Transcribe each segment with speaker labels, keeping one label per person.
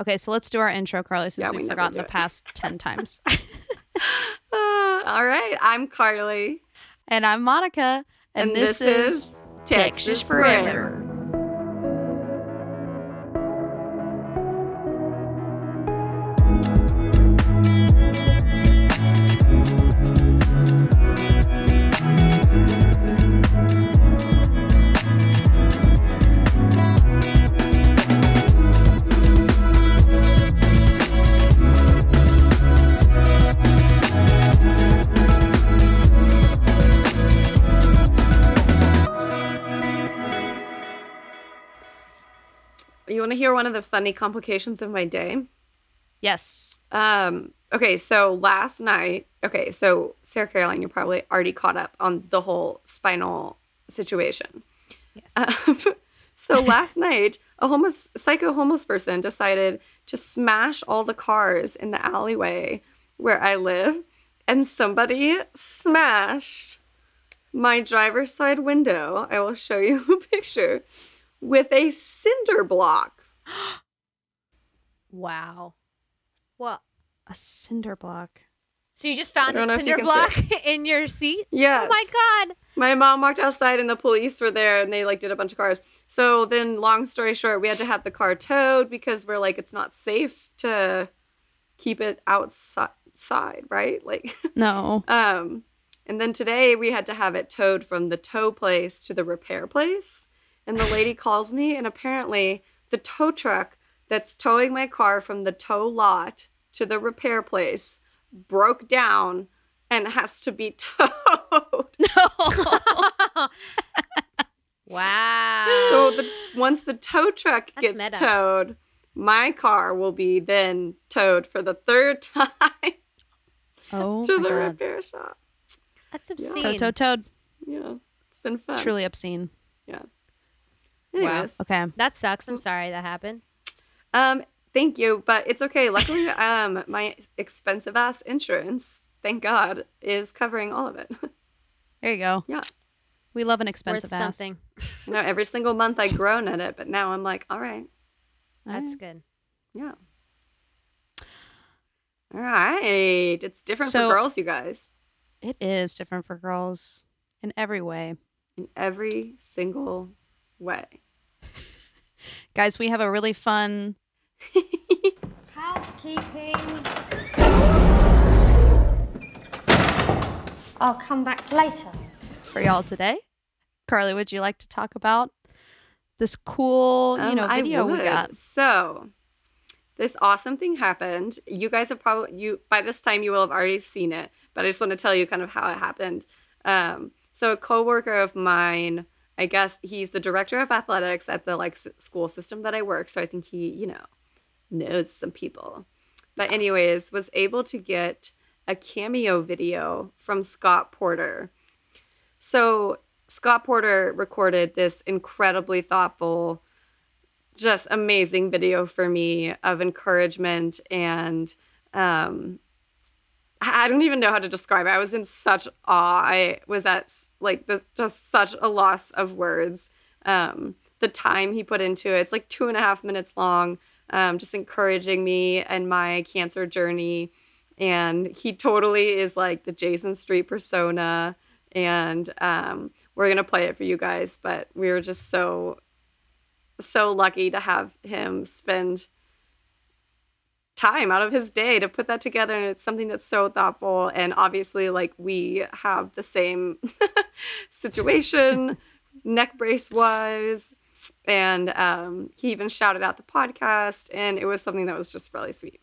Speaker 1: Okay, so let's do our intro, Carly, since
Speaker 2: Yeah, we
Speaker 1: we've
Speaker 2: never
Speaker 1: forgotten
Speaker 2: do
Speaker 1: the
Speaker 2: it.
Speaker 1: past 10 times.
Speaker 2: Uh, all right, I'm Carly,
Speaker 1: and I'm Monica, and, this, is Texas Forever.
Speaker 2: You want to hear one of the funny complications of my day?
Speaker 1: Yes.
Speaker 2: Um, okay, so last night, okay, so Sarah Caroline, you're probably already caught up on the whole spinal situation.
Speaker 1: Yes.
Speaker 2: Um, so last night, a homeless psycho homeless person decided to smash all the cars in the alleyway where I live, and somebody smashed my driver's side window. I will show you a picture with a cinder block.
Speaker 3: Wow. Well,
Speaker 1: a cinder block.
Speaker 3: so you just found
Speaker 2: I
Speaker 3: a
Speaker 2: don't know if you
Speaker 3: cinder
Speaker 2: can
Speaker 3: block Oh
Speaker 2: see
Speaker 3: in your seat?
Speaker 2: Yes.
Speaker 3: Oh my god.
Speaker 2: My mom walked outside and the police were there and they like did a bunch of cars. So then long story short, we had to have the car towed because we're like it's not safe to keep it outside, right? Like
Speaker 1: No.
Speaker 2: um and then today we had to have it towed from the tow place to the repair place. And the lady calls me and apparently the tow truck that's towing my car from the tow lot to the repair place broke down and has to be towed.
Speaker 1: No.
Speaker 3: Wow.
Speaker 2: so the, once the tow truck
Speaker 3: That's
Speaker 2: gets
Speaker 3: meta.
Speaker 2: towed, my car will be then towed for the third time
Speaker 1: oh,
Speaker 2: to
Speaker 1: my
Speaker 2: the
Speaker 1: God.
Speaker 2: repair shop.
Speaker 3: That's
Speaker 1: Toad,
Speaker 3: obscene.
Speaker 1: toad, toad.
Speaker 2: Yeah, it's been fun.
Speaker 1: Truly obscene.
Speaker 3: Wow.
Speaker 2: Anyways,
Speaker 1: Okay.
Speaker 3: That sucks. I'm sorry that happened.
Speaker 2: um, thank you, but it's okay. Luckily, um, my expensive ass insurance, thank God, is covering all of it.
Speaker 1: There you go.
Speaker 2: Yeah.
Speaker 1: We love an expensive
Speaker 3: Worth
Speaker 1: ass.
Speaker 3: something.
Speaker 2: you know, every single month I groan at it, but now I'm like, all right,
Speaker 1: All right.
Speaker 3: That's good.
Speaker 2: yeah. All right, it's different
Speaker 1: So-
Speaker 2: for girls, you guys,
Speaker 1: It is different for girls in every way.
Speaker 2: in every single way.
Speaker 1: Guys, we have a really fun
Speaker 4: Housekeeping. I'll come back later.
Speaker 1: for y'all today. Carly, would you like to talk about this cool, you
Speaker 2: Um,
Speaker 1: know,
Speaker 2: I
Speaker 1: video we
Speaker 2: would.
Speaker 1: got?
Speaker 2: So this awesome thing happened. You guys have probably you by this time you will have already seen it, but I just want to tell you kind of how it happened. Um, so a coworker of mine, I guess he's the director of athletics at the like s- school system that I work. So I think he, you know, knows some people. But anyways, was able to get a cameo video from Scott Porter. So Scott Porter recorded this incredibly thoughtful just amazing video for me of encouragement and um I I don't even know how to describe it. I was in such awe. I was at s- like the, just such a loss of words. Um, the time he put into it, it's like two and a half minutes long, um, just encouraging me and my cancer journey. And he totally is like the Jason Street persona. And um, we're going to play it for you guys, but we were just so so lucky to have him spend time out of his day to put that together and it's something that's so thoughtful and obviously like we have the same situation neck brace wise and um, he even shouted out the podcast and it was something that was just really sweet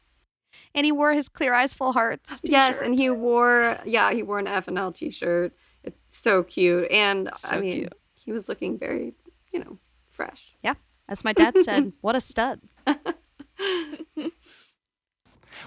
Speaker 1: And he wore his clear eyes full hearts.
Speaker 2: yes and he wore yeah he wore an fnl t-shirt it's so cute and i
Speaker 1: So
Speaker 2: mean
Speaker 1: cute.
Speaker 2: he was looking very you know fresh
Speaker 1: As my dad said, what a stud.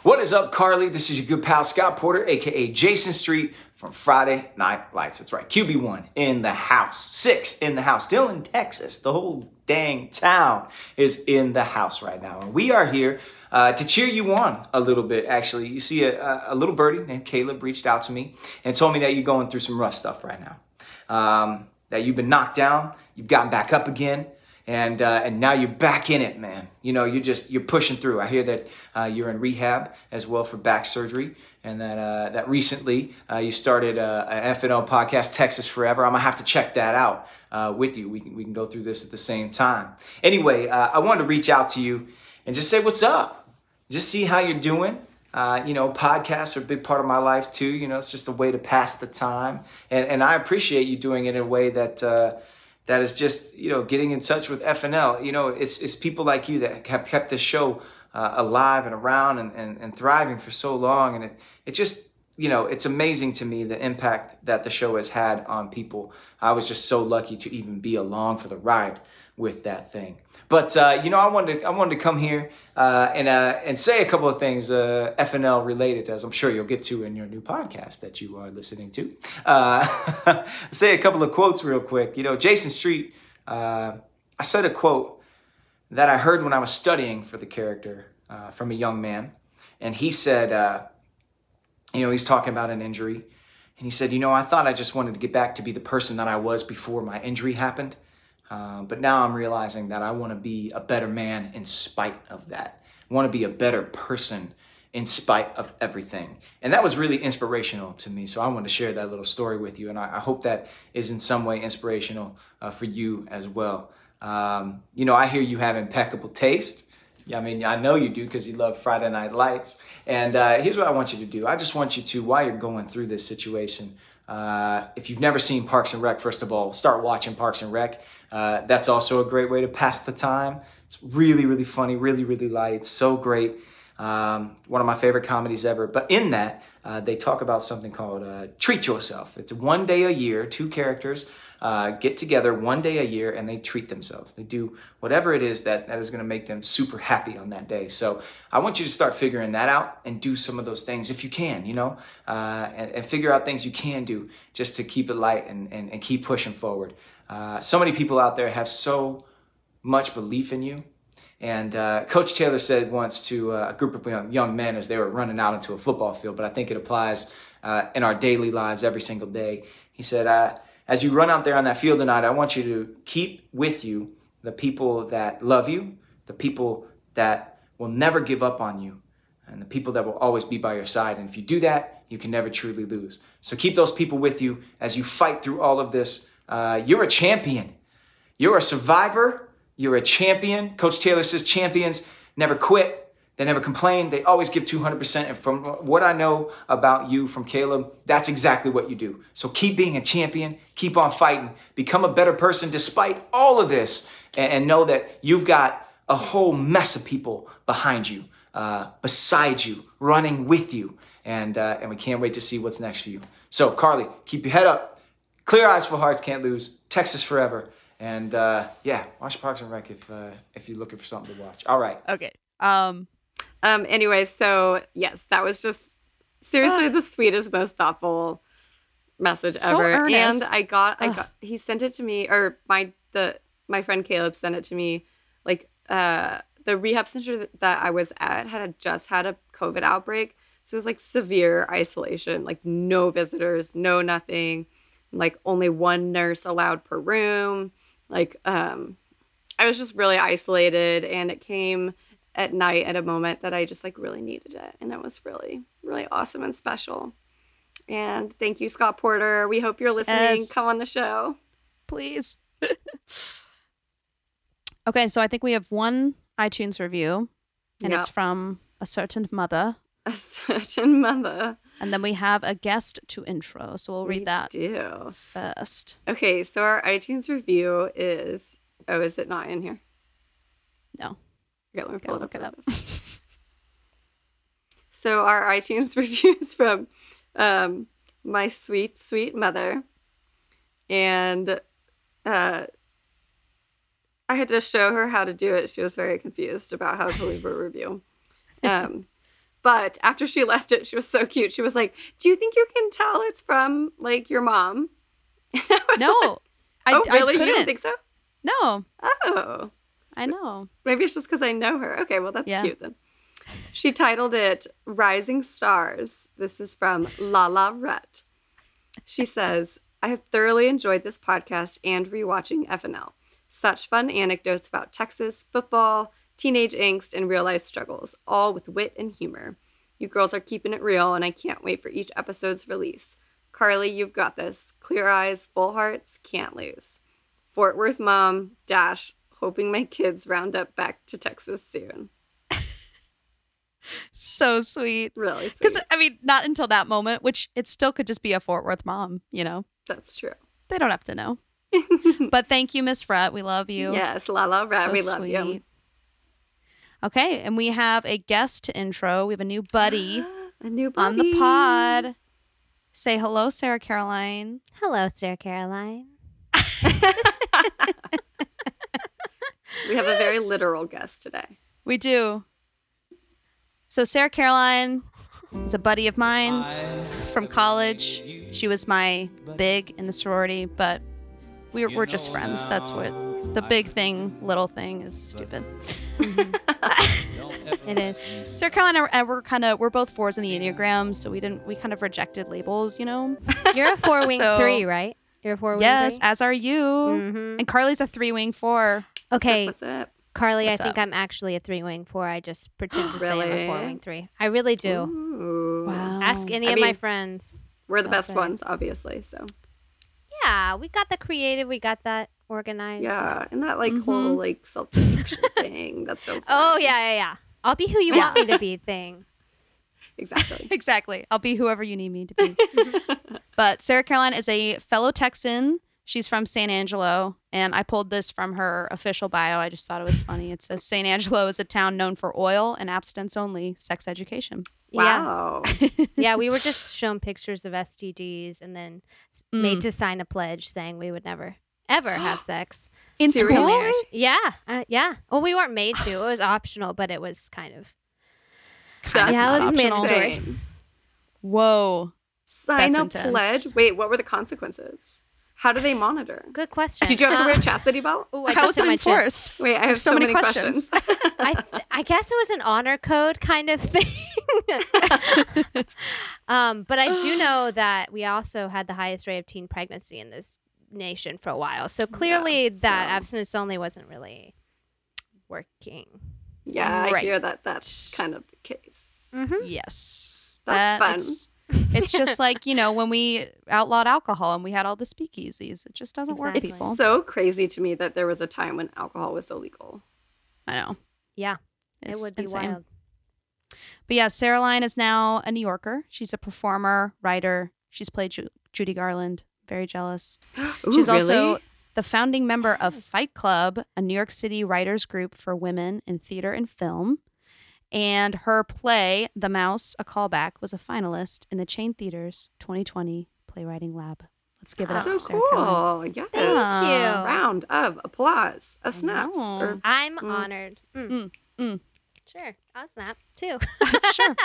Speaker 5: What is up, Carly? This is your good pal Scott Porter, aka Jason Street from Friday Night Lights. That's right, QB1 in the house, six in the house, still in Texas. The whole dang town is in the house right now. And we are here uh, to cheer you on a little bit, actually. You see, a, a- a little birdie named Caleb reached out to me and told me that you're going through some rough stuff right now. Um, that you've been knocked down, you've gotten back up again, and uh, and now you're back in it, man. You know, you're just you're pushing through. I hear that uh, you're in rehab as well for back surgery, and that uh, that recently uh, you started uh, an FNO podcast, Texas Forever. I'm gonna have to check that out uh, with you. We can we can go through this at the same time. Anyway, uh, I wanted to reach out to you and just say what's up. Just see how you're doing. Uh, you know, podcasts are a big part of my life too. You know, it's just a way to pass the time, and and I appreciate you doing it in a way that uh, that is just you know getting in touch with FNL. You know, it's it's people like you that have kept this show uh, alive and around and, and and thriving for so long, and it it just you know it's amazing to me the impact that the show has had on people. I was just so lucky to even be along for the ride with that thing. But uh, you know, I wanted to, I wanted to come here uh, and uh, and say a couple of things uh, FNL related, as I'm sure you'll get to in your new podcast that you are listening to. Uh, say a couple of quotes real quick. You know, Jason Street. Uh, I said a quote that I heard when I was studying for the character uh, from a young man, and he said, uh, you know, he's talking about an injury, and he said, you know, I thought I just wanted to get back to be the person that I was before my injury happened. Uh, but now I'm realizing that I want to be a better man in spite of that. I want to be a better person in spite of everything. And that was really inspirational to me. So I wanted to share that little story with you. And I, I hope that is in some way inspirational uh, for you as well. Um, you know, I hear you have impeccable taste. Yeah, I mean, I know you do because you love Friday Night Lights. And uh, here's what I want you to do I just want you to, while you're going through this situation, uh, if you've never seen Parks and Rec, first of all, start watching Parks and Rec. Uh, that's also a great way to pass the time. It's really, really funny, really, really light. It's so great. Um, one of my favorite comedies ever. But in that, uh, they talk about something called uh, Treat Yourself. It's one day a year, two characters uh, get together one day a year and they treat themselves. They do whatever it is that, that is going to make them super happy on that day. So I want you to start figuring that out and do some of those things if you can, you know, uh, and, and figure out things you can do just to keep it light and, and, and keep pushing forward. Uh, so many people out there have so much belief in you. And uh, Coach Taylor said once to uh, a group of young, young men as they were running out into a football field, but I think it applies uh, in our daily lives every single day. He said, uh, As you run out there on that field tonight, I want you to keep with you the people that love you, the people that will never give up on you, and the people that will always be by your side. And if you do that, you can never truly lose. So keep those people with you as you fight through all of this. Uh, you're a champion. You're a survivor. You're a champion. Coach Taylor says champions never quit. They never complain. They always give 200%. And from what I know about you from Caleb, that's exactly what you do. So keep being a champion. Keep on fighting. Become a better person despite all of this. And, and know that you've got a whole mess of people behind you, uh, beside you, running with you. And, uh, and we can't wait to see what's next for you. So, Carly, keep your head up. Clear eyes for hearts can't lose. Texas forever. And uh, yeah, watch Parks and Rec if uh, if you're looking for something to watch. All right.
Speaker 1: Okay. Um,
Speaker 2: Um, anyway, so yes, that was just seriously the sweetest, most thoughtful message
Speaker 1: So
Speaker 2: ever. And
Speaker 1: earnest.
Speaker 2: I got, I
Speaker 1: Ugh.
Speaker 2: got, he sent it to me, or my the my friend Caleb sent it to me. Like uh, the rehab center th- that I was at had just had a COVID outbreak, so it was like severe isolation, like no visitors, no nothing, like only one nurse allowed per room. Like um, I was just really isolated, and it came at night at a moment that I just like really needed it. And it was really, really awesome and special. And thank you, Scott Porter. We hope you're listening.
Speaker 1: Yes.
Speaker 2: Come on the show.
Speaker 1: please. okay, so I think we have one iTunes review, and it's from a certain mother.
Speaker 2: a certain mother.
Speaker 1: And then we have a guest to intro, so we'll read
Speaker 2: We
Speaker 1: that
Speaker 2: Do.
Speaker 1: first.
Speaker 2: Okay, so our iTunes review is oh, is it not in here?
Speaker 1: No.
Speaker 2: Okay, let me
Speaker 1: Gotta
Speaker 2: pull it up.
Speaker 1: look it up.
Speaker 2: first. so our iTunes review is from um, my sweet, sweet mother. And uh, I had to show her how to do it. She was very confused about how to leave a review. Um, but after she left it, she was so cute. She was like, Do you think you can tell it's from like your mom? And I was like,
Speaker 1: No, I,
Speaker 2: oh,
Speaker 1: I
Speaker 2: really? you
Speaker 1: couldn't.
Speaker 2: don't think so?
Speaker 1: no,
Speaker 2: Oh.
Speaker 1: I know.
Speaker 2: Maybe it's just because I know her. Okay, well, that's
Speaker 1: Yeah.
Speaker 2: cute then. She titled it Rising Stars. This is from Lala Rut. She says, I have thoroughly enjoyed this podcast and rewatching FNL. Such fun anecdotes about Texas, football, teenage angst, and real life struggles, all with wit and humor. You girls are keeping it real, and I can't wait for each episode's release. Carly, you've got this. Clear eyes, full hearts, can't lose. Fort Worth mom, dash, hoping my kids round up back to Texas soon.
Speaker 1: So sweet.
Speaker 2: Really sweet.
Speaker 1: Because, I mean, not until that moment, which it still could just be a Fort Worth mom, you know?
Speaker 2: That's true.
Speaker 1: They don't have to know. but thank you, Miss Frat. We love you.
Speaker 2: Yes, la la Rat,
Speaker 1: So
Speaker 2: we love you.
Speaker 1: sweet. Okay, and we have a guest to intro. We have a new buddy
Speaker 2: A new
Speaker 1: on
Speaker 2: buddy.
Speaker 1: the pod. Say hello, Sarah Caroline.
Speaker 3: Hello, Sarah Caroline.
Speaker 2: We have a very literal guest today.
Speaker 1: We do. So Sarah Caroline is a buddy of mine from college. She was my big in the sorority, but we're, we're just friends. That's what the big thing, little thing is stupid.
Speaker 3: It is.
Speaker 1: Sarah Caroline and I- and uh, we're kind of we're both fours in the enneagram, so we didn't we kind of rejected labels, you know.
Speaker 3: You're a four wing
Speaker 1: So-
Speaker 3: three, right? You're a four wing
Speaker 1: yes,
Speaker 3: three.
Speaker 1: as are you.
Speaker 3: Mhm.
Speaker 1: And Carly's a three wing four.
Speaker 3: Okay,
Speaker 2: What's up?
Speaker 3: Carly,
Speaker 1: What's
Speaker 3: I think
Speaker 1: up?
Speaker 3: I'm actually a three wing four. I just pretend to say I'm a four
Speaker 2: Really?
Speaker 3: wing three. I really do.
Speaker 2: Ooh.
Speaker 3: Ask any
Speaker 2: I
Speaker 3: of my
Speaker 2: mean-
Speaker 3: friends.
Speaker 2: We're the
Speaker 3: That's
Speaker 2: best
Speaker 3: right.
Speaker 2: ones, obviously. So
Speaker 3: Yeah, we got the creative. We got that organized.
Speaker 2: yeah, and that like whole
Speaker 1: Mhm.
Speaker 2: like self destruction thing. That's so. Fun.
Speaker 3: Oh yeah, yeah, yeah. I'll be who you want me to be. Thing.
Speaker 2: exactly.
Speaker 1: Exactly. I'll be whoever you need me to be. but Sarah Caroline is a fellow Texan. She's from San Angelo, and I pulled this from her official bio. I just thought it was funny. It says San Angelo is a town known for oil and abstinence only sex education.
Speaker 3: Yeah,
Speaker 2: Wow.
Speaker 3: yeah. We were just shown pictures of STDs and then s- made
Speaker 1: Mm.
Speaker 3: to sign a pledge saying we would never, ever have sex.
Speaker 1: In
Speaker 2: Seriously?
Speaker 1: school?
Speaker 2: Really?
Speaker 3: Yeah, uh, yeah. Well, we weren't made to. It was optional, but it was kind of.
Speaker 2: That's
Speaker 3: Yeah, it was
Speaker 2: insane.
Speaker 3: mandatory.
Speaker 1: Whoa.
Speaker 2: Sign
Speaker 1: That's
Speaker 2: a
Speaker 1: intense.
Speaker 2: pledge. Wait, what were the consequences? How do they monitor?
Speaker 3: Good question.
Speaker 2: Did you have to wear
Speaker 3: Uh,
Speaker 2: a chastity belt?
Speaker 3: ooh, I
Speaker 1: How
Speaker 3: just
Speaker 1: is
Speaker 3: hit
Speaker 1: it
Speaker 3: my chin.
Speaker 1: enforced?
Speaker 2: Wait, I have so, many, questions.
Speaker 3: I, th- I guess it was an honor code kind of thing. um, but I do know that we also had the highest rate of teen pregnancy in this nation for a while. So clearly, that
Speaker 2: so-
Speaker 3: abstinence only wasn't really working.
Speaker 2: yeah,
Speaker 1: Right.
Speaker 2: I
Speaker 1: Mm-hmm.
Speaker 2: hear that. That's kind of the case.
Speaker 3: Mm-hmm.
Speaker 1: Yes.
Speaker 2: That's fun.
Speaker 1: It's, it's just like, you know, when we outlawed alcohol and we had all the speakeasies, it just doesn't
Speaker 3: Exactly.
Speaker 1: work,
Speaker 2: It's
Speaker 1: people.
Speaker 2: so crazy to me that there was a time when alcohol was illegal.
Speaker 1: I know.
Speaker 3: Yeah,
Speaker 1: It's
Speaker 3: it would be
Speaker 1: insane.
Speaker 3: wild.
Speaker 1: But yeah, Sarah Line is now a New Yorker. She's a performer, writer. She's played Ju- Judy Garland. Very jealous.
Speaker 2: Ooh,
Speaker 1: She's also
Speaker 2: really?
Speaker 1: the founding member of
Speaker 3: Yes.
Speaker 1: Fight Club, a New York City writers group for women in theater and film. And her play, The Mouse, a callback, was a finalist in the Chain Theater's 2020 Playwriting Lab. Let's give it up
Speaker 2: so
Speaker 1: for Sarah Caroline.
Speaker 2: cool. Yes.
Speaker 1: Thank
Speaker 3: you.
Speaker 2: Round of applause of snaps.
Speaker 1: know.
Speaker 2: Or-
Speaker 3: I'm
Speaker 2: Mm.
Speaker 3: honored. Mm.
Speaker 1: Mm, mm.
Speaker 3: Sure, I'll snap too.
Speaker 1: sure.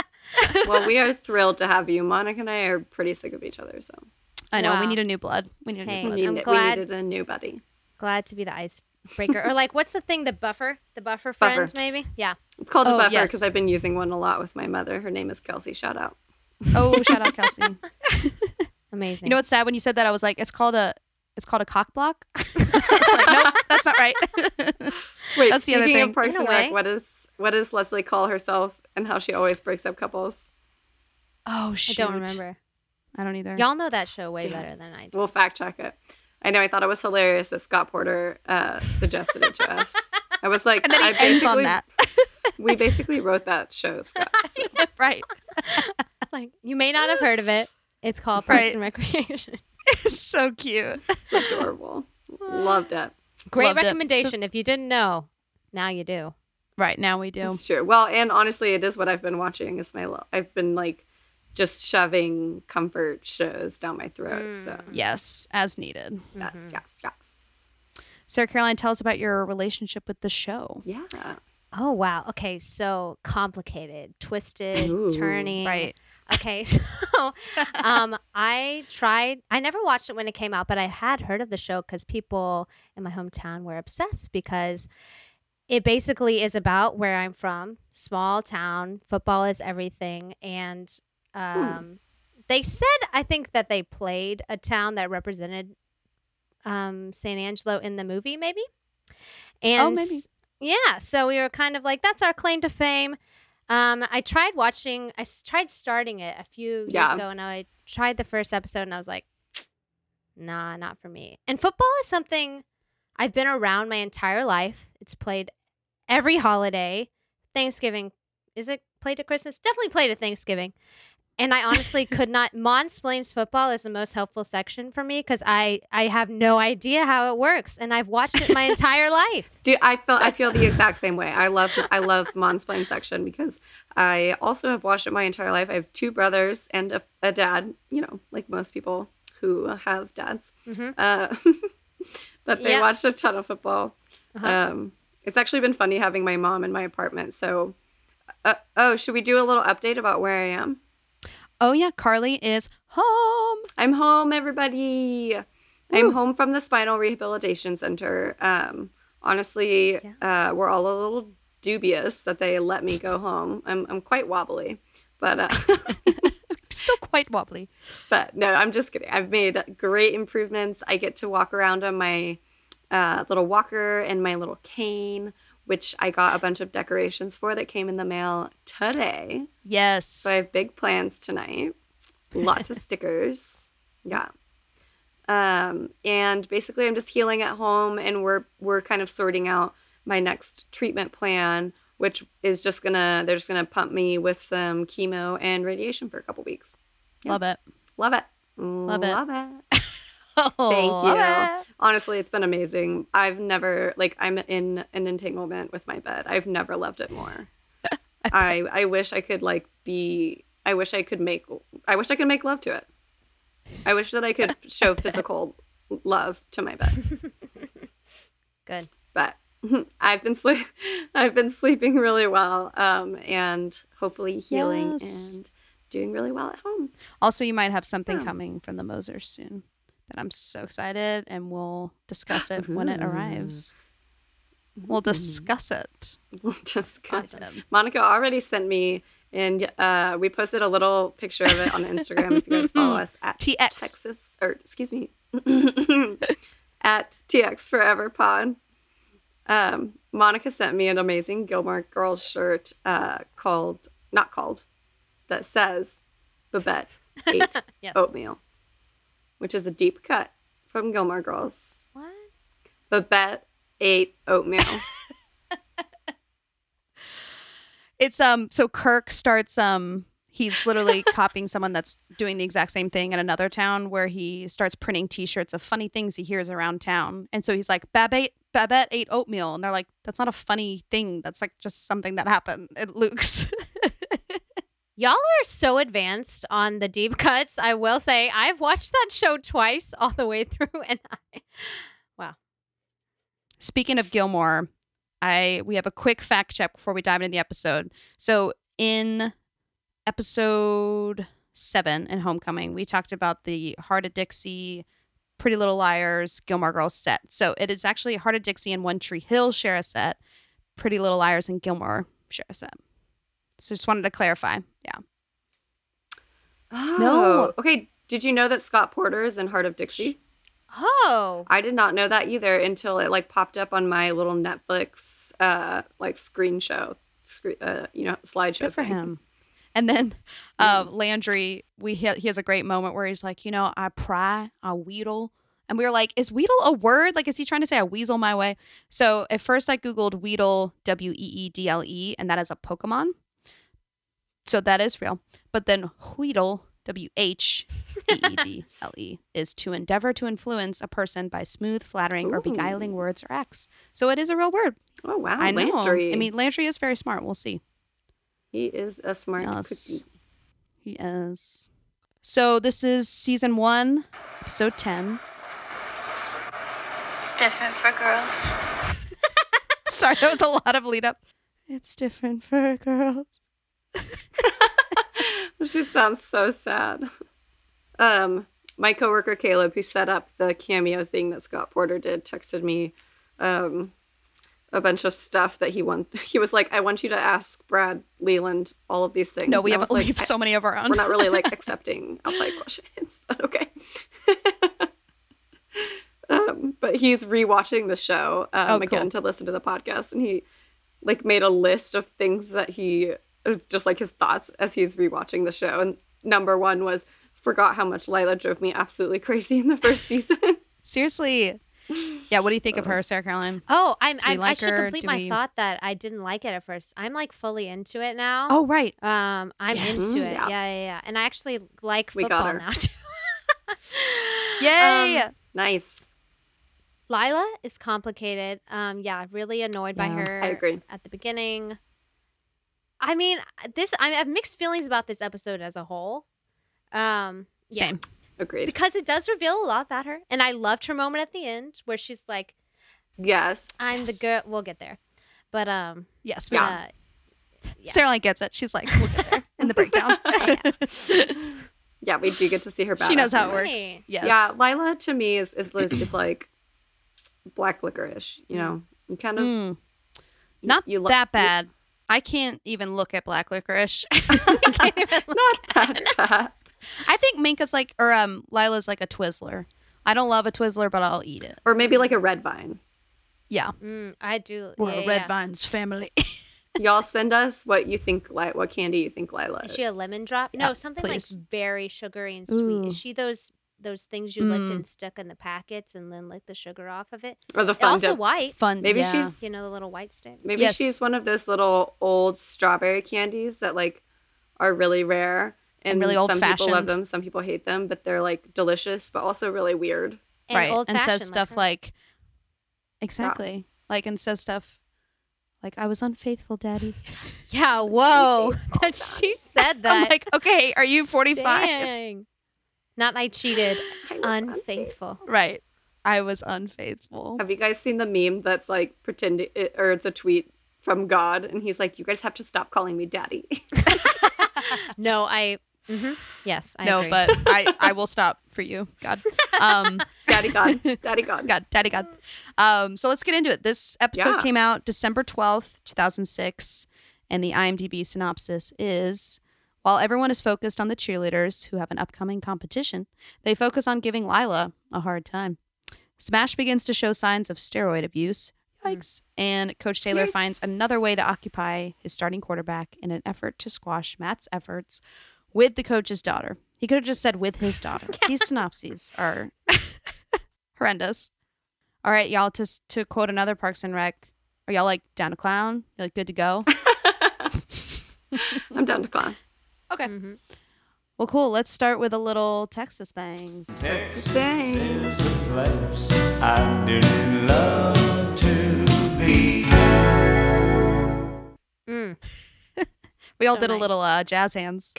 Speaker 2: well, we are thrilled to have you. Monica and I are pretty sick of each other, so
Speaker 1: I know.
Speaker 3: Wow.
Speaker 1: We need a new blood. We need a
Speaker 3: Hey.
Speaker 1: new
Speaker 2: we,
Speaker 1: blood.
Speaker 2: need,
Speaker 3: I'm
Speaker 2: we
Speaker 3: glad-
Speaker 2: needed a new buddy.
Speaker 3: Glad to be the icebreaker, or like, what's the thing? The buffer, the buffer
Speaker 2: Buffer.
Speaker 3: friend, maybe. Yeah.
Speaker 2: It's called a
Speaker 1: Oh,
Speaker 2: buffer
Speaker 1: yes.
Speaker 2: because I've been using one a lot with my mother. Her name is Kelsey. Shout out.
Speaker 1: Oh, shout out Kelsey.
Speaker 3: Amazing.
Speaker 1: You know what's sad? When you said that, I was like, it's called a it's called a cock block. It's like, nope, that's not right. Oh,
Speaker 2: Wait,
Speaker 1: That's the
Speaker 2: speaking
Speaker 1: other
Speaker 2: of
Speaker 1: thing.
Speaker 2: Parks
Speaker 3: In a
Speaker 2: and Rec,
Speaker 3: way.
Speaker 2: what is what does Leslie call herself and how she always breaks up couples?
Speaker 1: oh
Speaker 3: I
Speaker 1: shoot.
Speaker 3: don't remember.
Speaker 1: I don't either.
Speaker 3: Y'all know that show way
Speaker 2: Damn.
Speaker 3: better than I do.
Speaker 2: We'll fact check it. I know. I thought it was hilarious that Scott Porter uh, suggested it to us. I was like,
Speaker 1: and then
Speaker 2: I
Speaker 1: he ends on
Speaker 2: basically-
Speaker 1: that.
Speaker 2: we basically wrote that show, Scott. So
Speaker 1: right.
Speaker 3: It's like you may not have heard of it. It's called Parks
Speaker 1: Right.
Speaker 3: and Recreation.
Speaker 1: It's so cute.
Speaker 2: it's adorable. Loved it.
Speaker 3: Great
Speaker 1: Loved it.
Speaker 3: recommendation. If you didn't know, now you do.
Speaker 1: Right, now we do.
Speaker 2: It's true. Well, and honestly, it is what I've been watching. Is my lo- I've been like just shoving comfort shows down my throat.
Speaker 1: Mm.
Speaker 2: So
Speaker 1: Yes, as needed.
Speaker 2: yes, yes, yes.
Speaker 1: Sarah Caroline, tell us about your relationship with the show.
Speaker 2: Yeah.
Speaker 3: Oh wow. Okay, so complicated, twisted,
Speaker 2: Ooh.
Speaker 3: turning.
Speaker 1: Right.
Speaker 3: Okay. So, um, I tried. I never watched it when it came out, but I had heard of the show because people in my hometown were obsessed because it basically is about where I'm from, small town. Football is everything, and um, they said I think that they played a town that represented um, San Angelo in the movie, maybe. And
Speaker 1: maybe.
Speaker 3: s- yeah, so we were kind of like, that's our claim to fame. Um, I tried watching, I s- tried starting it a few years
Speaker 2: Yeah.
Speaker 3: ago, and I tried the first episode, and I was like, nah, not for me. And football is something I've been around my entire life. It's played every holiday, Thanksgiving. Is it played at Christmas? Definitely played at Thanksgiving. And I honestly could not. Monsplains football is the most helpful section for me because I I have no idea how it works, and I've watched it my entire life.
Speaker 2: Dude, I feel I feel the exact same way. I love I love Monsplain section because I also have watched it my entire life. I have two brothers and a, a dad. You know, like most people who have dads.
Speaker 3: Mhm.
Speaker 2: Uh, but they
Speaker 3: Yeah.
Speaker 2: watched a ton of football.
Speaker 3: Uh-huh.
Speaker 2: Um, it's actually been funny having my mom in my apartment. So, uh, oh, should we do a little update about where I am?
Speaker 1: Oh yeah, Carly is home.
Speaker 2: I'm home, everybody. I'm home from the spinal rehabilitation center. Um, honestly, uh, we're all a little dubious that they let me go home. I'm, I'm quite wobbly, but uh,
Speaker 1: Still quite wobbly.
Speaker 2: but no, I'm just kidding. I've made great improvements. I get to walk around on my uh, little walker and my little cane, which I got a bunch of decorations for that came in the mail today.
Speaker 1: Yes.
Speaker 2: So I have big plans tonight. Lots of stickers. Yeah. Um, and basically I'm just healing at home and we're we're kind of sorting out my next treatment plan, which is just gonna they're just gonna pump me with some chemo and radiation for a couple weeks.
Speaker 1: Love it.
Speaker 2: Love it.
Speaker 1: Love it.
Speaker 2: Love it.
Speaker 1: Oh,
Speaker 2: Thank
Speaker 1: love it.
Speaker 2: you. Honestly, it's been amazing. I've never like I'm in an entanglement with my bed. I've never loved it more. I I wish I could like be I wish I could make I wish I could make love to it. I wish that I could show physical love to my bed
Speaker 3: Good.
Speaker 2: but I've been sleep I've been sleeping really well um, and hopefully healing
Speaker 1: Yes.
Speaker 2: and doing really well at home.
Speaker 1: Also, you might have something
Speaker 2: Yeah.
Speaker 1: coming from the Mosers soon that I'm so excited, and we'll discuss it when it arrives. We'll discuss it.
Speaker 2: We'll discuss it.
Speaker 1: Awesome.
Speaker 2: Monica already sent me, and uh, we posted a little picture of it on Instagram. if you guys follow us at
Speaker 1: TX.
Speaker 2: Texas, or excuse me, at TX Forever Pod. Um, Monica sent me an amazing Gilmore Girls shirt uh, called, not called, that says Babette ate
Speaker 3: Yes.
Speaker 2: oatmeal, which is a deep cut from Gilmore Girls.
Speaker 3: What?
Speaker 2: Babette ate oatmeal.
Speaker 1: It's um. So Kirk starts um. He's literally copying someone that's doing the exact same thing in another town, where he starts printing T-shirts of funny things he hears around town, and so he's like, "Babette, Babette ate oatmeal," and they're like, "That's not a funny thing. That's like just something that happened at Luke's."
Speaker 3: Y'all are so advanced on the deep cuts. I will say I've watched that show twice all the way through, and I,
Speaker 1: Speaking of Gilmore, I we have a quick fact check before we dive into the episode. So in episode seven in Homecoming, we talked about the Heart of Dixie, Pretty Little Liars, Gilmore Girls set. So it is actually Heart of Dixie and One Tree Hill share a set. Pretty Little Liars and Gilmore share a set. So just wanted to clarify. Yeah.
Speaker 2: Oh.
Speaker 1: No.
Speaker 2: Okay. Did you know that Scott Porter is in Heart of Dixie?
Speaker 3: oh,
Speaker 2: I did not know that either until it like popped up on my little Netflix uh like screen show, screen uh, you know slideshow.
Speaker 1: Good for
Speaker 2: thing.
Speaker 1: him. And then uh, Landry, we he, he has a great moment where he's like, you know, I pry, I wheedle. And we were like, is wheedle a word? Like, is he trying to say I weasel my way? So at first I Googled Weedle, W E E D L E, and that is a Pokemon. So that is real. But then Wheedle, W H E E D L E, is to endeavor to influence a person by smooth, flattering, or
Speaker 2: Ooh.
Speaker 1: beguiling words or acts. So it is a real word.
Speaker 2: Oh wow,
Speaker 1: I know.
Speaker 2: Landry.
Speaker 1: I mean, Landry is very smart. We'll see.
Speaker 2: he is a smart
Speaker 1: Yes.
Speaker 2: cookie.
Speaker 1: He is. So this is season one, episode ten.
Speaker 4: It's different for girls.
Speaker 1: Sorry, that was a lot of lead up. It's different for girls.
Speaker 2: She sounds so sad. Um, my coworker Caleb, who set up the cameo thing that Scott Porter did, texted me um a bunch of stuff that he want. He was like, "I want you to ask Brad Leland all of these things."
Speaker 1: No, we
Speaker 2: And I
Speaker 1: have
Speaker 2: was like,
Speaker 1: we have
Speaker 2: "I-
Speaker 1: so many of our own.
Speaker 2: we're not really like accepting outside questions, but okay. um, but he's rewatching the show
Speaker 1: Oh,
Speaker 2: um,
Speaker 1: cool.
Speaker 2: again to listen to the podcast, and he like made a list of things that he of just like his thoughts as he's rewatching the show. And number one was forgot how much Lila drove me absolutely crazy in the first season.
Speaker 1: Seriously. Yeah, what do you think of her, Sarah Caroline?
Speaker 3: Oh, I'm, I, I
Speaker 1: like
Speaker 3: should
Speaker 1: her?
Speaker 3: complete
Speaker 1: Do
Speaker 3: my
Speaker 1: we-
Speaker 3: thought that I didn't like it at first. I'm like fully into it now.
Speaker 1: Oh, right.
Speaker 3: Um, I'm
Speaker 1: Yes.
Speaker 3: into it.
Speaker 2: Yeah.
Speaker 3: Yeah. yeah, yeah, And I actually like
Speaker 2: We got
Speaker 3: football
Speaker 2: her.
Speaker 3: now too.
Speaker 1: Yay.
Speaker 3: Um,
Speaker 2: nice.
Speaker 3: Lila is complicated. Um, yeah, really annoyed by
Speaker 1: Yeah.
Speaker 3: her.
Speaker 2: I agree.
Speaker 3: At the beginning, I mean, this I, I have mixed feelings about this episode as a whole. Um, yeah,
Speaker 1: Same.
Speaker 2: Agreed.
Speaker 3: because it does reveal a lot about her, and I loved her moment at the end where she's like,
Speaker 2: Yes.
Speaker 3: "I'm the girl."
Speaker 1: Yes.
Speaker 3: We'll get there, but um,
Speaker 1: Yes. We
Speaker 2: Yeah.
Speaker 1: will.
Speaker 3: uh, Yeah.
Speaker 1: Sarah Line gets it. She's like, we'll get there in the breakdown.
Speaker 2: Yeah, we do get to see her.
Speaker 1: she knows
Speaker 2: badass
Speaker 1: how it
Speaker 2: moment.
Speaker 1: works.
Speaker 3: Right.
Speaker 1: Yes.
Speaker 2: Yeah, Lila to me is is is, is like black licorice. You know, you kind of
Speaker 1: Mm. Not
Speaker 2: you lo-
Speaker 1: that
Speaker 2: you-
Speaker 1: bad. I can't even look at black licorice.
Speaker 2: not that bad.
Speaker 1: I think Minka's like, or um, Lila's like a Twizzler. I don't love a Twizzler, but I'll eat it.
Speaker 2: Or maybe like a red vine.
Speaker 1: Yeah.
Speaker 3: mm, I do.
Speaker 1: We're
Speaker 3: yeah,
Speaker 1: a Red
Speaker 3: yeah.
Speaker 1: Vines family.
Speaker 2: Y'all send us what you think, like what candy you think Lila is.
Speaker 3: Is she a lemon drop?
Speaker 1: Yeah,
Speaker 3: no, something
Speaker 1: please.
Speaker 3: like very sugary and sweet. Is
Speaker 1: Ooh.
Speaker 3: she those those things you licked
Speaker 1: Mm.
Speaker 3: and stuck in the packets and then licked the sugar off of it?
Speaker 2: or the fun
Speaker 3: also
Speaker 2: dip-
Speaker 3: white.
Speaker 1: Fun.
Speaker 2: Maybe
Speaker 1: yeah.
Speaker 2: she's
Speaker 3: You know the little white stick.
Speaker 2: maybe
Speaker 1: Yes.
Speaker 2: she's one of those little old strawberry candies that like are really rare and,
Speaker 1: really
Speaker 2: some people love
Speaker 1: old-fashioned.
Speaker 2: them, some people hate them, but they're like delicious, but also really weird.
Speaker 3: And
Speaker 1: right
Speaker 3: old
Speaker 1: and says
Speaker 3: fashioned,
Speaker 1: stuff
Speaker 3: her.
Speaker 1: like exactly like and says stuff like I was unfaithful, Daddy.
Speaker 3: yeah, whoa, that she said that.
Speaker 1: I'm like, okay, are you 45?
Speaker 3: Dang. Not I cheated.
Speaker 2: I was
Speaker 3: Unfaithful.
Speaker 1: Right. I was unfaithful.
Speaker 2: Have you guys seen the meme that's like pretending, it, or it's a tweet from God, and he's like, "You guys have to stop calling me daddy."
Speaker 3: No, I. mhm. Yes, I
Speaker 1: no,
Speaker 3: agree.
Speaker 1: but I I will stop for you, God. Um,
Speaker 2: daddy God, daddy God.
Speaker 1: God, Daddy God. Um, so let's get into it. This episode
Speaker 2: Yeah.
Speaker 1: came out December 12th, 2006, and the IMDb synopsis is while everyone is focused on the cheerleaders who have an upcoming competition, they focus on giving Lila a hard time. Smash begins to show signs of steroid abuse. Yikes. And Coach Taylor
Speaker 2: Yikes.
Speaker 1: finds another way to occupy his starting quarterback in an effort to squash Matt's efforts with the coach's daughter. He could have just said with his daughter. These synopses are horrendous. All right, y'all. To s- to quote another Parks and Rec, are y'all like down to clown? You like good to go?
Speaker 2: I'm down to clown.
Speaker 1: Okay.
Speaker 3: Mhm.
Speaker 1: Mm-hmm. Well, cool. Let's start with a little Texas things.
Speaker 2: Dang.
Speaker 3: Mm.
Speaker 1: We all
Speaker 3: So
Speaker 1: did a
Speaker 3: nice.
Speaker 1: little uh, jazz hands.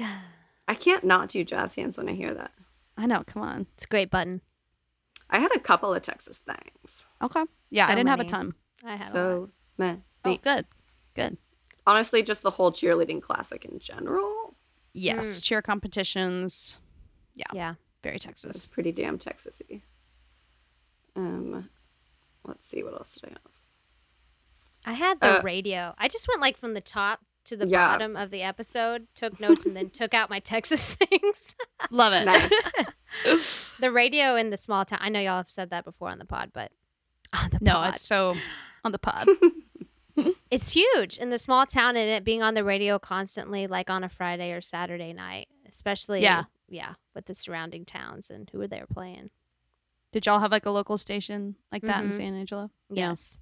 Speaker 2: I can't not do jazz hands when I hear that.
Speaker 1: I know. Come on.
Speaker 3: It's a great button.
Speaker 2: I had a couple of Texas things.
Speaker 1: Okay. Yeah, I
Speaker 3: So
Speaker 1: didn't have a
Speaker 3: many.
Speaker 1: ton.
Speaker 3: I have. a lot.
Speaker 2: So many.
Speaker 1: Oh, good. Good.
Speaker 2: Honestly, just the whole cheerleading classic in general
Speaker 3: Mm.
Speaker 1: Yes, cheer competitions.
Speaker 3: Yeah.
Speaker 1: Very
Speaker 2: is
Speaker 1: Texas.
Speaker 2: pretty damn Texasy. Um, let's see what else did I have.
Speaker 3: I had the
Speaker 2: Uh,
Speaker 3: radio. I just went like from the top to the
Speaker 2: Yeah.
Speaker 3: bottom of the episode, took notes, and then took out my Texas things.
Speaker 1: Love it.
Speaker 2: Nice.
Speaker 3: the radio in the small town. I know y'all have said that before on the pod, but on the
Speaker 1: No,
Speaker 3: pod.
Speaker 1: it's so on the pod.
Speaker 3: it's huge in the small town, and it being on the radio constantly, like on a Friday or Saturday night, especially.
Speaker 1: Yeah.
Speaker 3: yeah, with the surrounding towns and who were there playing.
Speaker 1: Did y'all have like a local station like that in
Speaker 3: Mhm.
Speaker 1: San Angelo? Yeah.
Speaker 3: Yes.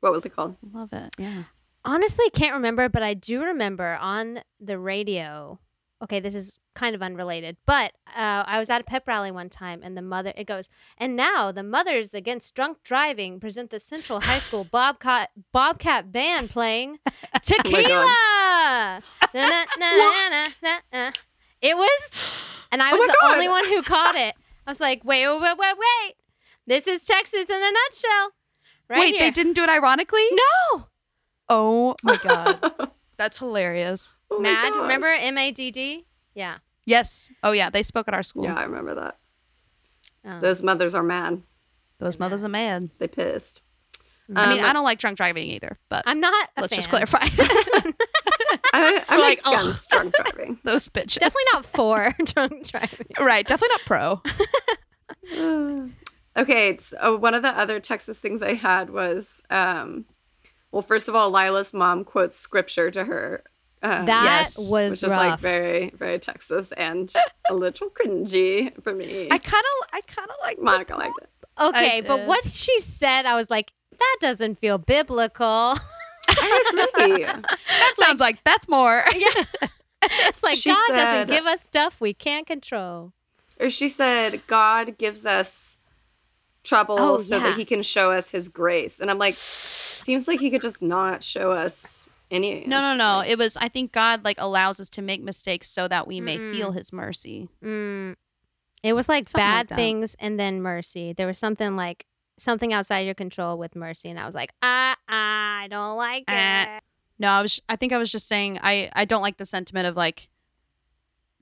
Speaker 2: what was it called?
Speaker 1: Love it. Yeah.
Speaker 3: Honestly, I can't remember, but I do remember on the radio. Okay, this is kind of unrelated, but uh, I was at a pep rally one time, and the mother it goes, and now the mothers against drunk driving present the Central High School Bobcat Bobcat band playing
Speaker 2: Oh my God.
Speaker 3: tequila. Na, na, na, na, na, na. It was, and I
Speaker 2: Oh
Speaker 3: was
Speaker 2: my
Speaker 3: the
Speaker 2: God.
Speaker 3: only one who caught it. I was like, wait, wait, wait, wait, wait. This is Texas in a nutshell, right
Speaker 1: Wait,
Speaker 3: here.
Speaker 1: they didn't do it ironically?
Speaker 3: no.
Speaker 1: Oh my god. That's hilarious.
Speaker 2: Oh my
Speaker 3: Mad, remember
Speaker 2: gosh.
Speaker 3: M A D D? Yeah.
Speaker 1: Yes. Oh yeah, they spoke at our school.
Speaker 2: Yeah, I remember that.
Speaker 3: Um,
Speaker 2: Those mothers are mad.
Speaker 1: Those mothers are mad.
Speaker 2: They pissed.
Speaker 3: Um,
Speaker 1: I mean, I don't like drunk driving either, but
Speaker 3: I'm not. A
Speaker 1: let's just
Speaker 3: fan.
Speaker 1: clarify.
Speaker 2: I,
Speaker 1: Like,
Speaker 2: I'm like,
Speaker 1: ugh.
Speaker 2: against
Speaker 3: oh.
Speaker 2: drunk driving.
Speaker 1: Those bitches.
Speaker 3: Definitely not for drunk driving.
Speaker 1: Right, definitely not pro.
Speaker 2: Okay, it's uh, one of the other Texas things I had was, um, well, first of all, Lila's mom quotes scripture to her. Um,
Speaker 3: That
Speaker 1: Yes,
Speaker 3: was
Speaker 2: which is
Speaker 3: rough.
Speaker 2: like very, very Texas and a little cringy for me.
Speaker 1: I kind of, I kind of like.
Speaker 2: Monica liked it.
Speaker 3: okay, but
Speaker 1: did.
Speaker 3: what she said, I was like, that doesn't feel biblical.
Speaker 2: Maybe.
Speaker 1: That sounds like Beth Moore.
Speaker 3: it's like
Speaker 2: She
Speaker 3: God
Speaker 2: said-
Speaker 3: doesn't give us stuff we can't control.
Speaker 2: or she said, God gives us trouble
Speaker 3: Oh,
Speaker 2: so
Speaker 3: yeah.
Speaker 2: that he can show us his grace. And I'm like, seems like he could just not show us any.
Speaker 1: No, no, no. It was. I think God like allows us to make mistakes so that we may
Speaker 3: Mm-mm.
Speaker 1: feel His mercy.
Speaker 3: Mm. It was like
Speaker 1: Something like
Speaker 3: bad
Speaker 1: that.
Speaker 3: things and then mercy. There was something like something outside your control with mercy, and I was like, ah, ah I don't like
Speaker 1: Ah.
Speaker 3: it.
Speaker 1: No, I was. I think I was just saying. I I don't like the sentiment of like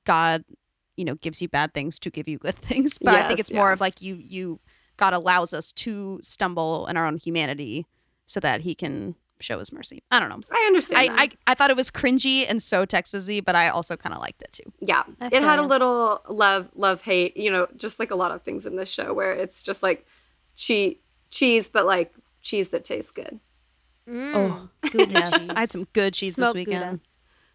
Speaker 1: God, you know, gives you bad things to give you good things. But I think
Speaker 2: Yes,
Speaker 1: it's more
Speaker 2: yeah.
Speaker 1: of like you you God allows us to stumble in our own humanity so that He can show His mercy. I don't know.
Speaker 2: I understand.
Speaker 1: I,
Speaker 2: that.
Speaker 1: I I thought it was cringy and so Texasy, but I also kind of liked it too.
Speaker 2: yeah
Speaker 3: I
Speaker 2: it had
Speaker 3: feel
Speaker 2: a
Speaker 3: you.
Speaker 2: little love love hate you know just like a lot of things in this show where it's just like cheese cheese but like cheese that tastes good
Speaker 3: Mm.
Speaker 1: Yes, Oh, I had some good cheese this
Speaker 3: Smoked
Speaker 1: weekend.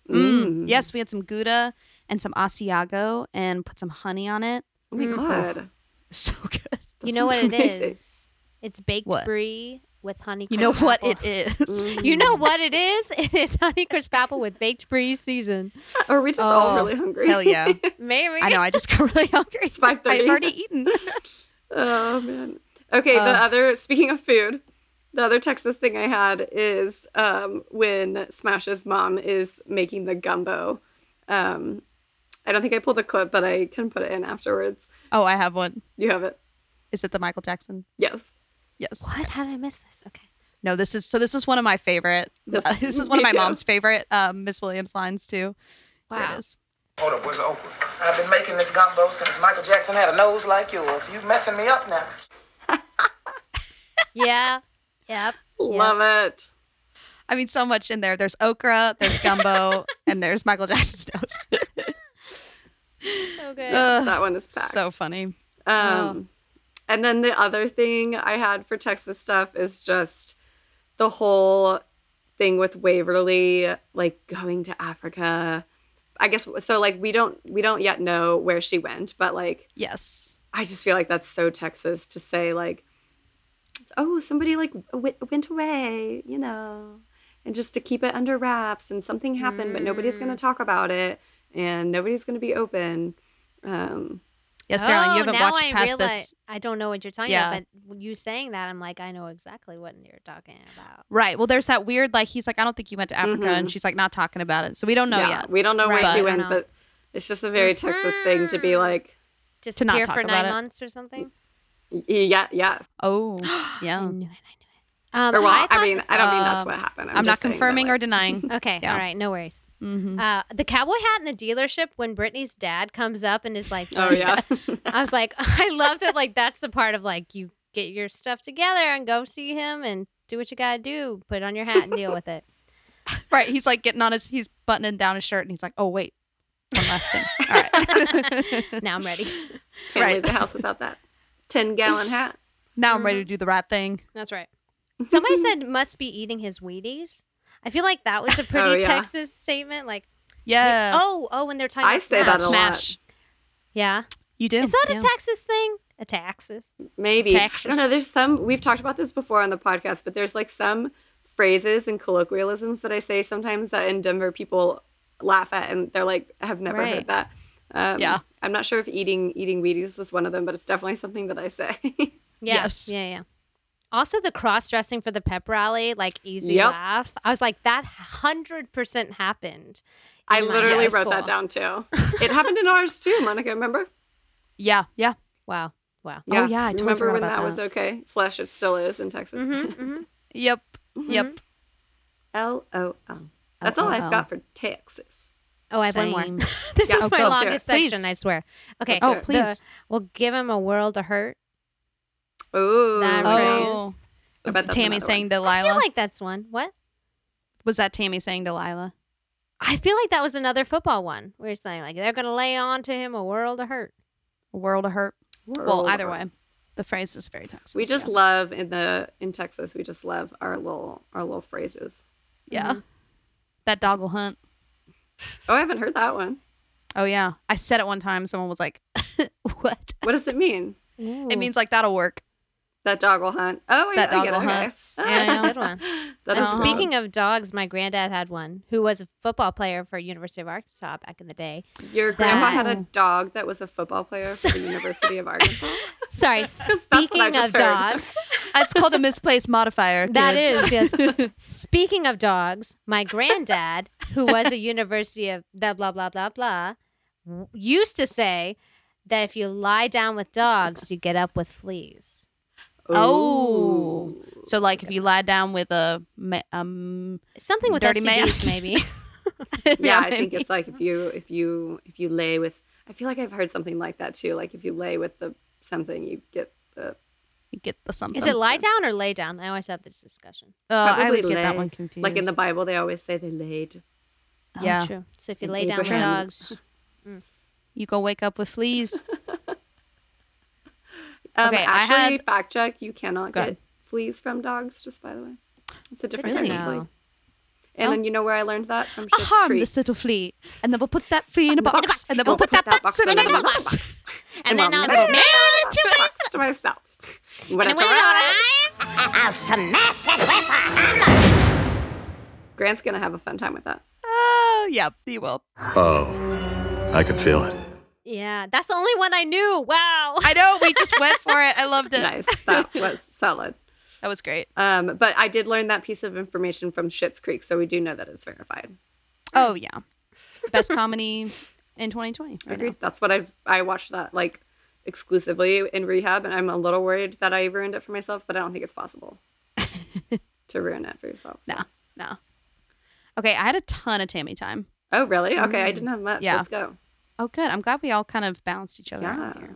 Speaker 2: Gouda.
Speaker 1: Mm.
Speaker 2: Mm.
Speaker 1: Yes, we had some Gouda and some Asiago and put some honey on it.
Speaker 2: oh my
Speaker 3: Mm.
Speaker 1: Mm-hmm.
Speaker 2: god
Speaker 1: So good.
Speaker 2: That
Speaker 3: you know what
Speaker 2: sounds
Speaker 3: it
Speaker 2: amazing.
Speaker 3: is? It's baked
Speaker 1: What?
Speaker 3: brie with honey.
Speaker 1: You know what
Speaker 3: apple.
Speaker 1: it is.
Speaker 2: Mm.
Speaker 3: You know what it is? It is honey crisp apple with baked brie season.
Speaker 2: are we just all
Speaker 1: Oh,
Speaker 2: really hungry
Speaker 1: Hell yeah.
Speaker 3: Maybe.
Speaker 1: I know. I just got really hungry.
Speaker 2: It's 5:30.
Speaker 1: I've already eaten.
Speaker 2: oh man okay the
Speaker 1: Uh.
Speaker 2: other speaking of food the other texas thing i had is um, when smash's mom is making the gumbo um, i don't think i pulled the clip but i can put it in afterwards
Speaker 1: Oh, I have one.
Speaker 2: you have it
Speaker 1: Is it the Michael Jackson?
Speaker 2: yes
Speaker 1: Yes.
Speaker 3: What? How did I miss this? Okay.
Speaker 1: No, this is so this is one of my favorite.
Speaker 2: This-
Speaker 1: This, is one of
Speaker 2: me
Speaker 1: my
Speaker 2: too.
Speaker 1: mom's favorite um, Miss Williams lines too. Here it is.
Speaker 4: Hold up, where's Oprah?
Speaker 6: I've been making this gumbo since Michael Jackson had a nose like yours. You messing me up now.
Speaker 3: Yeah. Yep.
Speaker 2: love it
Speaker 1: I mean, so much in there. There's okra, there's gumbo, and there's Michael Jackson's nose.
Speaker 3: So good.
Speaker 1: Ugh,
Speaker 2: that one is packed.
Speaker 1: so funny.
Speaker 2: Um, And then the other thing I had for Texas stuff is just the whole thing with Waverly, like going to Africa. I guess so. Like we don't we don't yet know where she went, but like
Speaker 1: Yes.
Speaker 2: I just feel like that's so Texas to say like, oh, somebody like w- went away, you know, and just to keep it under wraps and something happened, but nobody's gonna talk about it and nobody's gonna be open. Um,
Speaker 1: Yes, Sarah, Ellen,
Speaker 3: Oh,
Speaker 1: you haven't
Speaker 3: now
Speaker 1: watched
Speaker 3: I
Speaker 1: past
Speaker 3: realize-
Speaker 1: this.
Speaker 3: I don't know what you're talking
Speaker 1: Yeah.
Speaker 3: about, but you saying that, I'm like, I know exactly what you're talking about.
Speaker 1: Right. Well, there's that weird, like, he's like, I don't think you went to Africa.
Speaker 3: Mm-hmm.
Speaker 1: And she's like, not talking about it. So we don't know yet.
Speaker 2: We don't know where
Speaker 1: Oh, Right.
Speaker 2: she
Speaker 1: But-
Speaker 2: went,
Speaker 3: No.
Speaker 2: but it's just a very Texas thing to
Speaker 1: Mm-hmm.
Speaker 2: be like,
Speaker 3: Just
Speaker 1: not
Speaker 3: here
Speaker 1: talk
Speaker 3: for
Speaker 1: about
Speaker 3: nine
Speaker 1: it. Mm.
Speaker 3: months or something.
Speaker 2: y- yeah, yes.
Speaker 1: Oh,
Speaker 3: I
Speaker 1: yeah.
Speaker 3: knew it. I knew it. Um,
Speaker 2: Or well, I,
Speaker 3: thought-
Speaker 2: mean, I don't mean that's
Speaker 1: um,
Speaker 2: what happened.
Speaker 1: I'm not confirming or denying.
Speaker 3: Okay,
Speaker 1: Yeah.
Speaker 3: all right, no worries.
Speaker 1: Mhm.
Speaker 3: Uh, the cowboy hat in the dealership when Brittany's dad comes up and is like,
Speaker 2: or. Oh yeah.
Speaker 3: I was like, I love that. Like, that's the part of like, you get your stuff together and go see him and do what you gotta do. Put on your hat and deal with it.
Speaker 1: Right. He's like getting on his, he's buttoning down his shirt and he's like, oh, wait, one last thing. All right.
Speaker 3: Now I'm ready.
Speaker 2: Can't
Speaker 1: Right.
Speaker 2: leave the house without that ten gallon hat.
Speaker 1: now I'm
Speaker 3: Mm-hmm.
Speaker 1: ready to do the right thing.
Speaker 3: That's right. Somebody said must be eating his Wheaties. I feel like that was a pretty
Speaker 2: Oh, yeah. Uh,
Speaker 3: Texas statement. Like,
Speaker 1: Yeah.
Speaker 3: oh, oh, when they're talking.
Speaker 2: I
Speaker 3: about
Speaker 2: say that a
Speaker 3: snacks.
Speaker 2: lot. Oh,
Speaker 3: Yeah,
Speaker 1: You do.
Speaker 3: is that
Speaker 1: Yeah.
Speaker 3: a Texas thing? A Texas.
Speaker 2: Maybe I
Speaker 1: Texas.
Speaker 2: don't know. There's some we've talked about this before on the podcast, but there's like some phrases and colloquialisms that I say sometimes that in Denver people laugh at, and they're like, I have never
Speaker 3: Right.
Speaker 2: heard that. Um,
Speaker 1: Yeah.
Speaker 2: I'm not sure if eating eating Wheaties is one of them, but it's definitely something that I say.
Speaker 3: Yeah.
Speaker 1: Yes.
Speaker 3: Yeah, yeah. Also, the cross dressing for the pep rally, like easy
Speaker 2: Yep.
Speaker 3: laugh. I was like, that 100% happened.
Speaker 2: I
Speaker 3: in my
Speaker 2: literally
Speaker 3: high
Speaker 2: wrote that
Speaker 3: school.
Speaker 2: down too. It happened in ours too, Monica. Remember?
Speaker 1: Yeah. Yeah.
Speaker 3: Wow. Wow.
Speaker 1: Oh, yeah, I totally
Speaker 2: remember
Speaker 1: forgot
Speaker 2: when
Speaker 1: about
Speaker 2: that, was
Speaker 1: that. Mm-hmm,
Speaker 2: okay? Slash, it still is in Texas.
Speaker 1: Yep.
Speaker 3: Mm-hmm.
Speaker 1: Yep.
Speaker 2: L O L. That's all I've got for Texas.
Speaker 3: Oh, I have one
Speaker 1: Same.
Speaker 3: more. this
Speaker 2: Yeah,
Speaker 3: is
Speaker 2: oh,
Speaker 3: my
Speaker 2: go.
Speaker 3: longest
Speaker 1: Please.
Speaker 3: section, I swear. Okay.
Speaker 2: Let's
Speaker 1: Oh,
Speaker 2: hear it.
Speaker 1: please.
Speaker 3: The, we'll give him a world of hurt.
Speaker 2: Ooh,
Speaker 3: That phrase.
Speaker 1: oh.
Speaker 2: I bet that's
Speaker 1: Tammy
Speaker 2: another
Speaker 1: saying
Speaker 2: one.
Speaker 1: to
Speaker 3: I feel
Speaker 1: Lila.
Speaker 3: like that's one. What?
Speaker 1: was that Tammy saying to Lila?
Speaker 3: I feel like that was another football one where he's saying, like, they're going to lay on to him a world of hurt.
Speaker 1: A world of hurt.
Speaker 2: World
Speaker 1: well,
Speaker 2: of
Speaker 1: either
Speaker 2: hurt.
Speaker 1: way. The phrase is very Texas.
Speaker 2: We just
Speaker 1: yes.
Speaker 2: love in the in Texas. We just love our little our little phrases.
Speaker 1: Yeah.
Speaker 2: mm-hmm.
Speaker 1: That doggle hunt.
Speaker 2: Oh, I haven't heard that one.
Speaker 1: Oh yeah. I said it one time, someone was like, What?
Speaker 2: What does it mean?
Speaker 1: It means like that'll work.
Speaker 2: That dog will hunt. Oh, wait,
Speaker 1: That
Speaker 2: I get
Speaker 1: dog
Speaker 2: it.
Speaker 1: will
Speaker 2: Okay.
Speaker 1: hunt. Uh-huh.
Speaker 2: Ah,
Speaker 1: Yeah,
Speaker 3: That's
Speaker 1: yeah.
Speaker 3: a good one.
Speaker 2: that
Speaker 3: And
Speaker 2: is wild.
Speaker 3: speaking of dogs, my granddad had one who was a football player for University of Arkansas back in the day.
Speaker 2: your grandma had a
Speaker 1: that-
Speaker 2: dog that was a football player
Speaker 3: So-
Speaker 2: for the University of Arkansas.
Speaker 3: Sorry,
Speaker 2: what I
Speaker 3: speaking of
Speaker 2: just heard.
Speaker 3: dogs,
Speaker 1: It's called a misplaced modifier.
Speaker 3: that
Speaker 1: kids.
Speaker 3: is yes. Speaking of dogs, my granddad, who was a University of blah blah blah blah blah, w- used to say that if you lie down with dogs, you get up with fleas.
Speaker 1: Oh.
Speaker 2: Ooh.
Speaker 1: So like if you lie down with a ma- um
Speaker 3: Something with
Speaker 1: Dirty man.
Speaker 3: STDs, maybe.
Speaker 2: yeah, I
Speaker 1: maybe.
Speaker 2: think it's like if you if you if you lay with. I feel like I've heard something like that too. Like if you lay with the something, you get the.
Speaker 1: you get the something.
Speaker 3: Is it lie down or lay down? I always have this discussion.
Speaker 1: Oh, I
Speaker 2: probably
Speaker 1: always get that
Speaker 2: lay.
Speaker 1: one confused.
Speaker 2: Like in the Bible, they always say they laid.
Speaker 3: Oh,
Speaker 1: Yeah.
Speaker 3: true. So if you
Speaker 2: And
Speaker 3: lay down with
Speaker 2: Abraham-
Speaker 3: dogs,
Speaker 1: You go wake up with fleas.
Speaker 2: Um,
Speaker 1: Okay, I
Speaker 2: actually,
Speaker 1: had-
Speaker 2: fact check: you cannot
Speaker 1: Go
Speaker 2: get
Speaker 1: ahead.
Speaker 2: fleas from dogs. Just by the way, it's a different
Speaker 1: to Oh.
Speaker 2: type of
Speaker 3: know.
Speaker 2: flea. And then you know where I learned that from
Speaker 1: I
Speaker 2: Schitt's
Speaker 1: harm
Speaker 2: Creek.
Speaker 1: this little flea, and then we'll put that flea in a box,
Speaker 3: box,
Speaker 1: and then we'll put that box in another box.
Speaker 3: and then I'll
Speaker 2: I'll
Speaker 3: mail
Speaker 2: never
Speaker 3: it to
Speaker 2: have
Speaker 3: my
Speaker 2: a box to myself. When
Speaker 3: And
Speaker 2: it's
Speaker 3: when it
Speaker 2: arrives,
Speaker 3: arrives,
Speaker 2: Grant's gonna have a fun time with that.
Speaker 1: Oh, yeah, you will.
Speaker 4: Oh, I can feel it.
Speaker 3: yeah, that's the only one I knew. Wow.
Speaker 1: I know. We just went for it. I loved it.
Speaker 2: Nice, that was solid.
Speaker 1: That was great.
Speaker 2: Um, but I did learn that piece of information from Schitt's Creek, so we do know that it's verified.
Speaker 1: Oh yeah, best comedy in 2020. Right
Speaker 2: Agreed. That's what I've I watched that like exclusively in rehab, and I'm a little worried that I ruined it for myself, but I don't think it's possible to ruin it for yourself. so.
Speaker 1: Now. No, no. Okay, I had a ton of Tammy time.
Speaker 2: Oh, really? Okay, I didn't have much.
Speaker 1: Mm. Yeah.
Speaker 2: Let's go.
Speaker 1: Oh, good. I'm glad we all kind of balanced each other out
Speaker 2: Yeah.
Speaker 1: here.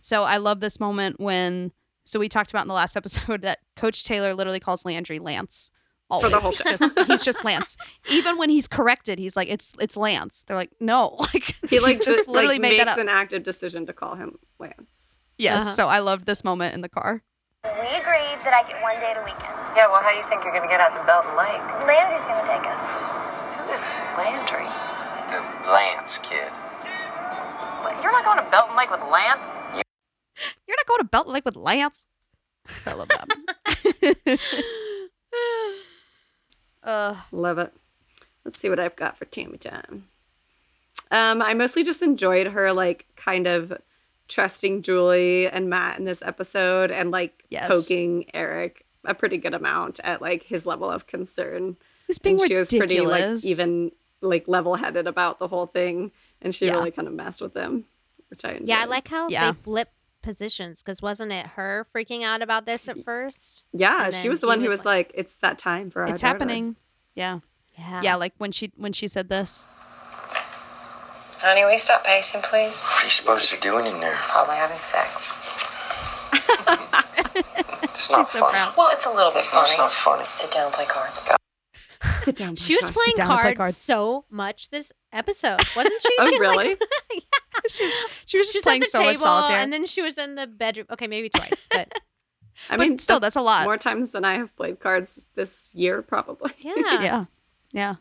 Speaker 1: So I love this moment when. So we talked about in the last episode that Coach Taylor literally calls Landry Lance. Always.
Speaker 2: the whole show.
Speaker 1: Just- he's just Lance. Even when he's corrected, he's like, "It's it's Lance." They're like, "No." Like
Speaker 2: He like
Speaker 1: just
Speaker 2: just
Speaker 1: literally
Speaker 2: like,
Speaker 1: made that
Speaker 2: makes
Speaker 1: up.
Speaker 2: an active decision to call him Lance.
Speaker 1: yes.
Speaker 3: Uh-huh.
Speaker 1: So I loved this moment in the car.
Speaker 7: We agreed that I get one day at a weekend.
Speaker 8: Yeah, well, how do you think you're going to get out to Belton Lake?
Speaker 7: Landry's gonna take us.
Speaker 8: Who is Landry?
Speaker 6: The Lance kid.
Speaker 8: What, You're not going to Belton Lake with Lance?
Speaker 1: You're not going to Belt Lake with Lance. So I love that. uh,
Speaker 2: Love it. Let's see what I've got for Tammy time. Um, I mostly just enjoyed her like kind of trusting Julie and Matt in this episode and like
Speaker 1: Yes.
Speaker 2: poking Eric a pretty good amount at like his level of concern.
Speaker 1: he's being
Speaker 2: and she
Speaker 1: ridiculous.
Speaker 2: was pretty like even like level headed about the whole thing and she
Speaker 1: Yeah.
Speaker 2: really kind of messed with them, which I enjoyed.
Speaker 3: Yeah, I like how
Speaker 1: Yeah.
Speaker 3: they flip positions because wasn't it her freaking out about this at first?
Speaker 2: Yeah,
Speaker 3: and
Speaker 2: she
Speaker 3: then
Speaker 2: was the
Speaker 3: he
Speaker 2: one who
Speaker 3: was
Speaker 2: was like, "It's that time for our
Speaker 1: It's
Speaker 2: daughter."
Speaker 1: happening. Yeah.
Speaker 3: Yeah.
Speaker 1: Yeah, like when she when she said this.
Speaker 8: Honey, will you stop pacing, please?
Speaker 9: What are you supposed to be doing in there?
Speaker 8: Probably Oh, having sex.
Speaker 9: It's not
Speaker 1: so
Speaker 9: funny.
Speaker 1: proud.
Speaker 8: Well, it's a little bit
Speaker 9: No,
Speaker 8: funny.
Speaker 9: it's not funny.
Speaker 8: Sit down and play cards.
Speaker 2: Sit down.
Speaker 3: She was
Speaker 2: Blanca.
Speaker 3: playing
Speaker 1: down and play
Speaker 3: cards,
Speaker 1: cards.
Speaker 3: so much this episode, wasn't she?
Speaker 2: Oh,
Speaker 3: she
Speaker 2: really?
Speaker 3: Like,
Speaker 1: She was just
Speaker 3: she's at
Speaker 1: playing
Speaker 3: the
Speaker 1: so
Speaker 3: table,
Speaker 1: much solitaire.
Speaker 3: and then she was in the bedroom. Okay, maybe twice, but
Speaker 2: I
Speaker 1: But
Speaker 2: mean,
Speaker 1: still, that's a lot.
Speaker 2: More times than I have played cards this year, probably.
Speaker 3: yeah,
Speaker 1: yeah. Yeah.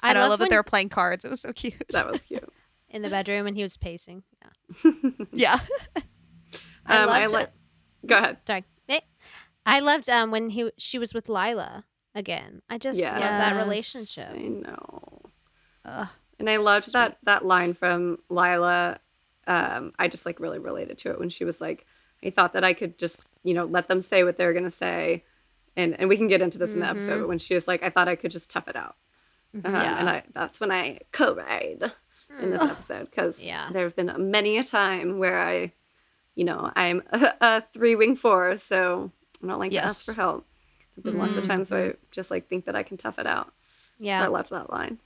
Speaker 3: I,
Speaker 1: and I love that
Speaker 3: when-
Speaker 1: they were playing cards. It was so cute.
Speaker 2: that was cute.
Speaker 3: in the bedroom and he was pacing. Yeah.
Speaker 1: yeah.
Speaker 3: I
Speaker 2: Um, I
Speaker 3: loved
Speaker 2: like. Go ahead.
Speaker 3: Sorry, Eh. I loved um when he she was with Lila again. I just love
Speaker 1: Yes.
Speaker 3: that
Speaker 2: I
Speaker 3: relationship.
Speaker 2: know.
Speaker 1: Ugh.
Speaker 2: and I loved that that line from Lila. Um, I just like really related to it when she was like, "I thought that I could just you know let them say what they're gonna say," and and we can get into this in the episode. But
Speaker 3: Mm-hmm.
Speaker 2: when she was like, "I thought I could just tough it out," um,
Speaker 1: Yeah.
Speaker 2: and I that's when I co-ride in
Speaker 3: Mm.
Speaker 2: this episode because
Speaker 3: Yeah.
Speaker 2: there have been many a time where I, you know, I'm a, three wing four, so I don't like to ask
Speaker 1: Yes. Mm.
Speaker 2: for help. There've been lots of times where I just like think that I can tough it out.
Speaker 3: Yeah,
Speaker 2: I loved that line.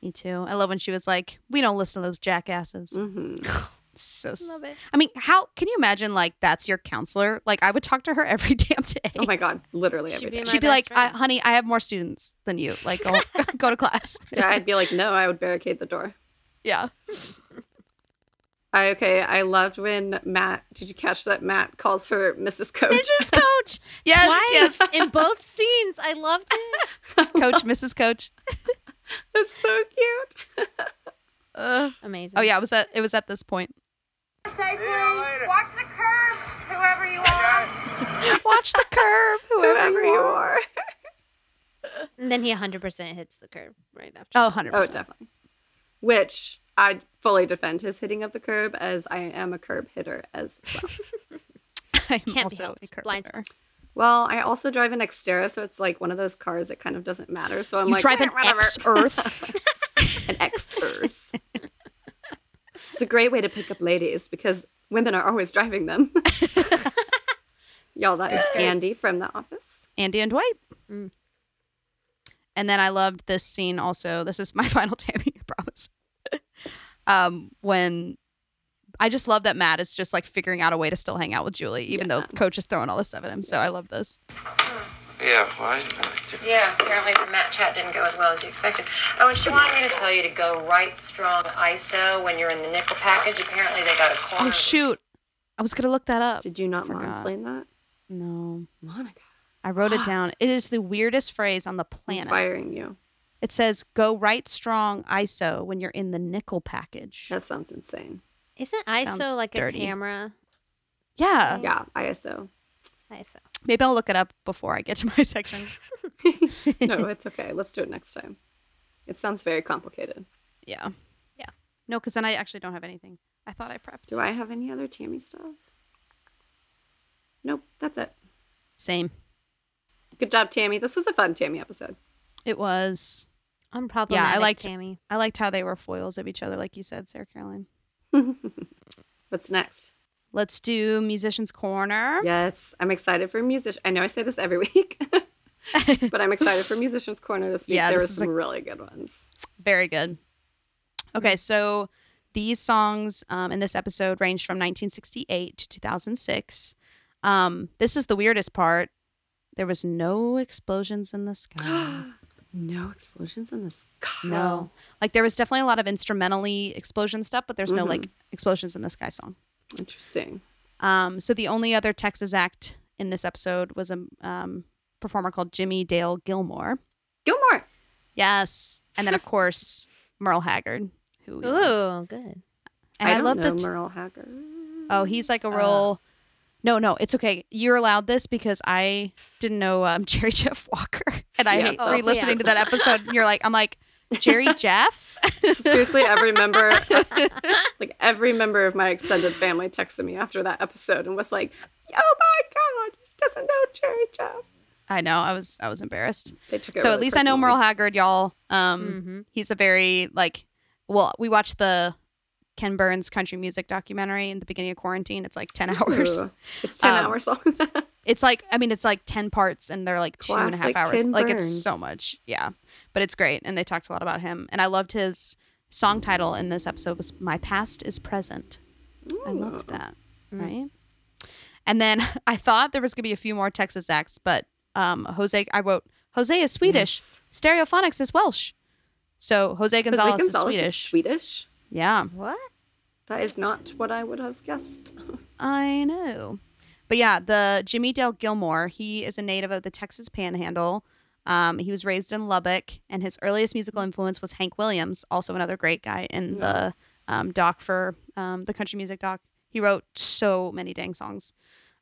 Speaker 1: Me too. I love when she was like, "We don't listen to those jackasses."
Speaker 2: hmm
Speaker 1: So s-
Speaker 3: love it.
Speaker 1: I mean, how can you imagine like that's your counselor? Like I would talk to her every damn day.
Speaker 2: Oh my god, literally every
Speaker 3: She'd be
Speaker 2: day.
Speaker 3: my
Speaker 1: She'd be like,
Speaker 3: best
Speaker 1: I,
Speaker 3: friend.
Speaker 1: "Honey, I have more students than you. Like go, go to class."
Speaker 2: Yeah, I'd be like, no, I would barricade the door.
Speaker 1: Yeah.
Speaker 2: I okay. I loved when Matt. Did you catch that? Matt calls her Mrs. Coach.
Speaker 3: Mrs. Coach.
Speaker 1: Yes,
Speaker 3: twice
Speaker 1: yes.
Speaker 3: in both scenes. I loved it.
Speaker 1: Coach, Mrs. Coach.
Speaker 2: That's so cute.
Speaker 1: Ugh.
Speaker 3: Amazing.
Speaker 1: Oh yeah, it was at it was at this point.
Speaker 7: Safely. Watch the curb, whoever you are.
Speaker 1: Watch the curb, whoever,
Speaker 2: Whoever you are.
Speaker 3: And then he 100% hits the curb right after.
Speaker 1: Oh, 100%.
Speaker 2: Oh, definitely. Which I fully defend his hitting of the curb, as I am a curb hitter as well.
Speaker 1: I'm
Speaker 3: Can't
Speaker 1: also
Speaker 3: be helped.
Speaker 1: a curb
Speaker 3: Blind
Speaker 1: hitter.
Speaker 3: spot.
Speaker 2: well, I also drive an Xterra, so it's like one of those cars that kind of doesn't matter. So I'm
Speaker 1: You
Speaker 2: like
Speaker 1: drive an
Speaker 2: "Eh, whatever."
Speaker 1: X Earth.
Speaker 2: an X Earth. it's a great way to pick up ladies because women are always driving them. Y'all, that is Andy from The Office.
Speaker 1: Andy and Dwight.
Speaker 3: Mm.
Speaker 1: And then I loved this scene also. This is my final Tammy, I promise. um, when I just love that Matt is just like figuring out a way to still hang out with Julie, even though Coach is throwing all this stuff at him. So I love this.
Speaker 9: Yeah, well, I didn't really do
Speaker 8: Yeah, apparently the Matt chat didn't go as well as you expected. Oh, and she wanted me to tell you to go right strong ISO when you're in the nickel package. Apparently they got a corner.
Speaker 1: Oh shoot. I was gonna look that up.
Speaker 2: Did you not
Speaker 1: Forgot.
Speaker 2: explain that?
Speaker 1: No.
Speaker 2: Monica.
Speaker 1: I wrote it down. It is the weirdest phrase on the
Speaker 2: I'm
Speaker 1: planet.
Speaker 2: firing you.
Speaker 1: It says go right strong ISO when you're in the nickel package.
Speaker 2: That sounds insane.
Speaker 3: Isn't ISO
Speaker 1: Sounds
Speaker 3: like
Speaker 1: dirty.
Speaker 3: a camera?
Speaker 1: yeah.
Speaker 2: Yeah, ISO.
Speaker 3: ISO.
Speaker 1: Maybe I'll look it up before I get to my section.
Speaker 2: No, it's okay. Let's do it next time. It sounds very complicated.
Speaker 1: Yeah.
Speaker 3: Yeah.
Speaker 1: No, because then I actually don't have anything. I thought I prepped.
Speaker 2: Do I have any other Tammy stuff? Nope, that's it.
Speaker 1: Same.
Speaker 2: Good job, Tammy. This was a fun Tammy episode.
Speaker 1: It was.
Speaker 3: Unproblematic.
Speaker 1: Yeah, I liked
Speaker 3: Tammy.
Speaker 1: I liked how they were foils of each other, like you said, Sarah Caroline.
Speaker 2: What's next?
Speaker 1: Let's do musicians' corner.
Speaker 2: Yes, I'm excited for musician. I know I say this every week, but I'm excited for Musicians Corner this week.
Speaker 1: Yeah,
Speaker 2: there were
Speaker 1: this is
Speaker 2: some
Speaker 1: a-
Speaker 2: really good ones.
Speaker 1: Very good.
Speaker 3: Mm-hmm.
Speaker 1: Okay, so these songs um, in this episode ranged from 1968 to 2006. Um, this is the weirdest part. There was no explosions in the sky.
Speaker 2: No explosions in the sky.
Speaker 1: no, like there was definitely a lot of instrumentally explosion stuff, but there's no like
Speaker 2: Mm-hmm.
Speaker 1: explosions in the sky song.
Speaker 2: Interesting.
Speaker 1: Um, so the only other Texas act in this episode was a um, performer called Jimmy Dale Gilmore.
Speaker 2: Gilmore.
Speaker 1: Yes, and then of course Merle Haggard, who we love.
Speaker 3: Ooh, good.
Speaker 1: and
Speaker 2: I,
Speaker 1: I,
Speaker 2: don't
Speaker 1: love
Speaker 2: know
Speaker 1: that.
Speaker 2: Merle Haggard.
Speaker 1: oh, he's like a real. no, no, it's okay. You're allowed this because I didn't know um, Jerry Jeff Walker, and I
Speaker 2: Yeah,
Speaker 1: hate
Speaker 2: that's-
Speaker 1: re-listening to that episode. And you're like, I'm like Jerry Jeff.
Speaker 2: Seriously, every member, like every member of my extended family, texted me after that episode and was like, "Oh my god, he doesn't know Jerry Jeff."
Speaker 1: I know. I was I was embarrassed.
Speaker 2: They took it.
Speaker 1: so at
Speaker 2: really
Speaker 1: least I know
Speaker 2: personally. Mm-hmm.
Speaker 1: Merle Haggard, y'all. Um, he's a very like. Well, we watched the Ken Burns country music documentary in the beginning of quarantine. It's like ten hours.
Speaker 2: Ooh, It's ten
Speaker 1: Um,
Speaker 2: hours long.
Speaker 1: It's like I mean, it's like ten parts, and they're like two and a half
Speaker 2: Classic
Speaker 1: hours.
Speaker 2: Ken
Speaker 1: like it's so
Speaker 2: Burns.
Speaker 1: much, yeah. But it's great, and they talked a lot about him. And I loved his song title in this episode was "My Past Is Present." I loved that, right? And then I thought there was gonna be a few more Texas acts, but um, Jose, I wrote Jose is Swedish.
Speaker 2: Yes.
Speaker 1: Stereophonics is Welsh. So Jose
Speaker 2: Jose
Speaker 1: Gonzalez,
Speaker 2: Gonzalez
Speaker 1: is
Speaker 2: is
Speaker 1: Swedish.
Speaker 2: Swedish.
Speaker 1: yeah,
Speaker 3: What?
Speaker 2: That is not what I would have guessed.
Speaker 1: I know. But yeah, the Jimmy Dale Gilmore, he is a native of the Texas Panhandle. Um, he was raised in Lubbock, and his earliest musical influence was Hank Williams, also another great guy in the um, doc for um, the country music doc. He wrote so many dang songs.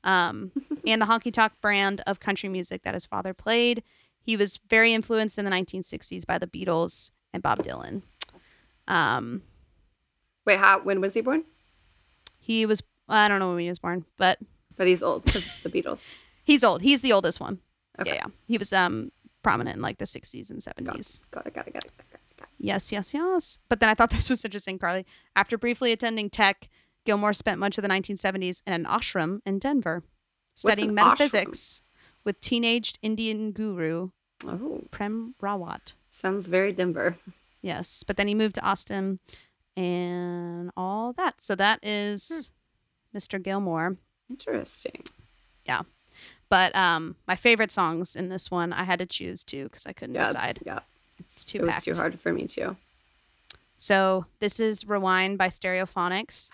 Speaker 1: Um, and the honky tonk brand of country music that his father played. He was very influenced in the 1960s by the Beatles and Bob Dylan. Um,
Speaker 2: Wait, how? When was he born?
Speaker 1: he was, I don't know when he was born, but
Speaker 2: But he's old because the Beatles.
Speaker 1: He's old. He's the oldest one.
Speaker 2: Okay.
Speaker 1: Yeah, yeah. He was um prominent in like the 60s and 70s.
Speaker 2: Got it. Got it. Got it. Got it. Got it.
Speaker 1: Yes, yes, yes. But then I thought this was interesting, Carly. After briefly attending tech, Gilmore spent much of the 1970s in an ashram in Denver, studying
Speaker 2: an
Speaker 1: metaphysics with teenaged Indian guru
Speaker 2: Oh,
Speaker 1: Prem Rawat.
Speaker 2: sounds very Denver.
Speaker 1: Yes, but then he moved to Austin and all that. So that
Speaker 2: Hmm.
Speaker 1: is Mr. Gilmore.
Speaker 2: Interesting.
Speaker 1: Yeah. But um my favorite songs in this one I had to choose two because I couldn't
Speaker 2: Yeah. it's-
Speaker 1: decide.
Speaker 2: yeah.
Speaker 1: It's too
Speaker 2: It was too
Speaker 1: packed.
Speaker 2: hard for me too.
Speaker 1: So this is Rewind by Stereophonics.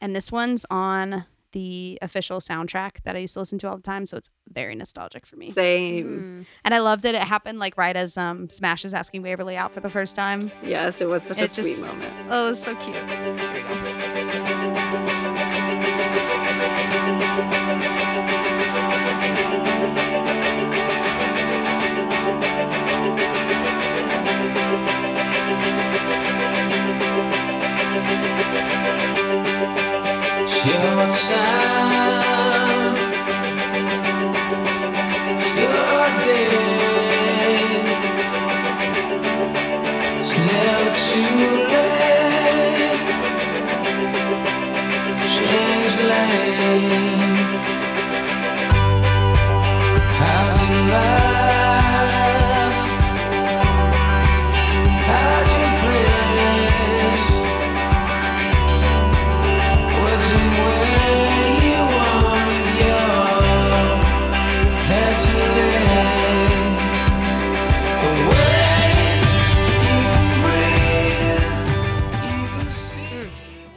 Speaker 1: And this one's on the official soundtrack that I used to listen to all the time. So it's very nostalgic for me.
Speaker 2: Same.
Speaker 1: And I love that it happened like right as um, Smash is asking Waverly out for the first time.
Speaker 2: Yes, it was such
Speaker 1: It's
Speaker 2: a
Speaker 1: just-
Speaker 2: sweet moment.
Speaker 1: Oh, it was so cute. Here we go.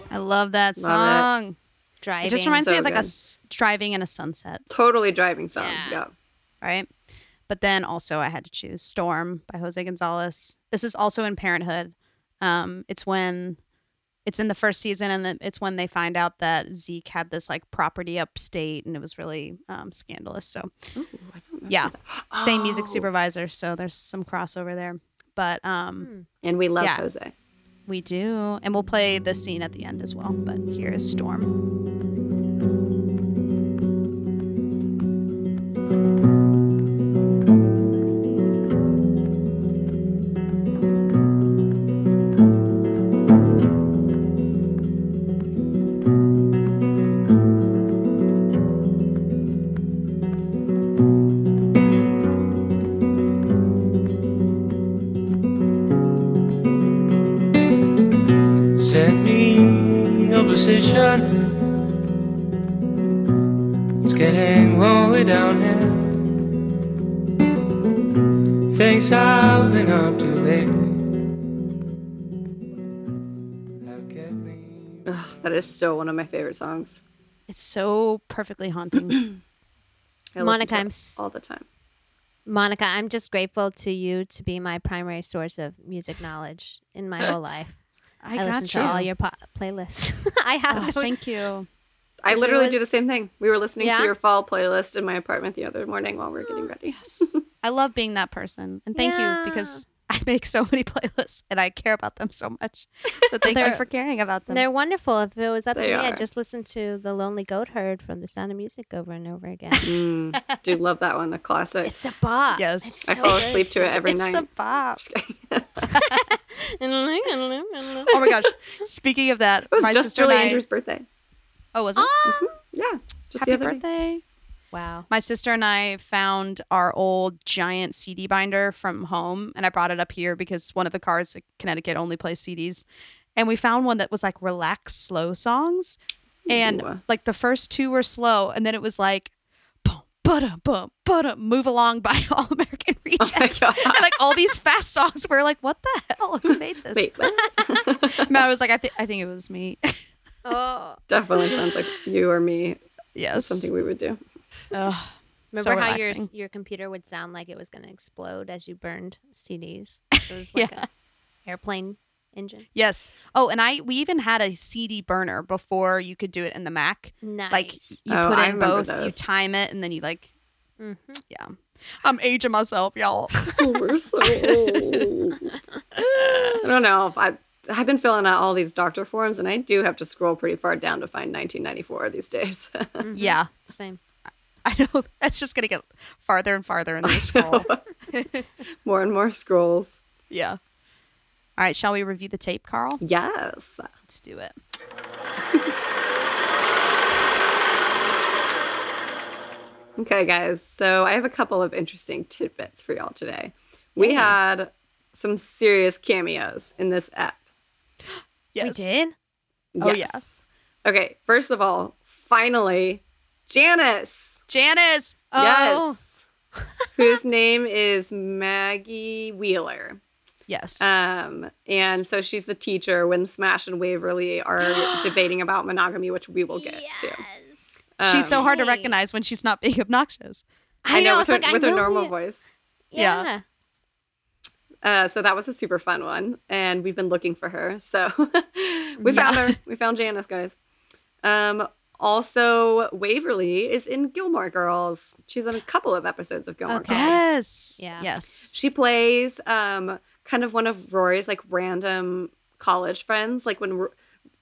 Speaker 1: I love that
Speaker 2: Love
Speaker 1: song. It.
Speaker 3: Driving.
Speaker 1: just reminds
Speaker 2: So
Speaker 1: me of like a
Speaker 2: good.
Speaker 1: s- driving and a sunset,
Speaker 2: Totally driving song.
Speaker 3: Yeah.
Speaker 2: Yeah.
Speaker 1: right? But then also I had to choose Storm by Jose Gonzalez. This is also in Parenthood. Um, it's when it's in the first season, and then it's when they find out that Zeke had this like property upstate, and it was really um, scandalous. So yeah, same music supervisor. So there's some crossover there. But um,
Speaker 2: And we love
Speaker 1: Yeah.
Speaker 2: Jose.
Speaker 1: We do. And we'll play this scene at the end as well. But here is Storm.
Speaker 10: Set me a position. It's getting lonely down here. Things I've been up to lately have kept me.
Speaker 11: Uh,
Speaker 2: Ugh, that is still one of my favorite songs.
Speaker 1: It's so perfectly haunting.
Speaker 2: I listen to
Speaker 3: Monica,
Speaker 2: it
Speaker 3: I'm s-
Speaker 2: all the time.
Speaker 3: Monica, I'm just grateful to you to be my primary source of music knowledge in my whole life. I, listen to all your po- playlists. I have
Speaker 1: Oh,
Speaker 3: to-
Speaker 1: thank you.
Speaker 2: I literally do the
Speaker 3: was-
Speaker 2: same thing. We were listening
Speaker 3: Yeah?
Speaker 2: to your fall playlist in my apartment the other morning while we were getting ready.
Speaker 1: Oh, Yes. I love being that person. And thank
Speaker 3: Yeah.
Speaker 1: you because I make so many playlists and I care about them so much. So thank you
Speaker 3: They're-
Speaker 1: for caring about them.
Speaker 3: They're wonderful. If it was up to
Speaker 2: They
Speaker 3: me,
Speaker 2: are.
Speaker 3: I'd just listen to The Lonely Goat Herd from The Sound of Music over and over again.
Speaker 2: Mm, do love that one, a classic.
Speaker 3: it's a bop.
Speaker 1: Yes.
Speaker 3: It's
Speaker 2: I
Speaker 3: so
Speaker 2: fall
Speaker 3: good.
Speaker 2: asleep to it every
Speaker 1: it's
Speaker 2: night.
Speaker 1: a bop.
Speaker 3: it
Speaker 1: Oh my gosh. Speaking of that,
Speaker 2: it was
Speaker 1: my
Speaker 2: just
Speaker 1: sister
Speaker 2: Julie
Speaker 1: and I,
Speaker 2: Andrews' birthday.
Speaker 1: Oh, was it?
Speaker 2: Yeah, just
Speaker 1: Happy
Speaker 2: the other day.
Speaker 1: birthday.
Speaker 3: Wow.
Speaker 1: My sister and I found our old giant CD binder from home, and I brought it up here because one of the cars in Connecticut only plays CDs. And we found one that was like relaxed slow songs. And
Speaker 2: Ooh.
Speaker 1: like the first two were slow, and then it was like, boom, ba boom, ba move along by All American Rejects.
Speaker 2: Oh God.
Speaker 1: and like all these fast songs, we are like, what the hell? Who made this?
Speaker 2: Wait, what?
Speaker 1: And I was like, I, th- I think it was me.
Speaker 3: Oh.
Speaker 2: definitely sounds like you or me.
Speaker 1: yes.
Speaker 2: Something we would do.
Speaker 1: Ugh.
Speaker 3: Remember
Speaker 1: So
Speaker 3: how your
Speaker 1: relaxing.
Speaker 3: your computer would sound like it was going to explode as you burned CDs? It was like
Speaker 1: Yeah.
Speaker 3: a airplane engine.
Speaker 1: Yes. Oh, and I we even had a CD burner before you could do it in the Mac.
Speaker 3: Nice.
Speaker 1: Like you
Speaker 2: Oh,
Speaker 1: put
Speaker 2: I
Speaker 1: in
Speaker 2: remember
Speaker 1: both, you
Speaker 2: those.
Speaker 1: time it, and then you like,
Speaker 3: Mhm.
Speaker 1: yeah. I'm aging myself, y'all.
Speaker 3: Mm-hmm.
Speaker 2: Oh, we're so old. I don't know. If I I've been filling out all these doctor forms, and I do have to scroll pretty far down to find 1994 these days.
Speaker 1: yeah,
Speaker 3: Same.
Speaker 1: I know. That's just gonna get farther and farther in the scroll.
Speaker 2: more and more scrolls.
Speaker 1: yeah. All right, shall we review the tape, Carl?
Speaker 2: Yes.
Speaker 1: Let's do it.
Speaker 2: Okay, guys. So I have a couple of interesting tidbits for y'all today. We had some serious cameos in this app.
Speaker 1: Yes.
Speaker 3: We did?
Speaker 1: Oh, yeah.
Speaker 2: Okay. First of all, finally, Janice.
Speaker 1: Janice.
Speaker 3: Oh.
Speaker 2: Yes. Whose name is Maggie Wheeler.
Speaker 1: Yes.
Speaker 2: Um, and so she's the teacher when Smash and Waverly are debating about monogamy, which we will get to. Um,
Speaker 1: she's so hard to recognize when she's not being obnoxious.
Speaker 2: I know, with,
Speaker 3: it's
Speaker 2: her,
Speaker 3: like, I
Speaker 2: with her
Speaker 3: know
Speaker 2: normal
Speaker 3: you-
Speaker 2: voice.
Speaker 1: Yeah.
Speaker 3: yeah.
Speaker 2: Uh, so that was a super fun one, and we've been looking for her. So we
Speaker 1: Yeah.
Speaker 2: found her. We found Janice, guys. Um, also, Waverly is in Gilmore Girls. She's in a couple of episodes of Gilmore
Speaker 3: Okay.
Speaker 2: Girls.
Speaker 1: Yes.
Speaker 3: Yeah.
Speaker 1: Yes.
Speaker 2: She plays um, kind of one of Rory's like random college friends. Like when R-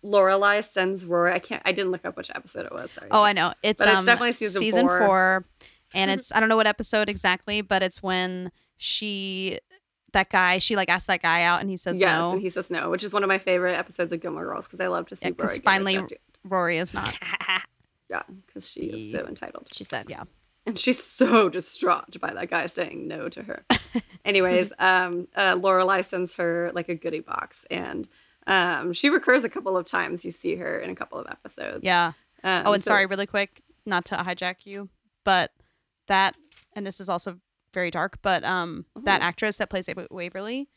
Speaker 2: Lorelai sends Rory, I can't. I didn't look up which episode it was. Sorry.
Speaker 1: Oh, I know. It's
Speaker 2: But it's
Speaker 1: um,
Speaker 2: definitely season
Speaker 1: four.
Speaker 2: four.
Speaker 1: and it's I don't know what episode exactly, but it's when she that guy she like asked that guy out and he says
Speaker 2: yes,
Speaker 1: no.
Speaker 2: and he says no, which is one of my favorite episodes of Gilmore Girls because I love to see
Speaker 1: Yeah, 'cause
Speaker 2: Rory get
Speaker 1: finally-
Speaker 2: rejected.
Speaker 1: Rory is not.
Speaker 2: Yeah, because she is so entitled.
Speaker 3: she sucks.
Speaker 1: Yeah.
Speaker 2: And she's so distraught by that guy saying no to her. Anyways, um, uh, Lorelai sends her like a goodie box, and um, she recurs a couple of times. You see her in a couple of episodes.
Speaker 1: Yeah.
Speaker 2: Um,
Speaker 1: Oh, and
Speaker 2: so-
Speaker 1: sorry, really quick, not to hijack you, but that and this is also very dark, but um that actress that plays Wa- Waverly,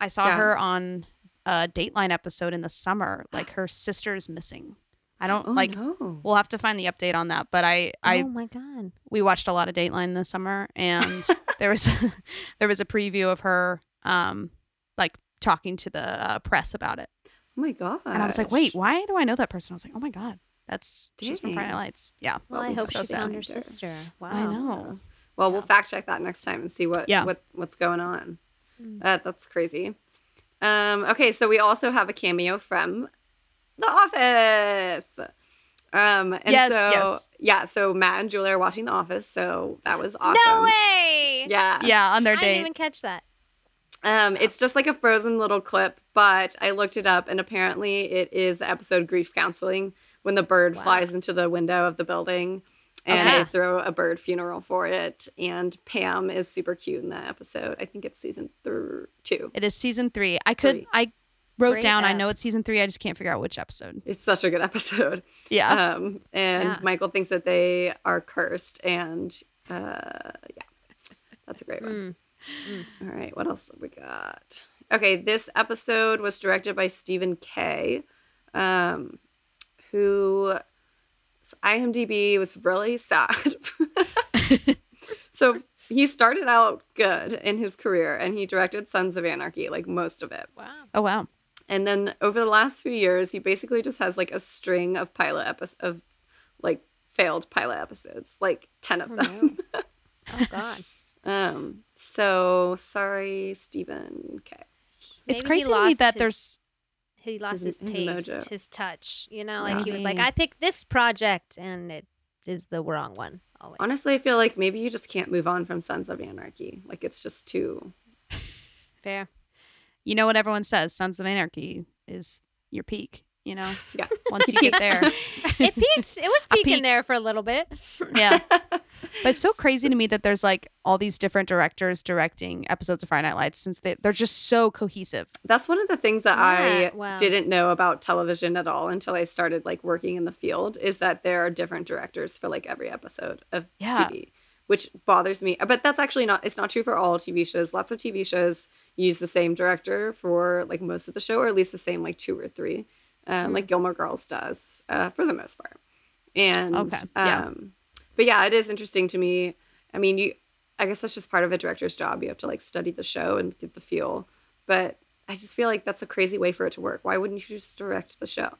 Speaker 1: I saw
Speaker 2: Mm-hmm. Yeah.
Speaker 1: her on a Dateline episode in the summer. Like her sister is missing. I don't
Speaker 2: Oh,
Speaker 1: like.
Speaker 2: no.
Speaker 1: We'll have to find the update on that, but I I
Speaker 3: oh my god.
Speaker 1: we watched a lot of Dateline this summer, and there was there was a preview of her um like talking to the uh, press about it,
Speaker 2: oh my god.
Speaker 1: and I was like, wait, why do I know that person? I was like, oh my god, that's she's from
Speaker 2: Dang.
Speaker 1: Friday Night Lights. Yeah,
Speaker 3: Well, I
Speaker 2: Well,
Speaker 3: hope
Speaker 2: so
Speaker 3: she
Speaker 2: sad.
Speaker 3: found her sister. Wow.
Speaker 1: I know.
Speaker 2: Well, we'll fact check that next time and see what
Speaker 1: Yeah. Mm.
Speaker 2: what what's going on. Uh, that's crazy. Um, okay, so we also have a cameo from The Office. Um, and
Speaker 1: Yes,
Speaker 2: so
Speaker 1: yes.
Speaker 2: yeah, so Matt and Julie are watching The Office, so that was awesome.
Speaker 3: No way.
Speaker 2: Yeah.
Speaker 1: Yeah, on their
Speaker 3: Uh, I didn't
Speaker 1: date.
Speaker 3: even catch that.
Speaker 2: Um, it's just like a frozen little clip, but I looked it up and apparently it is the episode Grief Counseling when the bird flies into the window of the building and
Speaker 3: Okay.
Speaker 2: they throw a bird funeral for it. And Pam is super cute in that episode. I think it's season thr two.
Speaker 1: It is season three. I could
Speaker 2: Great.
Speaker 1: I wrote
Speaker 3: Great
Speaker 1: down. I
Speaker 3: app.
Speaker 1: know it's season three. I just can't figure out which episode.
Speaker 2: It's such a good episode.
Speaker 1: Yeah.
Speaker 3: Uh,
Speaker 2: Um, and
Speaker 3: Yeah.
Speaker 2: Michael thinks that they are cursed. And uh, yeah, that's a great one.
Speaker 3: Mm.
Speaker 2: All right, what else have we got? Okay, this episode was directed by Stephen Kay, um, who so IMDb was really sad. so he started out good in his career, and he directed Sons of Anarchy, like most of it.
Speaker 3: Wow.
Speaker 1: oh wow.
Speaker 2: And then over the last few years, he basically just has like a string of pilot episodes of like failed pilot episodes, like ten of them.
Speaker 3: Oh god.
Speaker 2: Um, so sorry, Stephen K.
Speaker 3: Maybe
Speaker 1: it's
Speaker 3: he
Speaker 1: crazy to me
Speaker 3: lost
Speaker 1: that
Speaker 3: his-
Speaker 1: there's
Speaker 3: He lost
Speaker 2: his-
Speaker 3: his,
Speaker 2: his
Speaker 3: taste,
Speaker 2: mojo.
Speaker 3: his touch. You know, like he was like,
Speaker 1: Maybe.
Speaker 3: I picked this project, and it is the wrong one. Always.
Speaker 2: Honestly, I feel like maybe you just can't move on from Sons of Anarchy. Like it's just too.
Speaker 3: fair.
Speaker 1: you know what everyone says. Sons of Anarchy is your peak. You know.
Speaker 2: Yeah.
Speaker 1: Once you get there.
Speaker 3: It peaked. It was
Speaker 1: I
Speaker 3: peaking
Speaker 1: peaked.
Speaker 3: there for a little bit.
Speaker 1: Yeah. But it's so crazy to me that there's like all these different directors directing episodes of Friday Night Lights since they, they're just so cohesive.
Speaker 2: That's one of the things that I
Speaker 3: Yeah, wow.
Speaker 2: didn't know about television at all until I started like working in the field is that there are different directors for like every episode of
Speaker 1: Yeah.
Speaker 2: TV, which bothers me. But that's actually not it's not true for all TV shows. Lots of TV shows use the same director for like most of the show or at least the same like two or three. Um, like Gilmore Girls does uh, for the most part. And
Speaker 1: Okay,
Speaker 2: um
Speaker 1: yeah.
Speaker 2: but yeah, it is interesting to me. I mean, you I guess that's just part of a director's job. You have to like study the show and get the feel. But I just feel like that's a crazy way for it to work. Why wouldn't you just direct the show?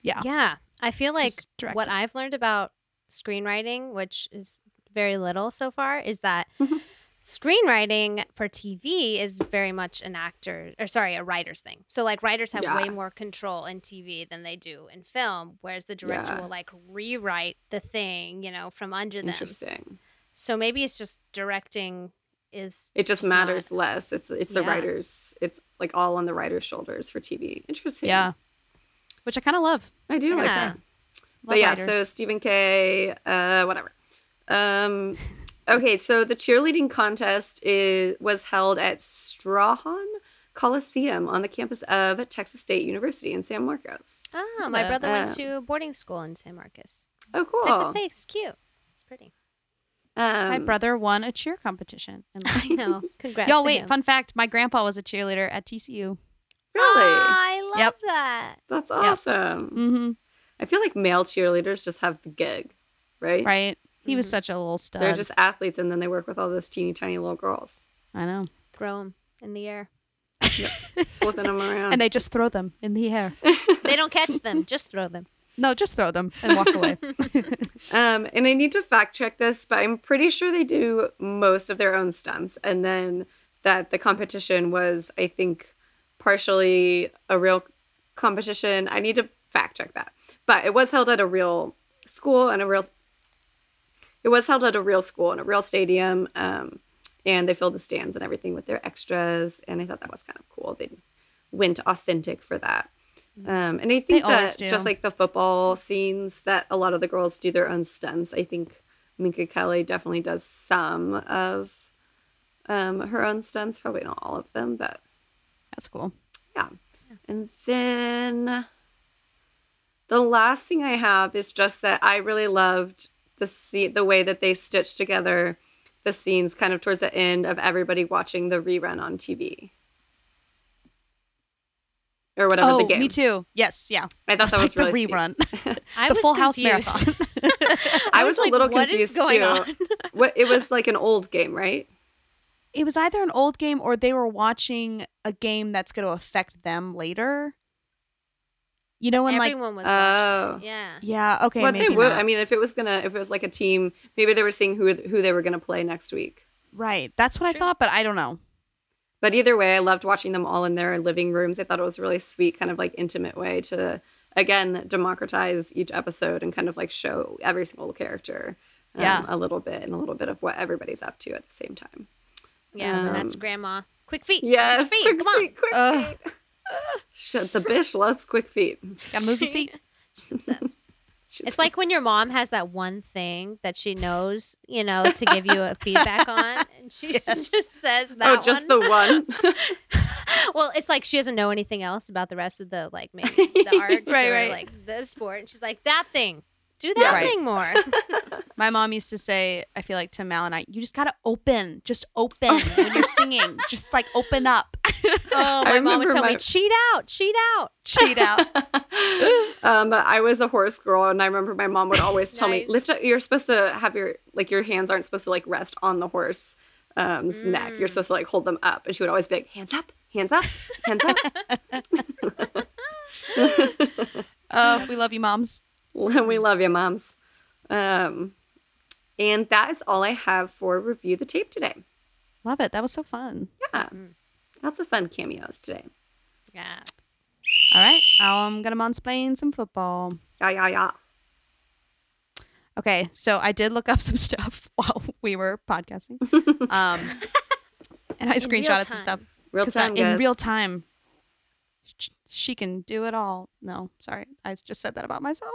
Speaker 1: Yeah.
Speaker 3: Yeah. I feel like
Speaker 1: Just direct
Speaker 3: what
Speaker 1: it.
Speaker 3: I've learned about screenwriting, which is very little so far, is that
Speaker 2: Mm-hmm.
Speaker 3: screenwriting for TV is very much an actor or sorry, a writer's thing. So like writers have
Speaker 2: Yeah.
Speaker 3: way more control in TV than they do in film, whereas the director
Speaker 2: Yeah.
Speaker 3: will like rewrite the thing, you know, from under them.
Speaker 2: Interesting.
Speaker 3: So maybe it's just directing is
Speaker 2: It just
Speaker 3: It's not-
Speaker 2: matters less. It's it's the
Speaker 3: Yeah.
Speaker 2: writers. It's like all on the writer's shoulders for TV. Interesting.
Speaker 1: Yeah. Which I kind of love.
Speaker 2: I do like
Speaker 3: Yeah.
Speaker 2: that.
Speaker 1: Love
Speaker 2: but yeah, so
Speaker 1: writers.
Speaker 2: Stephen K, uh, whatever. Um, okay, so the cheerleading contest is was held at Strahan Coliseum on the campus of Texas State University in San Marcos.
Speaker 3: Oh, my
Speaker 1: Love
Speaker 2: Uh.
Speaker 3: brother went
Speaker 2: that.
Speaker 3: to boarding school in San Marcos.
Speaker 2: Oh, cool.
Speaker 3: Texas State's cute. It's pretty.
Speaker 2: Um,
Speaker 1: My brother won a cheer competition. in life.
Speaker 3: I know. Congrats.
Speaker 1: Yo,
Speaker 3: to
Speaker 1: wait,
Speaker 3: him.
Speaker 1: fun fact. My grandpa was a cheerleader at TCU.
Speaker 2: Really?
Speaker 3: Ah, I love
Speaker 1: Yep.
Speaker 3: that.
Speaker 2: That's awesome.
Speaker 1: Mm-hmm.
Speaker 2: I feel like male cheerleaders just have the gig, right?
Speaker 1: Right? Mm-hmm. He was
Speaker 3: Mhm.
Speaker 1: such a little stud.
Speaker 2: They're just athletes and then they work with all those teeny tiny little girls,
Speaker 1: I know.
Speaker 3: Throw him in the air.
Speaker 2: flipping them around.
Speaker 1: And they just throw them in the air.
Speaker 3: They don't catch them. Just throw them.
Speaker 1: No, just throw them and walk away.
Speaker 2: Um, and I need to fact check this, but I'm pretty sure they do most of their own stunts. And then that the competition was, I think, partially a real competition. I need to fact check that. But it was held at a real school and a real. It was held at a real school and a real stadium. Um, and they filled the stands and everything with their extras. And I thought that was kind of cool. They went authentic for that. Um, and I think
Speaker 1: Mm. always
Speaker 2: that
Speaker 1: do.
Speaker 2: just like the football scenes, that a lot of the girls do their own stunts. I think Minka Kelly definitely does some of um, her own stunts, probably not all of them, but
Speaker 1: That's cool.
Speaker 2: yeah. And then the last thing I have is just that I really loved the scene, the way that they stitched together the scenes kind of towards the end of everybody watching the rerun on TV. Or whatever
Speaker 1: oh,
Speaker 2: the game.
Speaker 1: me too. Yes, yeah.
Speaker 2: I thought that was
Speaker 1: It's like
Speaker 2: really sweet.
Speaker 1: the rerun.
Speaker 3: I
Speaker 1: the
Speaker 3: was
Speaker 1: Full
Speaker 3: confused.
Speaker 1: House marathon.
Speaker 2: I was, a little
Speaker 3: "What is
Speaker 2: confused
Speaker 3: going
Speaker 2: too.
Speaker 3: on?"
Speaker 2: what it was like an old game, right?
Speaker 1: it was either an old game or they were watching a game that's going to affect them later. You know when like
Speaker 3: Everyone was
Speaker 2: Oh.
Speaker 3: watching. it. Yeah.
Speaker 1: yeah okay
Speaker 2: well,
Speaker 1: maybe
Speaker 2: they would.
Speaker 1: not.
Speaker 2: I mean, if it was gonna, if it was like a team, maybe they were seeing who who they were gonna play next week.
Speaker 1: right that's what I thought but I don't know
Speaker 2: But either way, I loved watching them all in their living rooms. I thought it was a really sweet, kind of like intimate way to again democratize each episode and kind of like show every single character. um,
Speaker 1: Yeah.
Speaker 2: a little bit and a little bit of what everybody's up to at the same time.
Speaker 3: Yeah. and that's
Speaker 2: Um,
Speaker 3: grandma. Quick feet.
Speaker 2: Yes,
Speaker 3: Quick feet.
Speaker 2: quick
Speaker 3: come
Speaker 2: feet, quick
Speaker 1: Ugh.
Speaker 2: feet. Shit, the bitch loves quick feet.
Speaker 1: got move your feet
Speaker 3: on. Obsessed.
Speaker 2: She's
Speaker 3: It's like when your mom has that one thing that she knows, you know, to give you a feedback on, and she just says that.
Speaker 2: oh, just
Speaker 3: one.
Speaker 2: the one.
Speaker 3: well, it's like she doesn't know anything else about the rest of the like maybe the arts
Speaker 1: Right,
Speaker 3: or
Speaker 1: right.
Speaker 3: like the sport, and she's like that thing. Do that
Speaker 1: Right.
Speaker 3: thing more.
Speaker 1: my mom used to say I feel like to Mal and I you just gotta open just open when you're singing just like open up
Speaker 3: Oh, my mom would
Speaker 2: remember
Speaker 3: tell me,
Speaker 2: my-
Speaker 3: cheat out, cheat out.
Speaker 1: cheat out
Speaker 2: um, I was a horse girl, and I remember my mom would always tell me,
Speaker 3: Nice.
Speaker 2: "Lift up." You're supposed to have your like your hands aren't supposed to like rest on the horse's neck.
Speaker 1: Mm.
Speaker 2: You're supposed to like hold them up, and she would always be like, "Hands up, hands up, hands up."
Speaker 1: oh we love you moms
Speaker 2: we love you, moms. Um, and that is all I have for review the tape today.
Speaker 1: love it that was so fun
Speaker 2: Yeah,
Speaker 1: Mm.
Speaker 2: lots of fun cameos today.
Speaker 3: Yeah.
Speaker 1: all right I'm gonna mansplain some football
Speaker 2: Yeah, yeah, yeah.
Speaker 1: Okay, so I did look up some stuff while we were podcasting, um, and I screenshotted some
Speaker 3: time.
Speaker 1: stuff
Speaker 2: Real
Speaker 1: 'Cause, uh,
Speaker 2: time,
Speaker 1: in
Speaker 2: guys.
Speaker 1: real time. sh- She can do it all. No, sorry, I just said that about myself,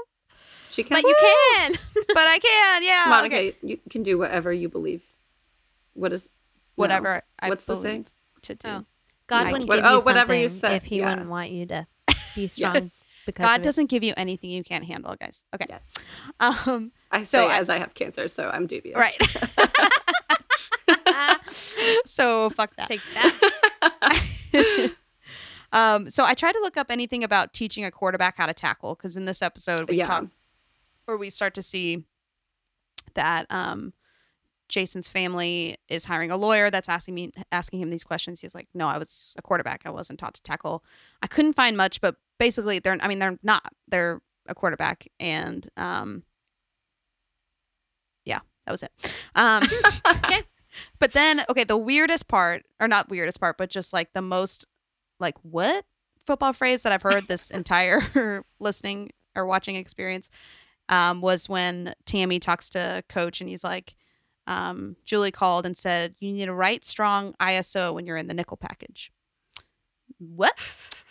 Speaker 2: She can.
Speaker 3: But you can.
Speaker 1: but I can. Yeah,
Speaker 2: Monica,
Speaker 1: okay,
Speaker 2: you can do whatever you believe. What is
Speaker 1: whatever.
Speaker 2: no.
Speaker 1: I
Speaker 2: What's the
Speaker 1: believe
Speaker 2: saying?
Speaker 1: to do.
Speaker 3: Oh. God
Speaker 1: I
Speaker 3: wouldn't
Speaker 2: can't.
Speaker 3: give you
Speaker 2: Oh,
Speaker 3: something
Speaker 2: whatever you said,
Speaker 3: if he
Speaker 2: yeah.
Speaker 3: wouldn't want you to be strong
Speaker 2: Yes.
Speaker 3: because
Speaker 1: God
Speaker 3: of it.
Speaker 1: doesn't give you anything you can't handle, guys. Okay.
Speaker 2: Yes.
Speaker 1: Um.
Speaker 2: I
Speaker 1: So
Speaker 2: say
Speaker 1: I-
Speaker 2: as I have cancer, so I'm dubious.
Speaker 1: Right.
Speaker 3: Ah,
Speaker 1: so fuck that.
Speaker 3: take that.
Speaker 1: Um. So I tried to look up anything about teaching a quarterback how to tackle because in this episode we
Speaker 2: Yeah.
Speaker 1: talk or we start to see that um Jason's family is hiring a lawyer that's asking me asking him these questions. He's like, "No, I was a quarterback. I wasn't taught to tackle." I couldn't find much, but basically, they're I mean, they're not. They're a quarterback, and um, yeah, that was it. Um, okay, but then okay, the weirdest part, or not weirdest part, but just like the most like what football phrase that I've heard this entire listening or watching experience um, was when Tammy talks to Coach and he's like, um, Julie called and said, You need a right, strong ISO when you're in the nickel package. What?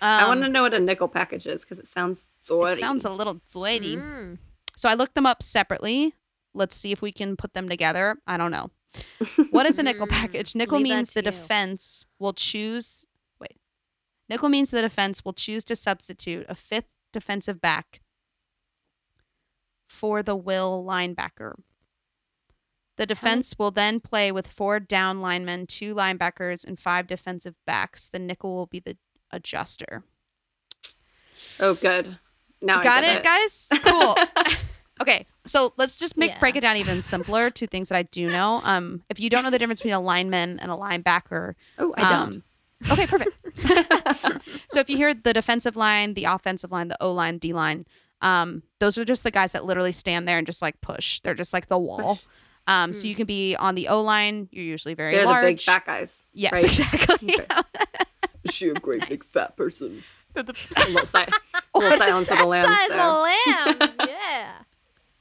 Speaker 2: I
Speaker 1: Um,
Speaker 2: want to know what a nickel package is because it sounds sorty.
Speaker 1: it sounds a little flighty.
Speaker 3: Mm.
Speaker 1: So I looked them up separately. Let's see if we can put them together. I don't know. What is a nickel
Speaker 3: Mm,
Speaker 1: package? Nickel
Speaker 3: leave that
Speaker 1: means the
Speaker 3: to you.
Speaker 1: defense will choose. Wait. Nickel means the defense will choose to substitute a fifth defensive back for the will linebacker. The defense will then play with four down linemen, two linebackers, and five defensive backs. The nickel will be the adjuster.
Speaker 2: Oh, good. Now I
Speaker 1: Got
Speaker 2: get
Speaker 1: it, guys? Cool. okay, so let's just make break it down even simpler. Two things that I do know. Um, if you don't know the difference between a lineman and a linebacker,
Speaker 2: Oh, I don't.
Speaker 1: um, okay, perfect. so if you hear the defensive line, the offensive line, the O line, D line, um, those are just the guys that literally stand there and just like push. They're just like the wall. Um, So you can be on the O line. You're usually very
Speaker 2: Hmm. They're
Speaker 1: large.
Speaker 2: the big fat guys.
Speaker 1: yes,
Speaker 2: right?
Speaker 1: exactly.
Speaker 2: Is she a great big fat person?
Speaker 1: They're the-
Speaker 2: A little, si- a little silence of the lambs.
Speaker 3: Size
Speaker 2: there.
Speaker 3: of lambs, yeah.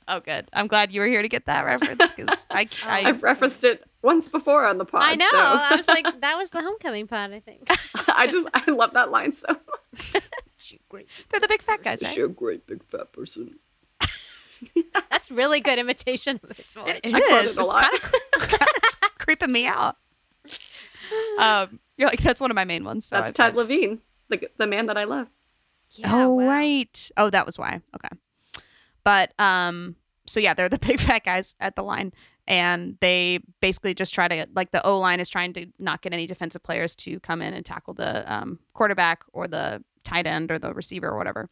Speaker 1: oh, good. I'm glad you were here to get that reference because I, I,
Speaker 2: I've referenced it once before on the pod.
Speaker 3: I know.
Speaker 2: so-
Speaker 3: I was like, that was the homecoming pod, I think.
Speaker 2: I just I love that line so much.
Speaker 1: they're the big fat guys.
Speaker 2: Is
Speaker 1: right?
Speaker 2: she a great big fat person?
Speaker 3: That's really good imitation of his voice.
Speaker 1: It
Speaker 2: I quote
Speaker 1: is.
Speaker 2: it a
Speaker 1: It's
Speaker 2: lot.
Speaker 1: kinda- it's kinda- it's creeping me out. Um, you're like that's one of my main ones. So
Speaker 2: That's
Speaker 1: I've-
Speaker 2: Ted
Speaker 1: I've-
Speaker 2: Levine, the the man that I love.
Speaker 3: Yeah,
Speaker 1: oh
Speaker 3: wow.
Speaker 1: right. Oh, that was why. Okay. But um, so yeah, they're the big fat guys at the line, and they basically just try to like the O line is trying to not get any defensive players to come in and tackle the um, quarterback or the tight end or the receiver or whatever,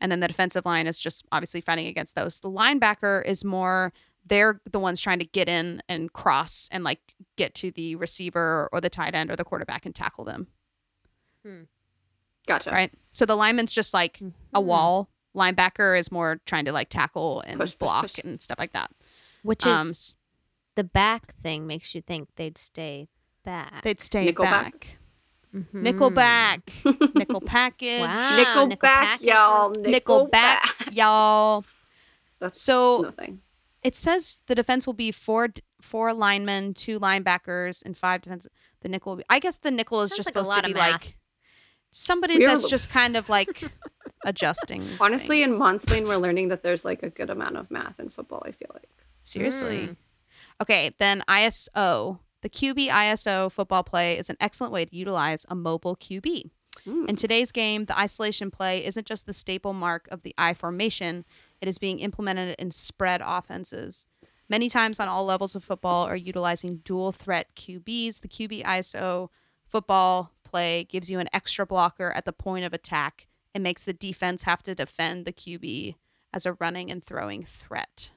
Speaker 1: and then the defensive line is just obviously fighting against those. The linebacker is more they're the ones trying to get in and cross and like get to the receiver or the tight end or the quarterback and tackle them.
Speaker 2: Gotcha.
Speaker 1: Right. So the lineman's just like a
Speaker 2: Mm-hmm.
Speaker 1: wall. Linebacker is more trying to like tackle and
Speaker 2: Push, push,
Speaker 1: block
Speaker 2: push.
Speaker 1: and stuff like that.
Speaker 3: Which is
Speaker 1: Um, s-
Speaker 3: the back thing makes you think they'd stay back.
Speaker 1: they'd stay
Speaker 2: Nickelback.
Speaker 1: back.
Speaker 3: Mhm.
Speaker 1: Nickel back. Nickel package.
Speaker 3: Wow.
Speaker 1: Ah,
Speaker 2: Nickelback,
Speaker 3: Nickel package.
Speaker 2: y'all.
Speaker 1: Nickel
Speaker 2: Nickelback.
Speaker 1: back, y'all.
Speaker 2: That's
Speaker 1: So-
Speaker 2: nothing.
Speaker 1: It says the defense will be four d- four linemen, two linebackers, and five defense. The nickel. Will be, I guess the nickel is
Speaker 3: Sounds
Speaker 1: just
Speaker 3: like a
Speaker 1: supposed
Speaker 3: lot
Speaker 1: to be
Speaker 3: of math.
Speaker 1: like somebody
Speaker 2: We are
Speaker 1: that's
Speaker 2: the-
Speaker 1: just kind of like adjusting.
Speaker 2: Honestly, in
Speaker 1: things.
Speaker 2: Monsplain, we're learning that there's like a good amount of math in football. I feel like.
Speaker 1: Seriously. Mm. Okay, then ISO. The QB ISO football play is an excellent way to utilize a mobile QB. In today's game, the isolation play isn't just the staple mark of the I formation, it is being implemented in spread offenses. Many times on all levels of football are utilizing dual threat QBs. The QB ISO football play gives you an extra blocker at the point of attack and makes the defense have to defend the QB as a running and throwing threat.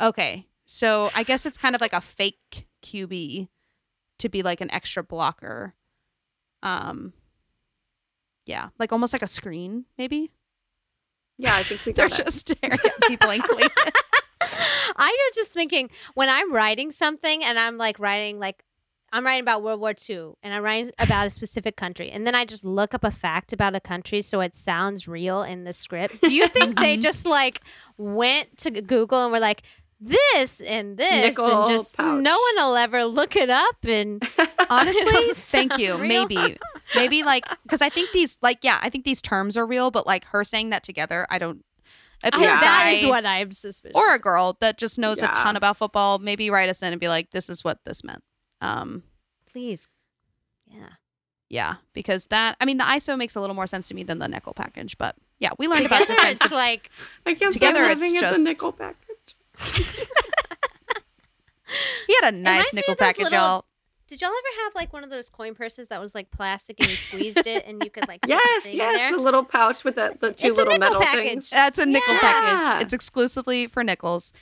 Speaker 1: Okay. So I guess it's kind of like a fake QB to be like an extra blocker. Um yeah, like almost like a screen, maybe.
Speaker 2: Yeah, I think we
Speaker 1: They're
Speaker 2: got it.
Speaker 1: just staring at me blankly.
Speaker 3: I'm just thinking when I'm writing something and I'm like writing like I'm writing about World War II and I'm writing about a specific country and then I just look up a fact about a country so it sounds real in the script. Do you think they just like went to Google and were like this and this
Speaker 2: Nickel
Speaker 3: and just
Speaker 2: pouch.
Speaker 3: no one will ever look it up and
Speaker 1: Honestly,
Speaker 3: Those
Speaker 1: thank you.
Speaker 3: sound real.
Speaker 1: Maybe. Maybe like cuz I think these like yeah, I think these terms are real, but like her saying that together, I don't if
Speaker 3: I-
Speaker 1: you're a
Speaker 3: that
Speaker 1: guy
Speaker 3: is what I'm suspicious.
Speaker 1: or a girl that just knows
Speaker 2: Yeah.
Speaker 1: a ton about football, maybe write us in and be like this is what this meant. Um
Speaker 3: please. Yeah.
Speaker 1: Yeah, because that I mean the ISO makes a little more sense to me than the nickel package, but yeah, we learned about
Speaker 3: Together
Speaker 1: defense.
Speaker 3: it's like
Speaker 2: I can't
Speaker 1: Together
Speaker 2: stop
Speaker 1: it's
Speaker 2: laughing at the
Speaker 1: just-
Speaker 2: nickel package.
Speaker 1: He had a nice
Speaker 3: Reminds me
Speaker 1: nickel
Speaker 3: of those
Speaker 1: package,
Speaker 3: little-
Speaker 1: y'all.
Speaker 3: Did y'all ever have like one of those coin purses that was like plastic and you squeezed it and you could like put the
Speaker 2: Yes,
Speaker 3: thing in
Speaker 2: yes,
Speaker 3: there?
Speaker 2: the little pouch with the, the two
Speaker 3: It's a
Speaker 2: little metal
Speaker 3: nickel package.
Speaker 2: things.
Speaker 1: That's a nickel
Speaker 2: Yeah.
Speaker 1: package. It's exclusively for nickels.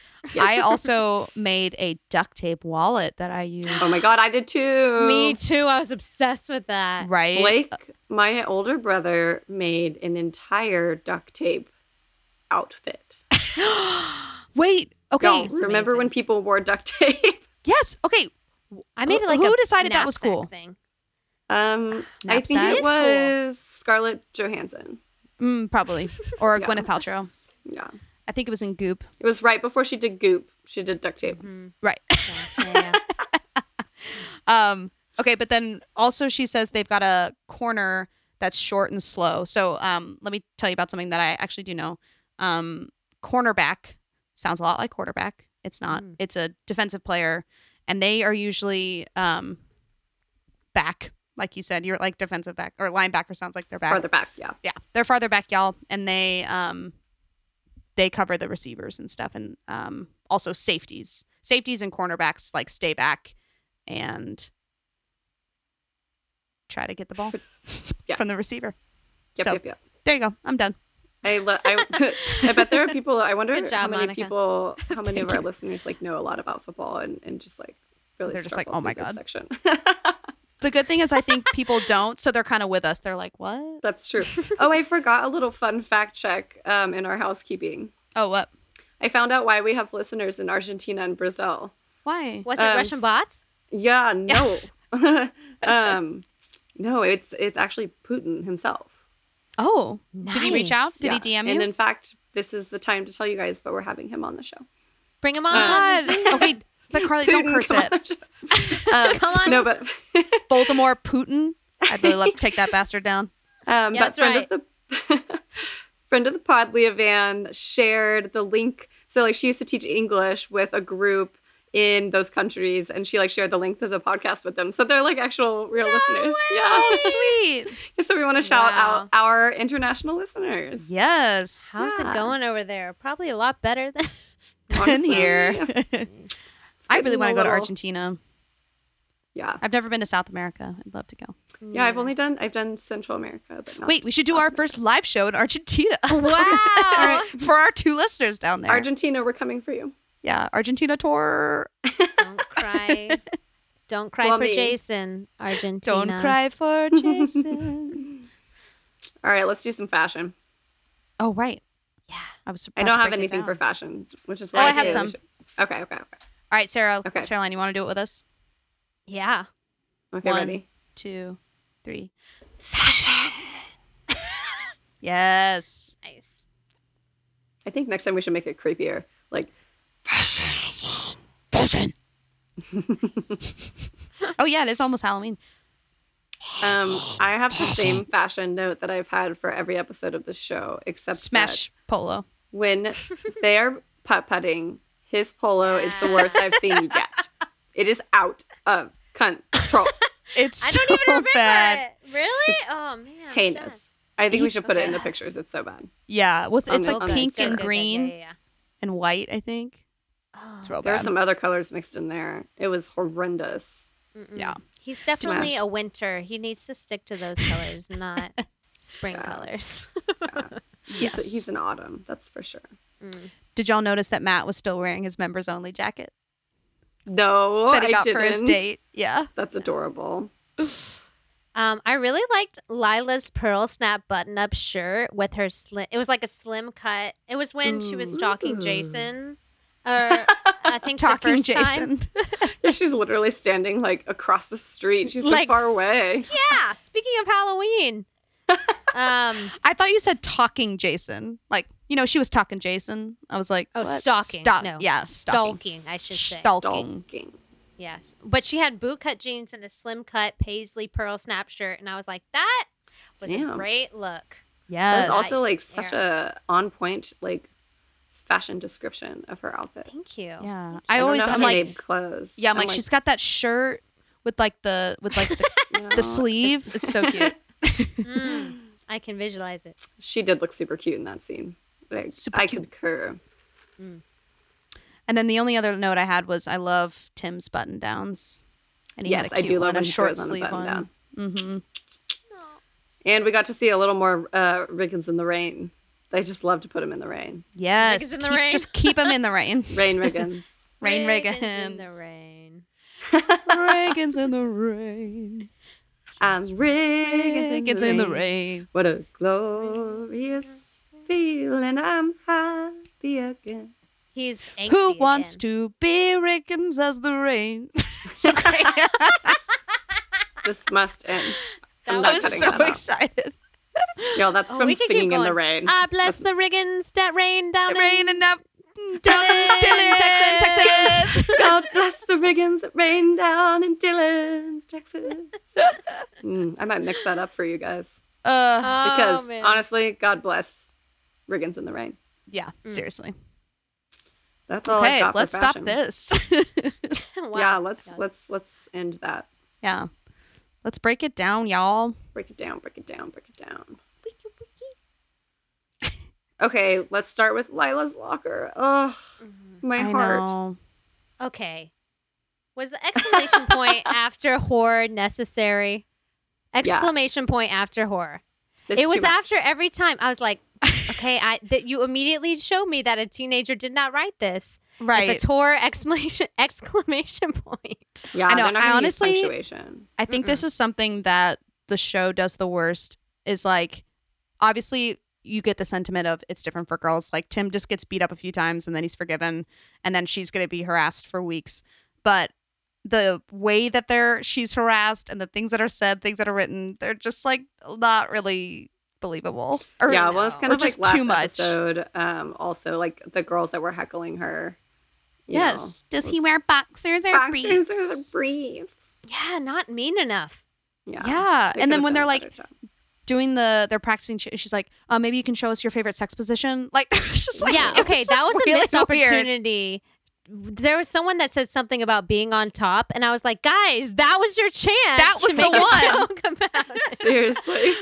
Speaker 1: I also made a duct tape wallet that I used.
Speaker 2: Oh my god, I did too.
Speaker 3: Me too. I was obsessed with that.
Speaker 1: Right?
Speaker 2: Blake, my older brother, made an entire duct tape outfit.
Speaker 1: Wait. Okay.
Speaker 2: Y'all,
Speaker 3: it's
Speaker 2: remember when
Speaker 3: amazing.
Speaker 2: people wore duct tape?
Speaker 1: Yes. Okay.
Speaker 3: I made it like
Speaker 1: Who
Speaker 3: a
Speaker 1: decided that was
Speaker 3: knapsack
Speaker 1: cool?
Speaker 3: Thing.
Speaker 2: Um, I think
Speaker 1: Knapsack?
Speaker 2: it
Speaker 1: It is
Speaker 2: was Scarlett Johansson.
Speaker 1: Mm, probably. Or
Speaker 2: Yeah.
Speaker 1: Gwyneth Paltrow.
Speaker 2: Yeah,
Speaker 1: I think it was in Goop.
Speaker 2: it was right before she did Goop. She did duct tape.
Speaker 3: Mm-hmm.
Speaker 1: Right.
Speaker 3: Yeah.
Speaker 1: Um, okay, but then also she says they've got a corner that's short and slow. So um, let me tell you about something that I actually do know. Um, cornerback sounds a lot like quarterback. It's not. It's a defensive player, and they are usually um, back, like you said. You're like defensive back or linebacker sounds like they're back.
Speaker 2: Farther back, yeah.
Speaker 1: Yeah, they're farther back, y'all, and they um, they cover the receivers and stuff, and um, also safeties. safeties and cornerbacks like stay back and try to get the ball
Speaker 2: Yeah.
Speaker 1: from the receiver.
Speaker 2: Yep,
Speaker 1: so
Speaker 2: yep, yep.
Speaker 1: there you go. I'm done.
Speaker 2: I, lo- I, I bet there are people. I wonder
Speaker 3: Good job,
Speaker 2: how many
Speaker 3: Monica.
Speaker 2: people, how many of
Speaker 1: Thank
Speaker 2: our
Speaker 1: you.
Speaker 2: listeners like know a lot about football and, and just like really.
Speaker 1: They're just like,
Speaker 2: struggle
Speaker 1: "Oh my
Speaker 2: through this
Speaker 1: God."
Speaker 2: section.
Speaker 1: The good thing is I think people don't, so they're kind of with us. They're like, "What?
Speaker 2: That's true. oh, I forgot a little fun fact check um, in our housekeeping.
Speaker 1: Oh, what?
Speaker 2: I found out why we have listeners in Argentina and Brazil.
Speaker 1: Why?"
Speaker 3: Was it
Speaker 2: Um,
Speaker 3: Russian bots?
Speaker 2: Yeah, no, um, no, it's it's actually Putin himself.
Speaker 1: Oh, did he reach out?
Speaker 3: Nice.
Speaker 1: Did he
Speaker 2: Yeah.
Speaker 1: DM
Speaker 2: And
Speaker 1: you?
Speaker 2: in fact, this is the time to tell you guys, but we're having him on the show.
Speaker 3: Bring him on.
Speaker 1: God. okay, but Carly, don't
Speaker 2: Putin,
Speaker 1: curse
Speaker 2: come on
Speaker 1: it.
Speaker 2: the show.
Speaker 1: Uh,
Speaker 2: Um,
Speaker 3: Come on.
Speaker 2: No, but
Speaker 1: Voldemort Putin. I'd really love to take that bastard down.
Speaker 2: um, but
Speaker 3: Yeah, that's
Speaker 2: friend of the friend of the pod, Leah Van shared the link. So like she used to teach English with a group in those countries, and she like shared the link to the podcast with them. So they're like actual real listeners. Yeah.
Speaker 1: Oh, sweet.
Speaker 2: So we want to shout
Speaker 3: Wow.
Speaker 2: out our international listeners.
Speaker 1: Yes.
Speaker 3: How's
Speaker 2: Yeah.
Speaker 3: it going over there? Probably a lot better than.
Speaker 1: in
Speaker 2: honestly.
Speaker 1: here. I really
Speaker 2: getting
Speaker 1: want
Speaker 2: a
Speaker 1: to go to
Speaker 2: little-
Speaker 1: Argentina.
Speaker 2: Yeah.
Speaker 1: I've never been to South America. I'd love to go.
Speaker 2: Yeah, I've only done I've done Central America, but not
Speaker 1: Wait, we should do our first live show in Argentina. All
Speaker 3: Wow.
Speaker 1: right, for our two listeners down there.
Speaker 2: Argentina. We're coming for you.
Speaker 1: yeah, Argentina tour.
Speaker 3: Don't cry. Don't cry for
Speaker 2: Flummy.
Speaker 3: Jason, Argentina.
Speaker 1: Don't cry for Jason.
Speaker 2: All right, let's do some fashion.
Speaker 1: oh right. Yeah, I was.
Speaker 2: I
Speaker 1: about
Speaker 2: don't
Speaker 1: to
Speaker 2: have
Speaker 1: break it
Speaker 2: anything
Speaker 1: down.
Speaker 2: for fashion, which is
Speaker 1: Oh,
Speaker 2: why
Speaker 1: I have
Speaker 2: say we
Speaker 1: some.
Speaker 2: should- Okay, okay, okay.
Speaker 1: All right, Sarah.
Speaker 2: Okay.
Speaker 1: Caroline, you want to do it with us?
Speaker 3: Yeah.
Speaker 2: Okay,
Speaker 1: One.
Speaker 2: ready.
Speaker 1: Two, three. Fashion. yes.
Speaker 3: Nice.
Speaker 2: I think next time we should make it creepier. Like,
Speaker 1: Fashion. oh yeah, it is almost Halloween.
Speaker 2: um, I have the same fashion note that I've had for every episode of the show, except that
Speaker 1: Smash polo.
Speaker 2: when they are putt putting. His polo is the worst I've seen yet. It is out of control,
Speaker 1: It's
Speaker 3: I don't
Speaker 1: so
Speaker 3: even remember
Speaker 1: bad.
Speaker 3: it. Really? Oh man. sad.
Speaker 2: heinous. I think we should put it in the
Speaker 3: Okay.
Speaker 2: pictures. It's so bad.
Speaker 1: Yeah, well, it's
Speaker 2: On the-
Speaker 1: like
Speaker 2: on
Speaker 3: good,
Speaker 2: the
Speaker 1: pink
Speaker 3: good,
Speaker 1: and
Speaker 3: good, good,
Speaker 1: green
Speaker 3: Yeah, yeah, yeah.
Speaker 1: and white. I think
Speaker 3: Oh,
Speaker 1: it's real
Speaker 2: There are
Speaker 1: bad.
Speaker 2: some other colors mixed in there. It was horrendous.
Speaker 3: mm-mm.
Speaker 1: yeah.
Speaker 3: He's definitely
Speaker 2: Smash.
Speaker 3: a winter. He needs to stick to those colors, not spring
Speaker 2: Yeah.
Speaker 3: colors.
Speaker 2: He's-
Speaker 1: Yes.
Speaker 2: He's, an autumn, that's for sure.
Speaker 3: Mm.
Speaker 1: Did y'all notice that Matt was still wearing his members only jacket
Speaker 2: No,
Speaker 1: that he
Speaker 2: I
Speaker 1: got
Speaker 2: didn't.
Speaker 1: for his date? Yeah.
Speaker 2: That's adorable.
Speaker 3: Um, I really liked Lila's pearl snap button up shirt with her slim. It was like a slim cut. It was when she was stalking Jason,
Speaker 2: Mm.
Speaker 3: or I think
Speaker 1: Talking
Speaker 3: the first time.
Speaker 1: Jason.
Speaker 2: Yeah, she's literally standing like across the street. She's so
Speaker 3: Like,
Speaker 2: far away.
Speaker 3: Yeah. Speaking of Halloween, um,
Speaker 1: I thought you said talking Jason. Like, you know, she was talking Jason. I was like,
Speaker 3: Oh,
Speaker 1: what?
Speaker 3: stalking.
Speaker 1: Stalk-
Speaker 3: No.
Speaker 1: Yeah, stalking.
Speaker 3: Stalking, I should say.
Speaker 1: Stalking.
Speaker 2: Stalking.
Speaker 3: yes, but she had boot cut jeans and a slim cut paisley pearl snap shirt, and I was like, that was a
Speaker 2: Damn.
Speaker 3: great look.
Speaker 1: Yes.
Speaker 2: That was also like
Speaker 3: Nice.
Speaker 2: such a on point like fashion description of her outfit.
Speaker 3: Thank you.
Speaker 1: yeah.
Speaker 2: I,
Speaker 1: I always,
Speaker 2: don't know
Speaker 1: I'm
Speaker 2: how they
Speaker 1: like,
Speaker 2: made clothes.
Speaker 1: yeah, I'm, like, she's got that shirt with like the, with like the,
Speaker 2: you know,
Speaker 1: the sleeve. It's so cute.
Speaker 3: Mm, I can visualize it.
Speaker 2: She did look super cute in that scene. Like,
Speaker 1: Super
Speaker 2: I
Speaker 1: cute.
Speaker 2: concur.
Speaker 1: And then the only other note I had was I love Tim's button downs. And he had
Speaker 2: Yes,
Speaker 1: a
Speaker 2: I
Speaker 1: cute
Speaker 2: do love
Speaker 1: one,
Speaker 2: when
Speaker 1: a
Speaker 2: he
Speaker 1: short
Speaker 2: throws on a
Speaker 1: sleeve one.
Speaker 2: button-down.
Speaker 1: Mm-hmm.
Speaker 2: And we got to see a little more uh, Riggins in the rain. They just love to put him in the rain.
Speaker 1: Yes.
Speaker 3: Riggins in the
Speaker 1: keep-
Speaker 3: rain.
Speaker 1: Just keep him in the rain.
Speaker 2: Rain Riggins.
Speaker 1: Rain
Speaker 3: Riggins
Speaker 1: Reagan.
Speaker 3: in the rain.
Speaker 1: Reagan's in the rain.
Speaker 2: I'm Um, Riggins,
Speaker 1: Reagan's in the rain.
Speaker 2: What a glorious feeling. I'm happy again.
Speaker 3: He's angsty
Speaker 1: Who wants
Speaker 3: again.
Speaker 1: to be Reagan's as the rain?
Speaker 2: This must end. I'm
Speaker 1: I
Speaker 2: not
Speaker 1: was
Speaker 2: cutting
Speaker 1: so
Speaker 2: that out.
Speaker 1: excited.
Speaker 2: Yo, that's
Speaker 3: Oh,
Speaker 2: from
Speaker 3: we could keep
Speaker 2: Singing in the
Speaker 3: going.
Speaker 2: Rain.
Speaker 3: I Ah, bless
Speaker 2: That's-
Speaker 3: the Riggins that rain down in
Speaker 1: Raining up down in
Speaker 3: Dillon,
Speaker 1: Dillon, Texas.
Speaker 3: Texas.
Speaker 1: Texas.
Speaker 2: God bless the Riggins that rain down in Dillon, Texas. Mm, I might mix that up for you guys.
Speaker 1: Uh,
Speaker 3: Oh,
Speaker 2: Because
Speaker 3: man.
Speaker 2: honestly, God bless Riggins in the Rain.
Speaker 1: yeah,
Speaker 3: Mm.
Speaker 1: seriously.
Speaker 2: That's all I've
Speaker 1: okay,
Speaker 2: got for
Speaker 1: let's stop
Speaker 2: fashion.
Speaker 1: this.
Speaker 3: Wow,
Speaker 2: yeah,
Speaker 3: that
Speaker 2: let's
Speaker 3: was-
Speaker 2: let's let's end that.
Speaker 1: yeah. Let's break it down, y'all.
Speaker 2: Break it down, break it down, break it down. Okay, let's start with Lila's locker. Ugh, my
Speaker 1: I
Speaker 2: heart.
Speaker 1: know.
Speaker 3: Okay. Was the exclamation point after horror necessary? Exclamation point after horror.
Speaker 2: It's
Speaker 3: it was
Speaker 2: too much.
Speaker 3: after every time. I was like, okay, I that you immediately showed me that a teenager did not write this.
Speaker 1: Right.
Speaker 3: If it's horror exclamation exclamation point.
Speaker 2: Yeah,
Speaker 1: I know,
Speaker 2: they're not
Speaker 1: I
Speaker 2: gonna
Speaker 1: honestly-
Speaker 2: use punctuation.
Speaker 1: I think this is something that the show does the worst is like obviously you get the sentiment of it's different for girls. Like Tim just gets beat up a few times and then he's forgiven and then she's going to be harassed for weeks. But the way that they're she's harassed and the things that are said, things that are written, they're just like not really believable. Or
Speaker 2: yeah, well, it's
Speaker 3: no.
Speaker 2: kind
Speaker 1: Or
Speaker 2: of like
Speaker 1: just
Speaker 2: last
Speaker 1: too much.
Speaker 2: episode. Um, also like the girls that were heckling her. you know,
Speaker 1: yes. Does he
Speaker 2: was-
Speaker 1: wear boxers or
Speaker 2: boxers
Speaker 1: briefs?
Speaker 2: are the briefs?
Speaker 3: Yeah, not mean enough.
Speaker 2: Yeah,
Speaker 1: yeah.
Speaker 2: they
Speaker 1: And
Speaker 2: could've
Speaker 1: then when
Speaker 2: done
Speaker 1: they're
Speaker 2: a
Speaker 1: like
Speaker 2: better job.
Speaker 1: doing the they're practicing ch- she's like uh, maybe you can show us your favorite sex position like it was just like
Speaker 3: yeah,
Speaker 1: it
Speaker 3: okay, that was a
Speaker 1: really
Speaker 3: missed
Speaker 1: weird.
Speaker 3: opportunity. There was someone that said something about being on top, and I was like, guys, that was your chance.
Speaker 1: That was
Speaker 3: to
Speaker 1: the
Speaker 3: make
Speaker 1: one.
Speaker 3: a joke about it.
Speaker 2: seriously.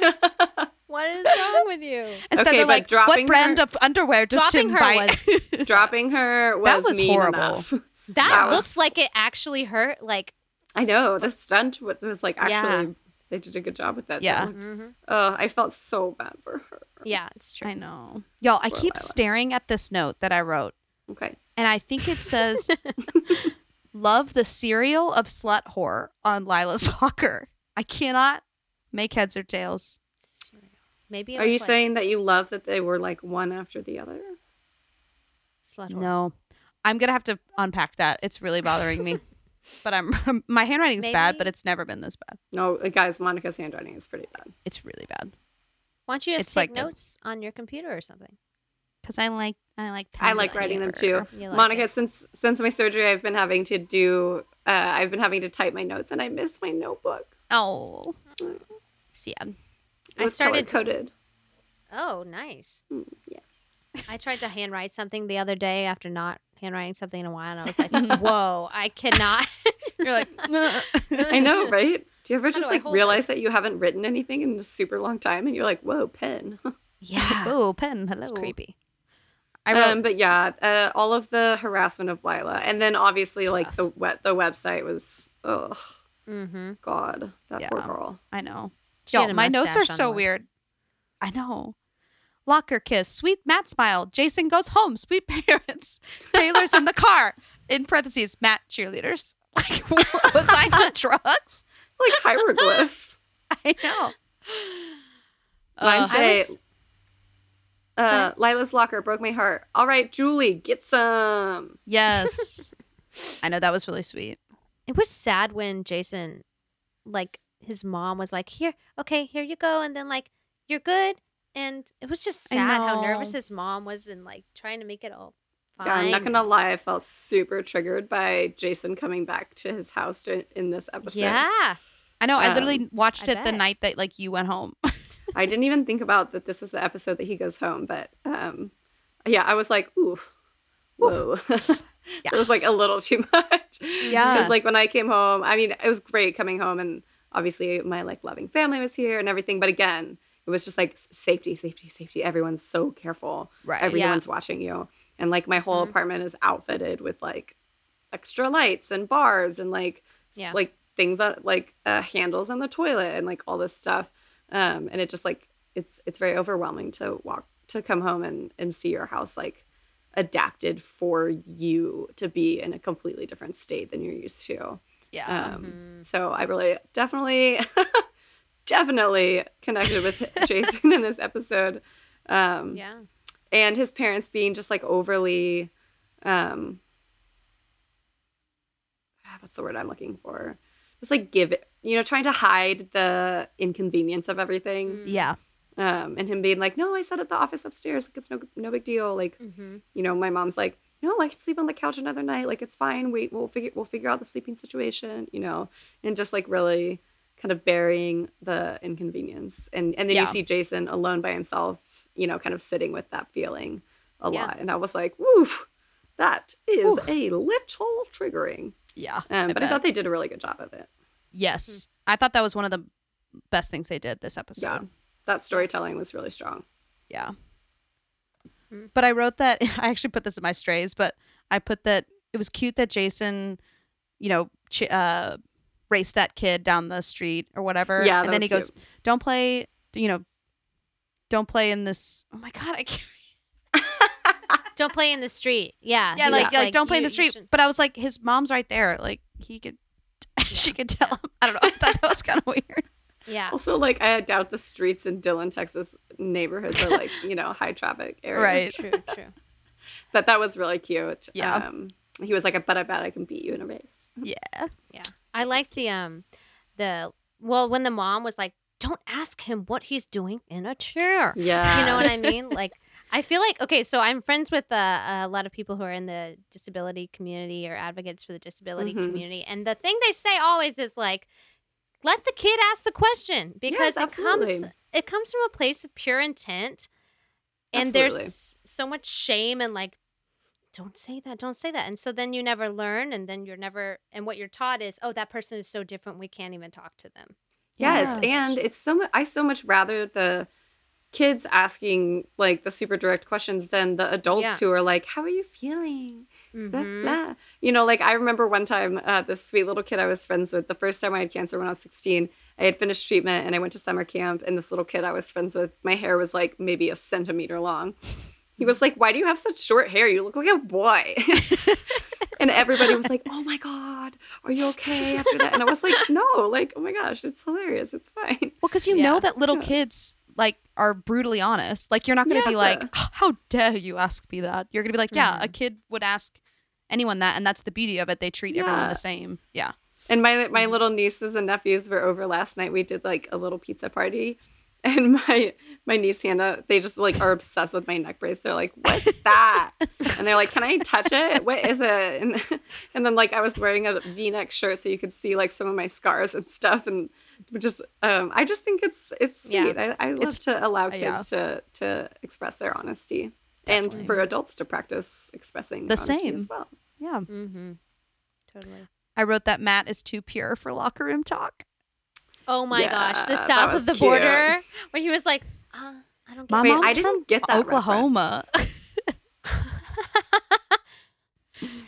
Speaker 3: What is wrong with you?
Speaker 1: instead
Speaker 2: Okay,
Speaker 1: they're
Speaker 2: but
Speaker 1: like what
Speaker 2: dropping
Speaker 1: brand
Speaker 2: her-
Speaker 1: of underwear does
Speaker 3: Dropping
Speaker 1: Tim
Speaker 3: her
Speaker 1: buy?"
Speaker 3: was
Speaker 2: Dropping her was,
Speaker 1: That was
Speaker 2: mean
Speaker 1: horrible.
Speaker 2: enough.
Speaker 3: that,
Speaker 2: That was-
Speaker 3: looks like it actually hurt. Like
Speaker 2: I know the stunt wa- was like
Speaker 3: Yeah.
Speaker 2: actually they did a good job with that. That
Speaker 1: Yeah.
Speaker 2: looked-
Speaker 3: mhm.
Speaker 2: Oh, I felt so bad for her.
Speaker 3: yeah, it's true.
Speaker 1: i know y'all i
Speaker 2: Poor
Speaker 1: keep
Speaker 2: Lila.
Speaker 1: staring at this note that i wrote
Speaker 2: Okay.
Speaker 1: and i think it says love the serial of slut whore on lila's locker i cannot make heads or tails
Speaker 3: Maybe it
Speaker 2: Are
Speaker 3: was
Speaker 2: you
Speaker 3: like
Speaker 2: saying that you love that they were like one after the other?
Speaker 3: slut whore.
Speaker 1: no i'm gonna have to unpack that it's really bothering me but i'm my handwriting's bad but
Speaker 3: Maybe-
Speaker 1: it's never been this bad
Speaker 2: No, uh, guys, Monica's handwriting is pretty bad.
Speaker 1: it's really bad
Speaker 3: Why don't you just
Speaker 1: It's
Speaker 3: take
Speaker 1: like that.
Speaker 3: notes on your computer or something?
Speaker 1: because I like I like
Speaker 2: I like writing them too.
Speaker 3: You like
Speaker 2: Monica,
Speaker 3: it.
Speaker 2: since since my surgery, I've been having to do. Uh, I've been having to type my notes, and I miss my notebook.
Speaker 1: Oh, sad.
Speaker 3: I started-
Speaker 2: coded.
Speaker 3: Oh, nice.
Speaker 1: Mm,
Speaker 2: yes.
Speaker 3: I tried to handwrite something the other day after not handwriting something in a while, and I was like, "Whoa, I cannot."
Speaker 1: You're like
Speaker 2: I know, right? Do you ever
Speaker 3: do
Speaker 2: just
Speaker 3: I
Speaker 2: like
Speaker 3: hold
Speaker 2: realize
Speaker 3: this?
Speaker 2: that you haven't written anything in a super long time, and you're like, "Whoa, pen."
Speaker 3: yeah,
Speaker 1: oh pen. Hello.
Speaker 3: it's creepy.
Speaker 1: I wrote.
Speaker 2: Um, but yeah, uh, all of the harassment of Lila, and then obviously
Speaker 3: It's
Speaker 2: like
Speaker 3: rough.
Speaker 2: the web- the website was oh
Speaker 3: Mm-hmm.
Speaker 2: god that poor
Speaker 1: Yeah.
Speaker 2: girl.
Speaker 1: I know.
Speaker 3: She had
Speaker 1: Yo,
Speaker 3: a
Speaker 1: my notes are
Speaker 3: mustache on
Speaker 1: so
Speaker 3: the website.
Speaker 1: weird. I know. Locker kiss. Sweet Matt smile. Jason goes home. Sweet parents. Taylor's in the car. In parentheses, Matt cheerleaders. Like, was I on drugs?
Speaker 2: Like hieroglyphs.
Speaker 1: I know.
Speaker 2: Mine
Speaker 1: Uh,
Speaker 2: say,
Speaker 1: I was-
Speaker 2: uh, Lila's locker broke my heart. All right, Julie, get some.
Speaker 1: yes. I know that was really sweet.
Speaker 3: It was sad when Jason, like his mom, was like, "Here, okay, here you go," and then like, "You're good," and it was just
Speaker 1: I
Speaker 3: sad how
Speaker 1: know.
Speaker 3: nervous his mom was and like trying to make it all. Fine.
Speaker 2: Yeah, I'm not gonna lie, I felt super triggered by Jason coming back to his house to, in this episode.
Speaker 3: Yeah,
Speaker 1: I know. I
Speaker 2: Um,
Speaker 1: literally watched
Speaker 3: I
Speaker 1: it the
Speaker 3: bet.
Speaker 1: night that like you went home.
Speaker 2: I didn't even think about that this was the episode that he goes home, but um, yeah, I was like, ooh, whoa. It was like a little too much.
Speaker 1: Yeah.
Speaker 2: Because like when I came home, I mean, it was great coming home and obviously my like loving family was here and everything. But again, it was just like s- safety, safety, safety. Everyone's so careful.
Speaker 1: Right.
Speaker 2: Everyone's watching you. And like my whole apartment is outfitted with like extra lights and bars and like s-
Speaker 3: Yeah.
Speaker 2: like things on like uh, handles on the toilet and like all this stuff. Um, and it just like it's it's very overwhelming to walk to come home and and see your house like adapted for you to be in a completely different state than you're used to.
Speaker 1: Yeah.
Speaker 2: Um, So I really definitely, definitely connected with Jason in this episode.
Speaker 1: Mm.
Speaker 2: Um,
Speaker 3: yeah.
Speaker 2: And his parents being just like overly, um, ah, what's the word I'm looking for? It's like give it, you know, trying to hide the inconvenience of everything.
Speaker 1: yeah.
Speaker 2: Um, and him being like, no, I sat at the office upstairs. Like, it's no, no big deal. Like,
Speaker 3: Mm-hmm.
Speaker 2: you know, my mom's like, no, I can sleep on the couch another night. Like it's fine. We we'll figure we'll figure out the sleeping situation, you know, and just like really kind of burying the inconvenience. And and then
Speaker 1: Yeah.
Speaker 2: you see Jason alone by himself, you know, kind of sitting with that feeling a
Speaker 3: Yeah.
Speaker 2: lot. And I was like, woof, that is a little triggering.
Speaker 1: Yeah.
Speaker 2: Um, but I
Speaker 1: bet.
Speaker 2: thought they did a really good job of it.
Speaker 1: Yes. I thought that was one of the best things they did this episode.
Speaker 2: That storytelling was really strong.
Speaker 1: Yeah. But I wrote that I actually put this in my strays, but I put that it was cute that Jason, you know, ch- uh, raced that kid down the street or whatever.
Speaker 2: Yeah, that
Speaker 1: and then he
Speaker 2: was
Speaker 1: goes, "Don't play, you know, don't play in this." Oh my god, I can't.
Speaker 3: Don't play in the street. Yeah.
Speaker 1: Yeah,
Speaker 3: he
Speaker 1: like,
Speaker 3: was
Speaker 1: like, don't play in
Speaker 3: you-
Speaker 1: the
Speaker 3: you
Speaker 1: street.
Speaker 3: shouldn't-
Speaker 1: But I was like, his mom's right there. Like he could, she could tell him. I don't know. I thought that was kind of weird.
Speaker 3: Yeah.
Speaker 2: Also, like I doubt the streets in Dillon, Texas neighborhoods are like you know high traffic areas.
Speaker 1: Right.
Speaker 3: True, true.
Speaker 2: But that was really cute.
Speaker 1: Yeah.
Speaker 2: Um, he was like, "But I bet I can beat you in a race."
Speaker 1: Yeah.
Speaker 3: Yeah. I like the um the well when the mom was like, Don't ask him what he's doing in a chair.
Speaker 2: Yeah.
Speaker 3: You know what I mean? Like I feel like okay, so I'm friends with uh, a lot of people who are in the disability community or advocates for the disability
Speaker 2: Mhm.
Speaker 3: community, and the thing they say always is like, "Let the kid ask the question," because it comes
Speaker 2: absolutely.
Speaker 3: it comes from a place of pure intent, and
Speaker 2: Absolutely.
Speaker 3: there's so much shame and like, "Don't say that, don't say that," and so then you never learn, and then you're never, and what you're taught is, "Oh, that person is so different, we can't even talk to them."
Speaker 2: Yes, and it's so much. I so much rather the kids asking like the super direct questions than the adults
Speaker 3: Yeah.
Speaker 2: who are like, "How are you feeling?" Blah,
Speaker 3: Mhm.
Speaker 2: blah. You know, like I remember one time, uh, this sweet little kid I was friends with. The first time I had cancer when I was sixteen, I had finished treatment and I went to summer camp. And this little kid I was friends with, my hair was like maybe a centimeter long. He was like, "Why do you have such short hair? You look like a boy." and everybody was like, "Oh my god, are you okay after that?" And I was like, "No, like oh my gosh, it's hilarious. It's fine."
Speaker 1: Well, because you
Speaker 3: Yeah.
Speaker 1: know that little
Speaker 2: Yeah.
Speaker 1: kids like are brutally honest. Like you're not going to be
Speaker 2: Yes.
Speaker 1: like, "Oh, "How dare you ask me that?" You're going to be like, "Yeah,
Speaker 2: Mm-hmm.
Speaker 1: a kid would ask anyone that," and that's the beauty of it. They treat everyone
Speaker 2: Yeah.
Speaker 1: the same. Yeah.
Speaker 2: And my
Speaker 1: Mm.
Speaker 2: my little nieces and nephews were over last night. We did like a little pizza party. And my my niece Hannah, they just like are obsessed with my neck brace. They're like, "What's that?" and they're like, "Can I touch it? What is it?" And, and then like I was wearing a V-neck shirt, so you could see like some of my scars and stuff. And just um, I just think it's it's
Speaker 3: Yeah.
Speaker 2: sweet. I, I love
Speaker 1: It's-
Speaker 2: to allow
Speaker 1: yeah.
Speaker 2: kids to to express their honesty, and for adults to practice expressing
Speaker 1: The
Speaker 2: honesty
Speaker 1: same.
Speaker 2: as well.
Speaker 1: Yeah.
Speaker 3: Mm-hmm. Totally.
Speaker 1: I wrote that Matt is too pure for locker room talk.
Speaker 3: Oh my gosh,
Speaker 2: Yeah,
Speaker 3: the
Speaker 2: that
Speaker 3: south
Speaker 2: was
Speaker 3: of the
Speaker 2: cute.
Speaker 3: border where he was like, uh, "I don't get
Speaker 1: My
Speaker 3: it."
Speaker 2: Wait,
Speaker 1: mom's
Speaker 2: I didn't
Speaker 1: from
Speaker 2: get that
Speaker 1: Oklahoma.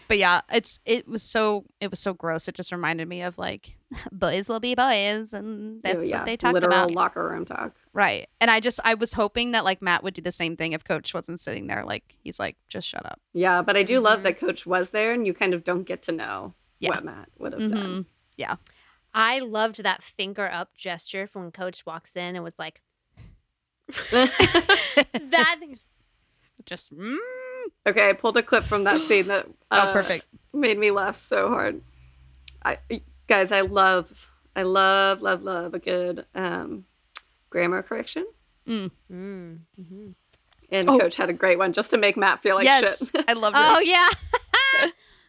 Speaker 1: but yeah, it's it was so it was so gross. It just reminded me of like boys will be boys, and
Speaker 2: Oh,
Speaker 1: that's
Speaker 2: yeah.
Speaker 1: what they talked
Speaker 2: Literal
Speaker 1: about,
Speaker 2: locker room talk.
Speaker 1: right? And I just I was hoping that like Matt would do the same thing if Coach wasn't sitting there. Like he's like, just shut up.
Speaker 2: Yeah, but I do love that Coach was there, and you kind of don't get to know
Speaker 1: Mm-hmm. Yeah.
Speaker 2: what Matt would have done.
Speaker 1: Mhm. Yeah,
Speaker 3: I loved that finger up gesture from when Coach walks in and was like, "That." thing is-
Speaker 1: just mm.
Speaker 2: Okay, I pulled a clip from that scene that
Speaker 1: oh,
Speaker 2: uh,
Speaker 1: perfect.
Speaker 2: made me laugh so hard. I guys, I love, I love, love, love a good um, grammar correction. Mm-hmm.
Speaker 3: Mm.
Speaker 2: And Coach had a great one just to make Matt feel like
Speaker 1: Oh. yes,
Speaker 2: shit.
Speaker 1: I love this.
Speaker 3: Oh yeah.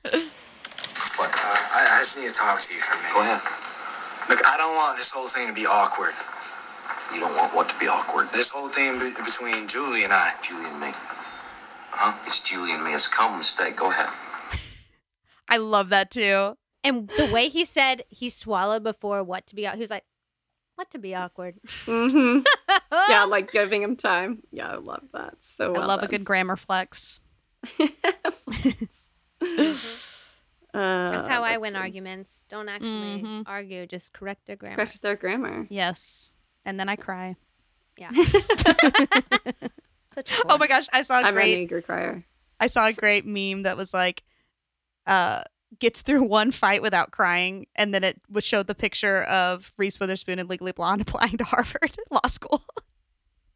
Speaker 11: Look, uh, I, I just need to talk to you for a minute. Go ahead. Look, I don't want this whole thing to be awkward. You don't want what to be awkward? This whole thing be- between Julie and I. Julie and me. Huh? It's Julie and me. It's a common mistake. Go ahead.
Speaker 1: I love that too.
Speaker 3: And the way he said he swallowed before what to be out, he was like, "What to be awkward."
Speaker 2: hmm Yeah, like giving him time. Yeah, I love that. So
Speaker 1: I
Speaker 2: well
Speaker 1: love a
Speaker 2: done.
Speaker 1: good grammar flex.
Speaker 2: Uh,
Speaker 3: That's how I
Speaker 2: let's
Speaker 3: win
Speaker 2: see. Mm-hmm.
Speaker 3: arguments. Don't actually
Speaker 1: Mhm.
Speaker 3: argue, just correct their grammar.
Speaker 2: Correct their grammar.
Speaker 1: Yes, and then I cry.
Speaker 3: Yeah. Such a
Speaker 1: Oh my gosh, I saw a
Speaker 2: I'm
Speaker 1: great.
Speaker 2: an eager crier.
Speaker 1: I saw a great meme that was like, uh, gets through one fight without crying, and then it would show the picture of Reese Witherspoon and Legally Blonde applying to Harvard Law School.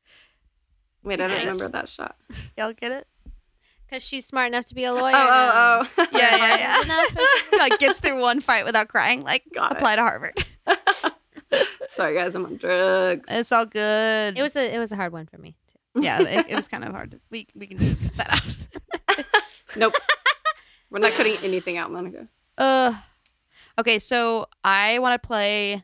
Speaker 2: Wait, I don't
Speaker 3: Nice.
Speaker 2: remember that shot.
Speaker 1: Y'all get it?
Speaker 3: Because she's smart enough to be a lawyer. now.
Speaker 2: Oh, oh, oh.
Speaker 1: Yeah, yeah,
Speaker 3: Enough or something.
Speaker 1: yeah. like gets through one fight without crying. Like
Speaker 2: Got it.
Speaker 1: apply to Harvard.
Speaker 2: Sorry, guys, I'm on drugs.
Speaker 1: It's all good.
Speaker 3: It was a it was a hard one for me too.
Speaker 1: yeah. It, it was kind of hard. to- We we can just skip that out.
Speaker 2: nope. We're not cutting anything out, Monica.
Speaker 1: Uh, okay. So I want to play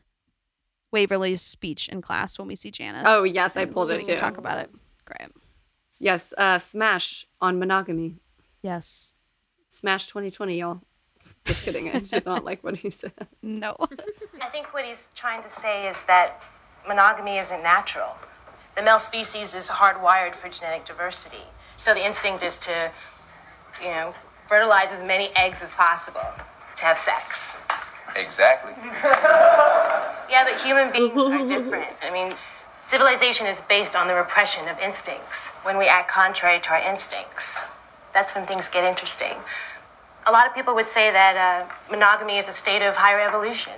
Speaker 1: Waverly's speech in class when we see Janice.
Speaker 2: Oh, yes, I
Speaker 1: And
Speaker 2: pulled
Speaker 1: so
Speaker 2: it
Speaker 1: we can
Speaker 2: too.
Speaker 1: Talk about it. Great.
Speaker 2: Yes, uh, smash on monogamy.
Speaker 1: Yes.
Speaker 2: Smash 2020, y'all. Just kidding. I did not like what he said.
Speaker 1: No.
Speaker 7: I think what he's trying to say is that monogamy isn't natural. The male species is hardwired for genetic diversity. So the instinct is to, you know, fertilize as many eggs as possible to have sex.
Speaker 9: Exactly.
Speaker 7: Yeah, but human beings are different. I mean, civilization is based on the repression of instincts when we act contrary to our instincts. That's when things get interesting. A lot of people would say that uh, monogamy is a state of higher evolution.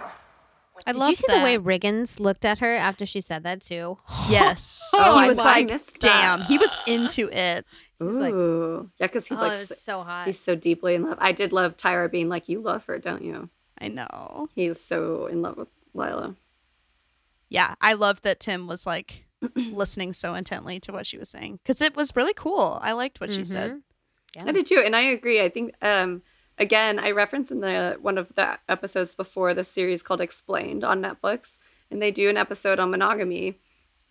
Speaker 1: I
Speaker 3: Did
Speaker 1: love
Speaker 3: you see the way Riggins looked at her after she said that too?
Speaker 1: Yes.
Speaker 2: Oh,
Speaker 1: he
Speaker 2: I
Speaker 1: was
Speaker 2: know, I
Speaker 1: like,
Speaker 2: missed that.
Speaker 1: damn. He was into it.
Speaker 3: was like-
Speaker 2: Ooh. yeah, because he's
Speaker 3: oh,
Speaker 2: like
Speaker 3: it was so hot.
Speaker 2: he's so deeply in love. I did love Tyra being like, "You love her, don't you?"
Speaker 1: I know.
Speaker 2: He's so in love with Lila.
Speaker 1: Yeah, I loved that Tim was like listening so intently to what she was saying because it was really cool. I liked what she said.
Speaker 3: Yeah.
Speaker 2: I did too, and I agree. I think um, again, I referenced in the one of the episodes before the series called Explained on Netflix, and they do an episode on monogamy.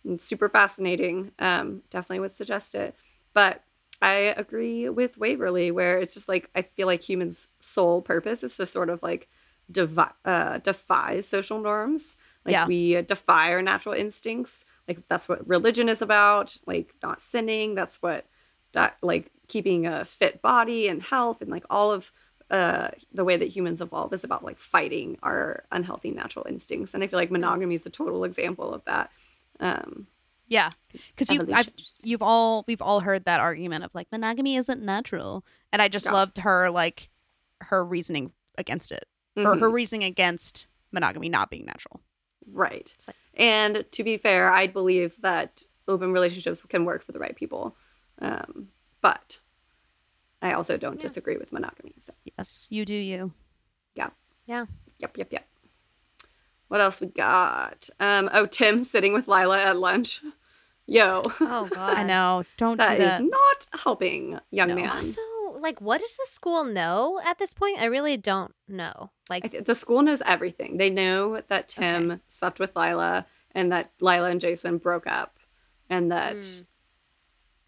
Speaker 2: And it's super fascinating. Um, definitely would suggest it, but I agree with Waverly, where it's just like I feel like humans' sole purpose is to sort of like devi- uh, defy social norms. Like
Speaker 1: Yeah.
Speaker 2: we defy our natural instincts. Like that's what religion is about. Like not sinning. That's what di- like keeping a fit body and health and like all of uh, the way that humans evolve is about like fighting our unhealthy natural instincts. And I feel like
Speaker 1: Mm-hmm.
Speaker 2: monogamy is a total example of that. Um,
Speaker 1: Yeah, because you,
Speaker 2: Evolution.
Speaker 1: I've, you've all, we've all heard that argument of like monogamy isn't natural, and I just
Speaker 2: Yeah.
Speaker 1: loved her like her reasoning against it or
Speaker 2: Mm-hmm.
Speaker 1: her reasoning against monogamy not being natural.
Speaker 2: Right.
Speaker 3: like-
Speaker 2: and to be fair, I believe that open relationships can work for the right people. Um, but I also don't disagree with monogamy. So,
Speaker 1: Yes, you do you.
Speaker 2: yeah.
Speaker 3: Yeah.
Speaker 2: Yep, yep, yep. What else we got? Um, oh, Tim sitting with Lila at lunch. Yo,
Speaker 3: Oh god.
Speaker 1: I know. Don't
Speaker 2: that
Speaker 1: do
Speaker 2: is
Speaker 1: that.
Speaker 2: not helping, young
Speaker 1: No.
Speaker 2: man.
Speaker 3: Also, like, what does the school know at this point? I really don't know. Like,
Speaker 2: I th- the school knows everything. They know that Tim slept with Lila and that Lila and Jason broke up and that
Speaker 1: Hmm.
Speaker 3: Mm.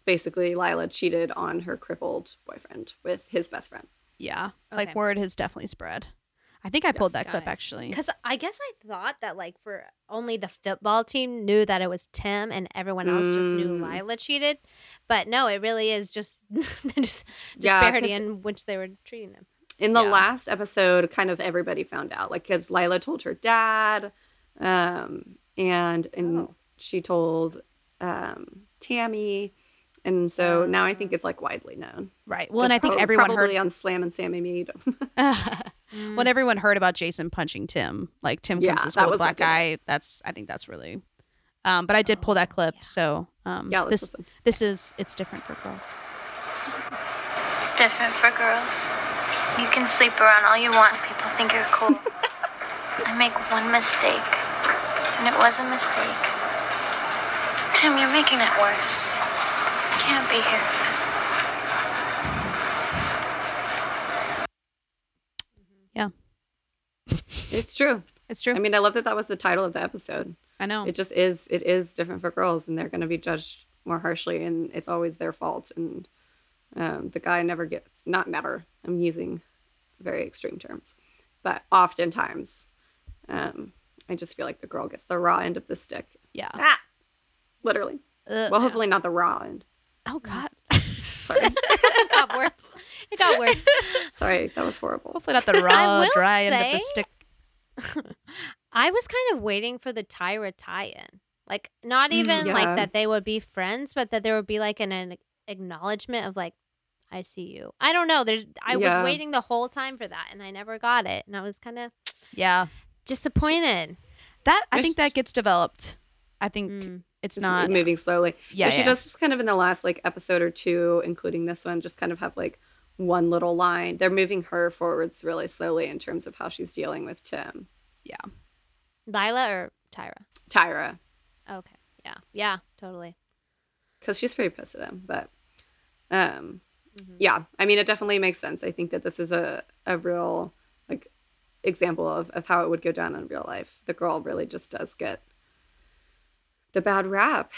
Speaker 2: basically Lila cheated on her crippled boyfriend with his best friend.
Speaker 1: yeah,
Speaker 3: Okay.
Speaker 1: like word has definitely spread. I think I pulled that
Speaker 3: got
Speaker 1: clip
Speaker 3: it.
Speaker 1: actually.
Speaker 3: Because I guess I thought that like for only the football team knew that it was Tim and everyone else just knew
Speaker 2: Mm.
Speaker 3: Lila cheated, but no, it really is just just
Speaker 2: Yeah,
Speaker 3: disparity
Speaker 2: 'cause-
Speaker 3: in which they were treating them.
Speaker 2: In the
Speaker 1: Yeah.
Speaker 2: last episode, kind of everybody found out, like because Lila told her dad, um, and and
Speaker 3: Oh.
Speaker 2: she told um, Tammy, and so now I think it's like widely known.
Speaker 1: right. Oh. Well, and I
Speaker 2: It's
Speaker 1: think
Speaker 2: prob-
Speaker 1: everyone
Speaker 2: probably
Speaker 1: heard
Speaker 2: on Slam and Sammy Mead.
Speaker 1: when everyone heard about Jason punching Tim, like Tim
Speaker 2: Yeah,
Speaker 1: comes to
Speaker 2: that
Speaker 1: school with a
Speaker 2: was
Speaker 1: black
Speaker 2: what
Speaker 1: guy.
Speaker 2: did
Speaker 1: That's I think that's really. Um, but I did pull that clip, so um,
Speaker 2: Yeah, let's
Speaker 1: this
Speaker 2: listen.
Speaker 1: this is it's different for girls.
Speaker 12: It's different for girls. You can sleep around all you want. People think you're cool. I make one mistake, and it was a mistake. Tim, you're making it worse. You can't be here.
Speaker 2: it's true.
Speaker 1: It's true. Oh. I,
Speaker 2: I mean, I love that that was the title of the episode.
Speaker 1: know.
Speaker 2: It just is. It is different for girls, and they're going to be judged more harshly, and it's always their fault. And um, the guy never gets not never. I'm using very extreme terms, but oftentimes, um, I just feel like the girl gets the raw end of the stick.
Speaker 1: yeah.
Speaker 2: Ah, literally.
Speaker 1: Ugh.
Speaker 2: Well, hopefully not the raw end.
Speaker 1: oh God.
Speaker 2: Mm. Sorry,
Speaker 3: it got worse. It got worse.
Speaker 2: sorry, that was horrible.
Speaker 1: hopefully not the raw
Speaker 3: will
Speaker 1: dry end of
Speaker 3: say-
Speaker 1: the stick.
Speaker 3: I was kind of waiting for the Tyra tie-in, like not even
Speaker 2: yeah.
Speaker 3: like that they would be friends, but that there would be like an, an acknowledgement of like. I see you. I don't know. There's. I
Speaker 2: Yeah.
Speaker 3: was waiting the whole time for that, and I never got it, and I was kind of
Speaker 1: Yeah.
Speaker 3: disappointed.
Speaker 1: That I
Speaker 2: It's-
Speaker 1: think that gets developed. I think
Speaker 3: Mm.
Speaker 1: it's
Speaker 2: Just
Speaker 1: not.
Speaker 2: moving slowly.
Speaker 1: Yeah,
Speaker 2: Yeah, she
Speaker 1: yeah.
Speaker 2: does just kind of in the last like episode or two, including this one, just kind of have like one little line. They're moving her forwards really slowly in terms of how she's dealing with Tim,
Speaker 3: Lila or Tyra?
Speaker 2: Tyra,
Speaker 3: Okay. Yeah. Yeah. Totally.
Speaker 2: because she's pretty pissed at him. But um, yeah, I mean, it definitely makes sense. I think that this is a a real like example of of how it would go down in real life. The girl really just does get the bad rap.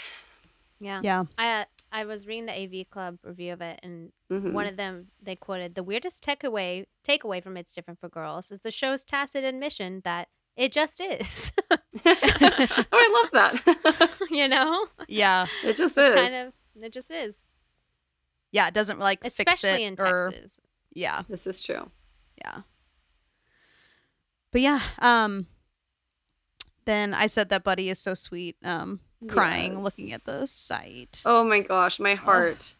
Speaker 3: Yeah.
Speaker 1: Yeah.
Speaker 3: I uh, I was reading the AV Club review of it, and
Speaker 2: Mhm.
Speaker 3: one of them they quoted the weirdest takeaway takeaway from It's Different for Girls is the show's tacit admission that it just is.
Speaker 2: oh, I love that.
Speaker 3: you know,
Speaker 1: Yeah.
Speaker 2: it just
Speaker 3: it's
Speaker 2: is.
Speaker 3: kind of it just is,
Speaker 1: Yeah. It doesn't like fix
Speaker 3: especially
Speaker 1: it
Speaker 3: in
Speaker 1: or
Speaker 3: Texas.
Speaker 1: Yeah.
Speaker 2: This is true.
Speaker 1: Yeah. But yeah, um then I said that Buddy is so sweet, um crying looking at
Speaker 2: Yes.
Speaker 1: the site.
Speaker 2: Oh my gosh, my heart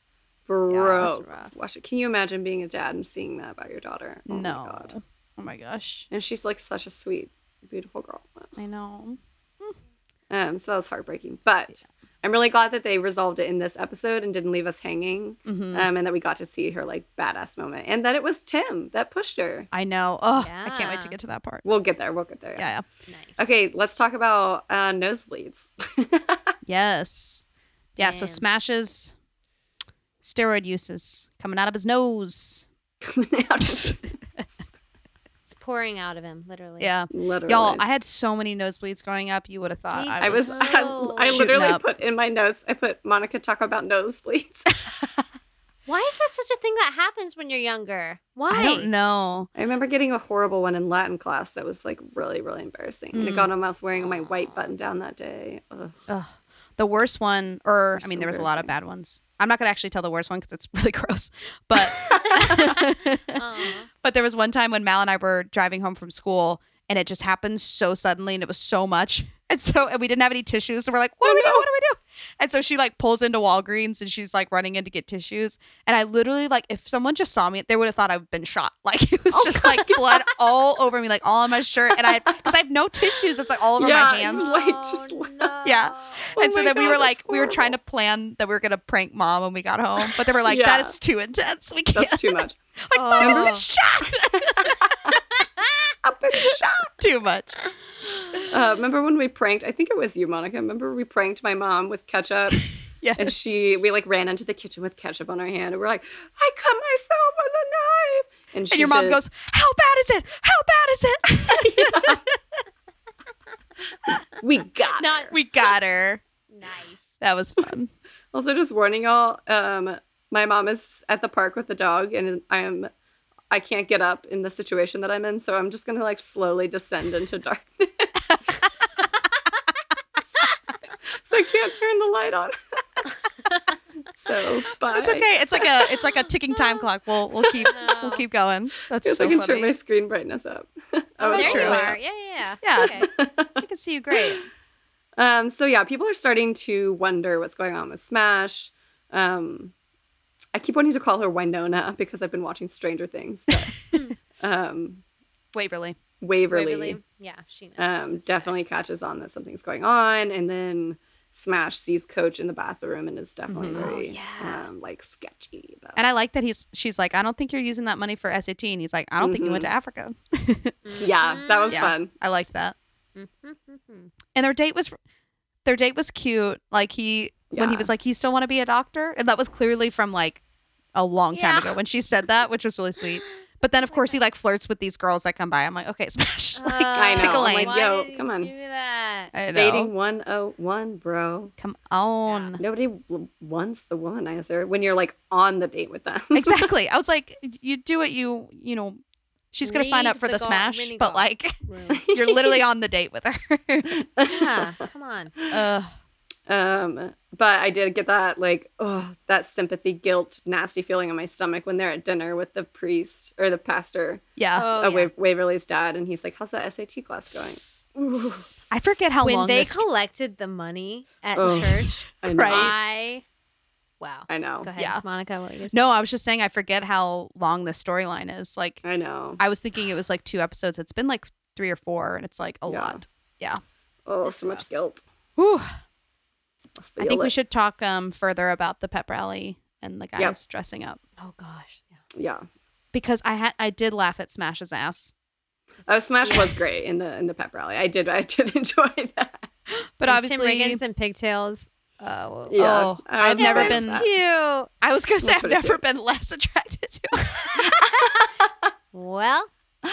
Speaker 1: was
Speaker 2: broke. Watch it. Can you imagine being a dad and seeing that about your daughter? Oh
Speaker 1: no.
Speaker 2: My God.
Speaker 1: Oh my gosh.
Speaker 2: And she's like such a sweet, beautiful girl.
Speaker 1: I know.
Speaker 2: Um, so that was heartbreaking. But I'm really glad that they resolved it in this episode and didn't leave us hanging.
Speaker 1: Mhm.
Speaker 2: Um, and that we got to see her like badass moment. And that it was Tim that pushed her.
Speaker 1: I know. Oh, I can't wait to get to that part.
Speaker 2: We'll get there. We'll get there.
Speaker 1: Yeah,
Speaker 3: Nice.
Speaker 2: Okay, let's talk about uh, nosebleeds.
Speaker 1: Yes. Yeah, so smashes steroid uses coming out of his nose.
Speaker 3: It's pouring out of him, literally.
Speaker 1: Yeah.
Speaker 2: Literally.
Speaker 1: Y'all, I had so many nosebleeds growing up. You would have thought
Speaker 3: Me
Speaker 1: I
Speaker 2: I
Speaker 1: was,
Speaker 2: was I, I
Speaker 1: shooting
Speaker 2: literally
Speaker 1: up.
Speaker 2: put in my notes. I put Monica talk about nosebleeds.
Speaker 3: Why is that such a thing that happens when you're younger? Why?
Speaker 1: I don't know.
Speaker 2: I remember getting a horrible one in Latin class that was like really really embarrassing. And it
Speaker 1: Mm.
Speaker 2: got on. I was wearing my white button down that day. Ugh.
Speaker 1: Ugh. The worst one, or I mean,
Speaker 2: so
Speaker 1: there was a lot of bad ones. I'm not gonna actually tell the worst one because it's really gross. But but there was one time when Mal and I were driving home from school, and it just happened so suddenly, and it was so much, and so and we didn't have any tissues, so we're like,
Speaker 2: Oh,
Speaker 1: what do we do? What do we do? And so she like pulls into Walgreens, and she's like running in to get tissues, and I literally like if someone just saw me, they would have thought I've been shot. Like it was
Speaker 2: Oh,
Speaker 1: just like blood all over me, like all on my shirt, and I because I have no tissues, it's like all over my
Speaker 2: you
Speaker 1: hands. Oh,
Speaker 2: Like just
Speaker 3: Oh,
Speaker 1: Yeah. and so
Speaker 2: my
Speaker 1: then we were
Speaker 2: God, that's
Speaker 1: like, we were trying to plan that we were going to prank mom when we got home, but they were like,
Speaker 2: Yeah.
Speaker 1: that is too intense. We can't.
Speaker 2: that's too much.
Speaker 1: like, Monica's been
Speaker 3: Oh.
Speaker 1: shot.
Speaker 2: I've been shot.
Speaker 1: too much.
Speaker 2: Uh, remember when we pranked? I think it was you, Monica. Remember we pranked my mom with ketchup.
Speaker 1: Yes.
Speaker 2: And she, we like ran into the kitchen with ketchup on our hand, and we're like, "I cut myself with a knife." And, she
Speaker 1: and your mom
Speaker 2: did-
Speaker 1: goes, how bad is it? How bad is it?
Speaker 2: "We got
Speaker 3: Not
Speaker 1: we got her.
Speaker 3: nice.
Speaker 1: That was fun.
Speaker 2: Also, just warning y'all, um, my mom is at the park with the dog, and I'm I can't get up in the situation that I'm in, so I'm just gonna like slowly descend into darkness. so I can't turn the light on. so bye.
Speaker 1: It's okay. It's like a it's like a ticking time clock. We'll we'll keep we'll keep going. That's
Speaker 2: Guess
Speaker 1: so
Speaker 2: I can
Speaker 1: funny.
Speaker 2: turn my screen brightness up. oh,
Speaker 3: there
Speaker 2: it's
Speaker 3: you
Speaker 2: true.
Speaker 3: are. Yeah, yeah,
Speaker 1: Yeah.
Speaker 3: yeah. Okay.
Speaker 1: I can see you great.
Speaker 2: Um, so yeah, people are starting to wonder what's going on with Smash. Um, I keep wanting to call her Winona because I've been watching Stranger Things, but um,
Speaker 1: Waverly.
Speaker 2: Waverly,
Speaker 3: Waverly. Yeah, she knows.
Speaker 2: um,
Speaker 3: This is
Speaker 2: definitely
Speaker 3: nice.
Speaker 2: catches on that something's going on, and then Smash sees Coach in the bathroom and is definitely
Speaker 1: Mhm.
Speaker 2: very
Speaker 3: Oh, yeah.
Speaker 2: um, like sketchy. About
Speaker 1: And I like that he's she's like, I don't think you're using that money for SAT. And he's like, I don't think you went to Africa.
Speaker 2: yeah, that
Speaker 1: Mm-hmm.
Speaker 2: was
Speaker 1: Yeah.
Speaker 2: fun.
Speaker 1: I liked that.
Speaker 3: Mhm.
Speaker 1: and their date was their date was cute like he when he
Speaker 2: Yeah.
Speaker 1: was like you still want to be a doctor and that was clearly from like a long time
Speaker 3: Yeah.
Speaker 1: ago when she said that which was really sweet but then of course he like flirts with these girls that come by i'm like okay smash like
Speaker 2: I
Speaker 1: pick a
Speaker 2: know, I'm
Speaker 1: lane
Speaker 2: like,
Speaker 3: Um, Why
Speaker 2: yo,
Speaker 3: did he
Speaker 2: come on.
Speaker 3: Do that.
Speaker 1: I know.
Speaker 2: Dating 101, bro.
Speaker 1: come on
Speaker 2: Nobody w- wants the womanizer when you're like on the date with them.
Speaker 1: exactly i was like you do it you you know she's gonna sign
Speaker 3: Read
Speaker 1: up for the,
Speaker 3: the gall-
Speaker 1: smash
Speaker 3: mini
Speaker 1: but
Speaker 3: gall.
Speaker 1: like you're literally on the date with her
Speaker 3: yeah, come on.
Speaker 1: Ugh.
Speaker 2: Um, but I did get that like oh that sympathy guilt nasty feeling in my stomach when they're at dinner with the priest or the pastor,
Speaker 1: yeah
Speaker 3: Oh,
Speaker 2: uh,
Speaker 3: yeah.
Speaker 2: Wa- Waverly's dad, and he's like, "How's that SAT class going?" Ooh,
Speaker 1: i forget how
Speaker 3: when
Speaker 1: long Oh,
Speaker 3: they
Speaker 1: this
Speaker 3: collected the money at
Speaker 2: Ugh.
Speaker 3: church,
Speaker 2: I know.
Speaker 1: Right.
Speaker 3: I wow.
Speaker 2: I know.
Speaker 3: Go ahead,
Speaker 1: Yeah.
Speaker 3: Monica. What were you gonna say?
Speaker 1: no i was just saying i forget how long this storyline is like
Speaker 2: I know.
Speaker 1: I was thinking it was like two episodes. It's been like three or four, and it's like a
Speaker 2: Yeah.
Speaker 1: lot. Yeah.
Speaker 2: Oh, so much guilt.
Speaker 1: Whew.
Speaker 2: I,
Speaker 1: I
Speaker 2: feel
Speaker 1: think we
Speaker 2: it.
Speaker 1: should talk um further about the pep rally and the guys dressing up
Speaker 3: Oh gosh. Yeah.
Speaker 2: Yeah.
Speaker 1: because I had I did laugh at Smash's ass,
Speaker 2: Oh, Smash was great in the in the pep rally. I did I did enjoy that.
Speaker 1: but
Speaker 3: And Tim
Speaker 1: obviously,
Speaker 3: Riggins and pigtails. Oh,
Speaker 2: Yeah.
Speaker 1: oh,
Speaker 2: I
Speaker 1: I've
Speaker 2: was
Speaker 1: never
Speaker 2: fine with
Speaker 1: been.
Speaker 2: that.
Speaker 3: cute.
Speaker 1: I was gonna say
Speaker 2: That's
Speaker 1: I've
Speaker 2: pretty
Speaker 1: never
Speaker 2: cute.
Speaker 1: been less attracted to. him.
Speaker 3: Well,
Speaker 2: Um,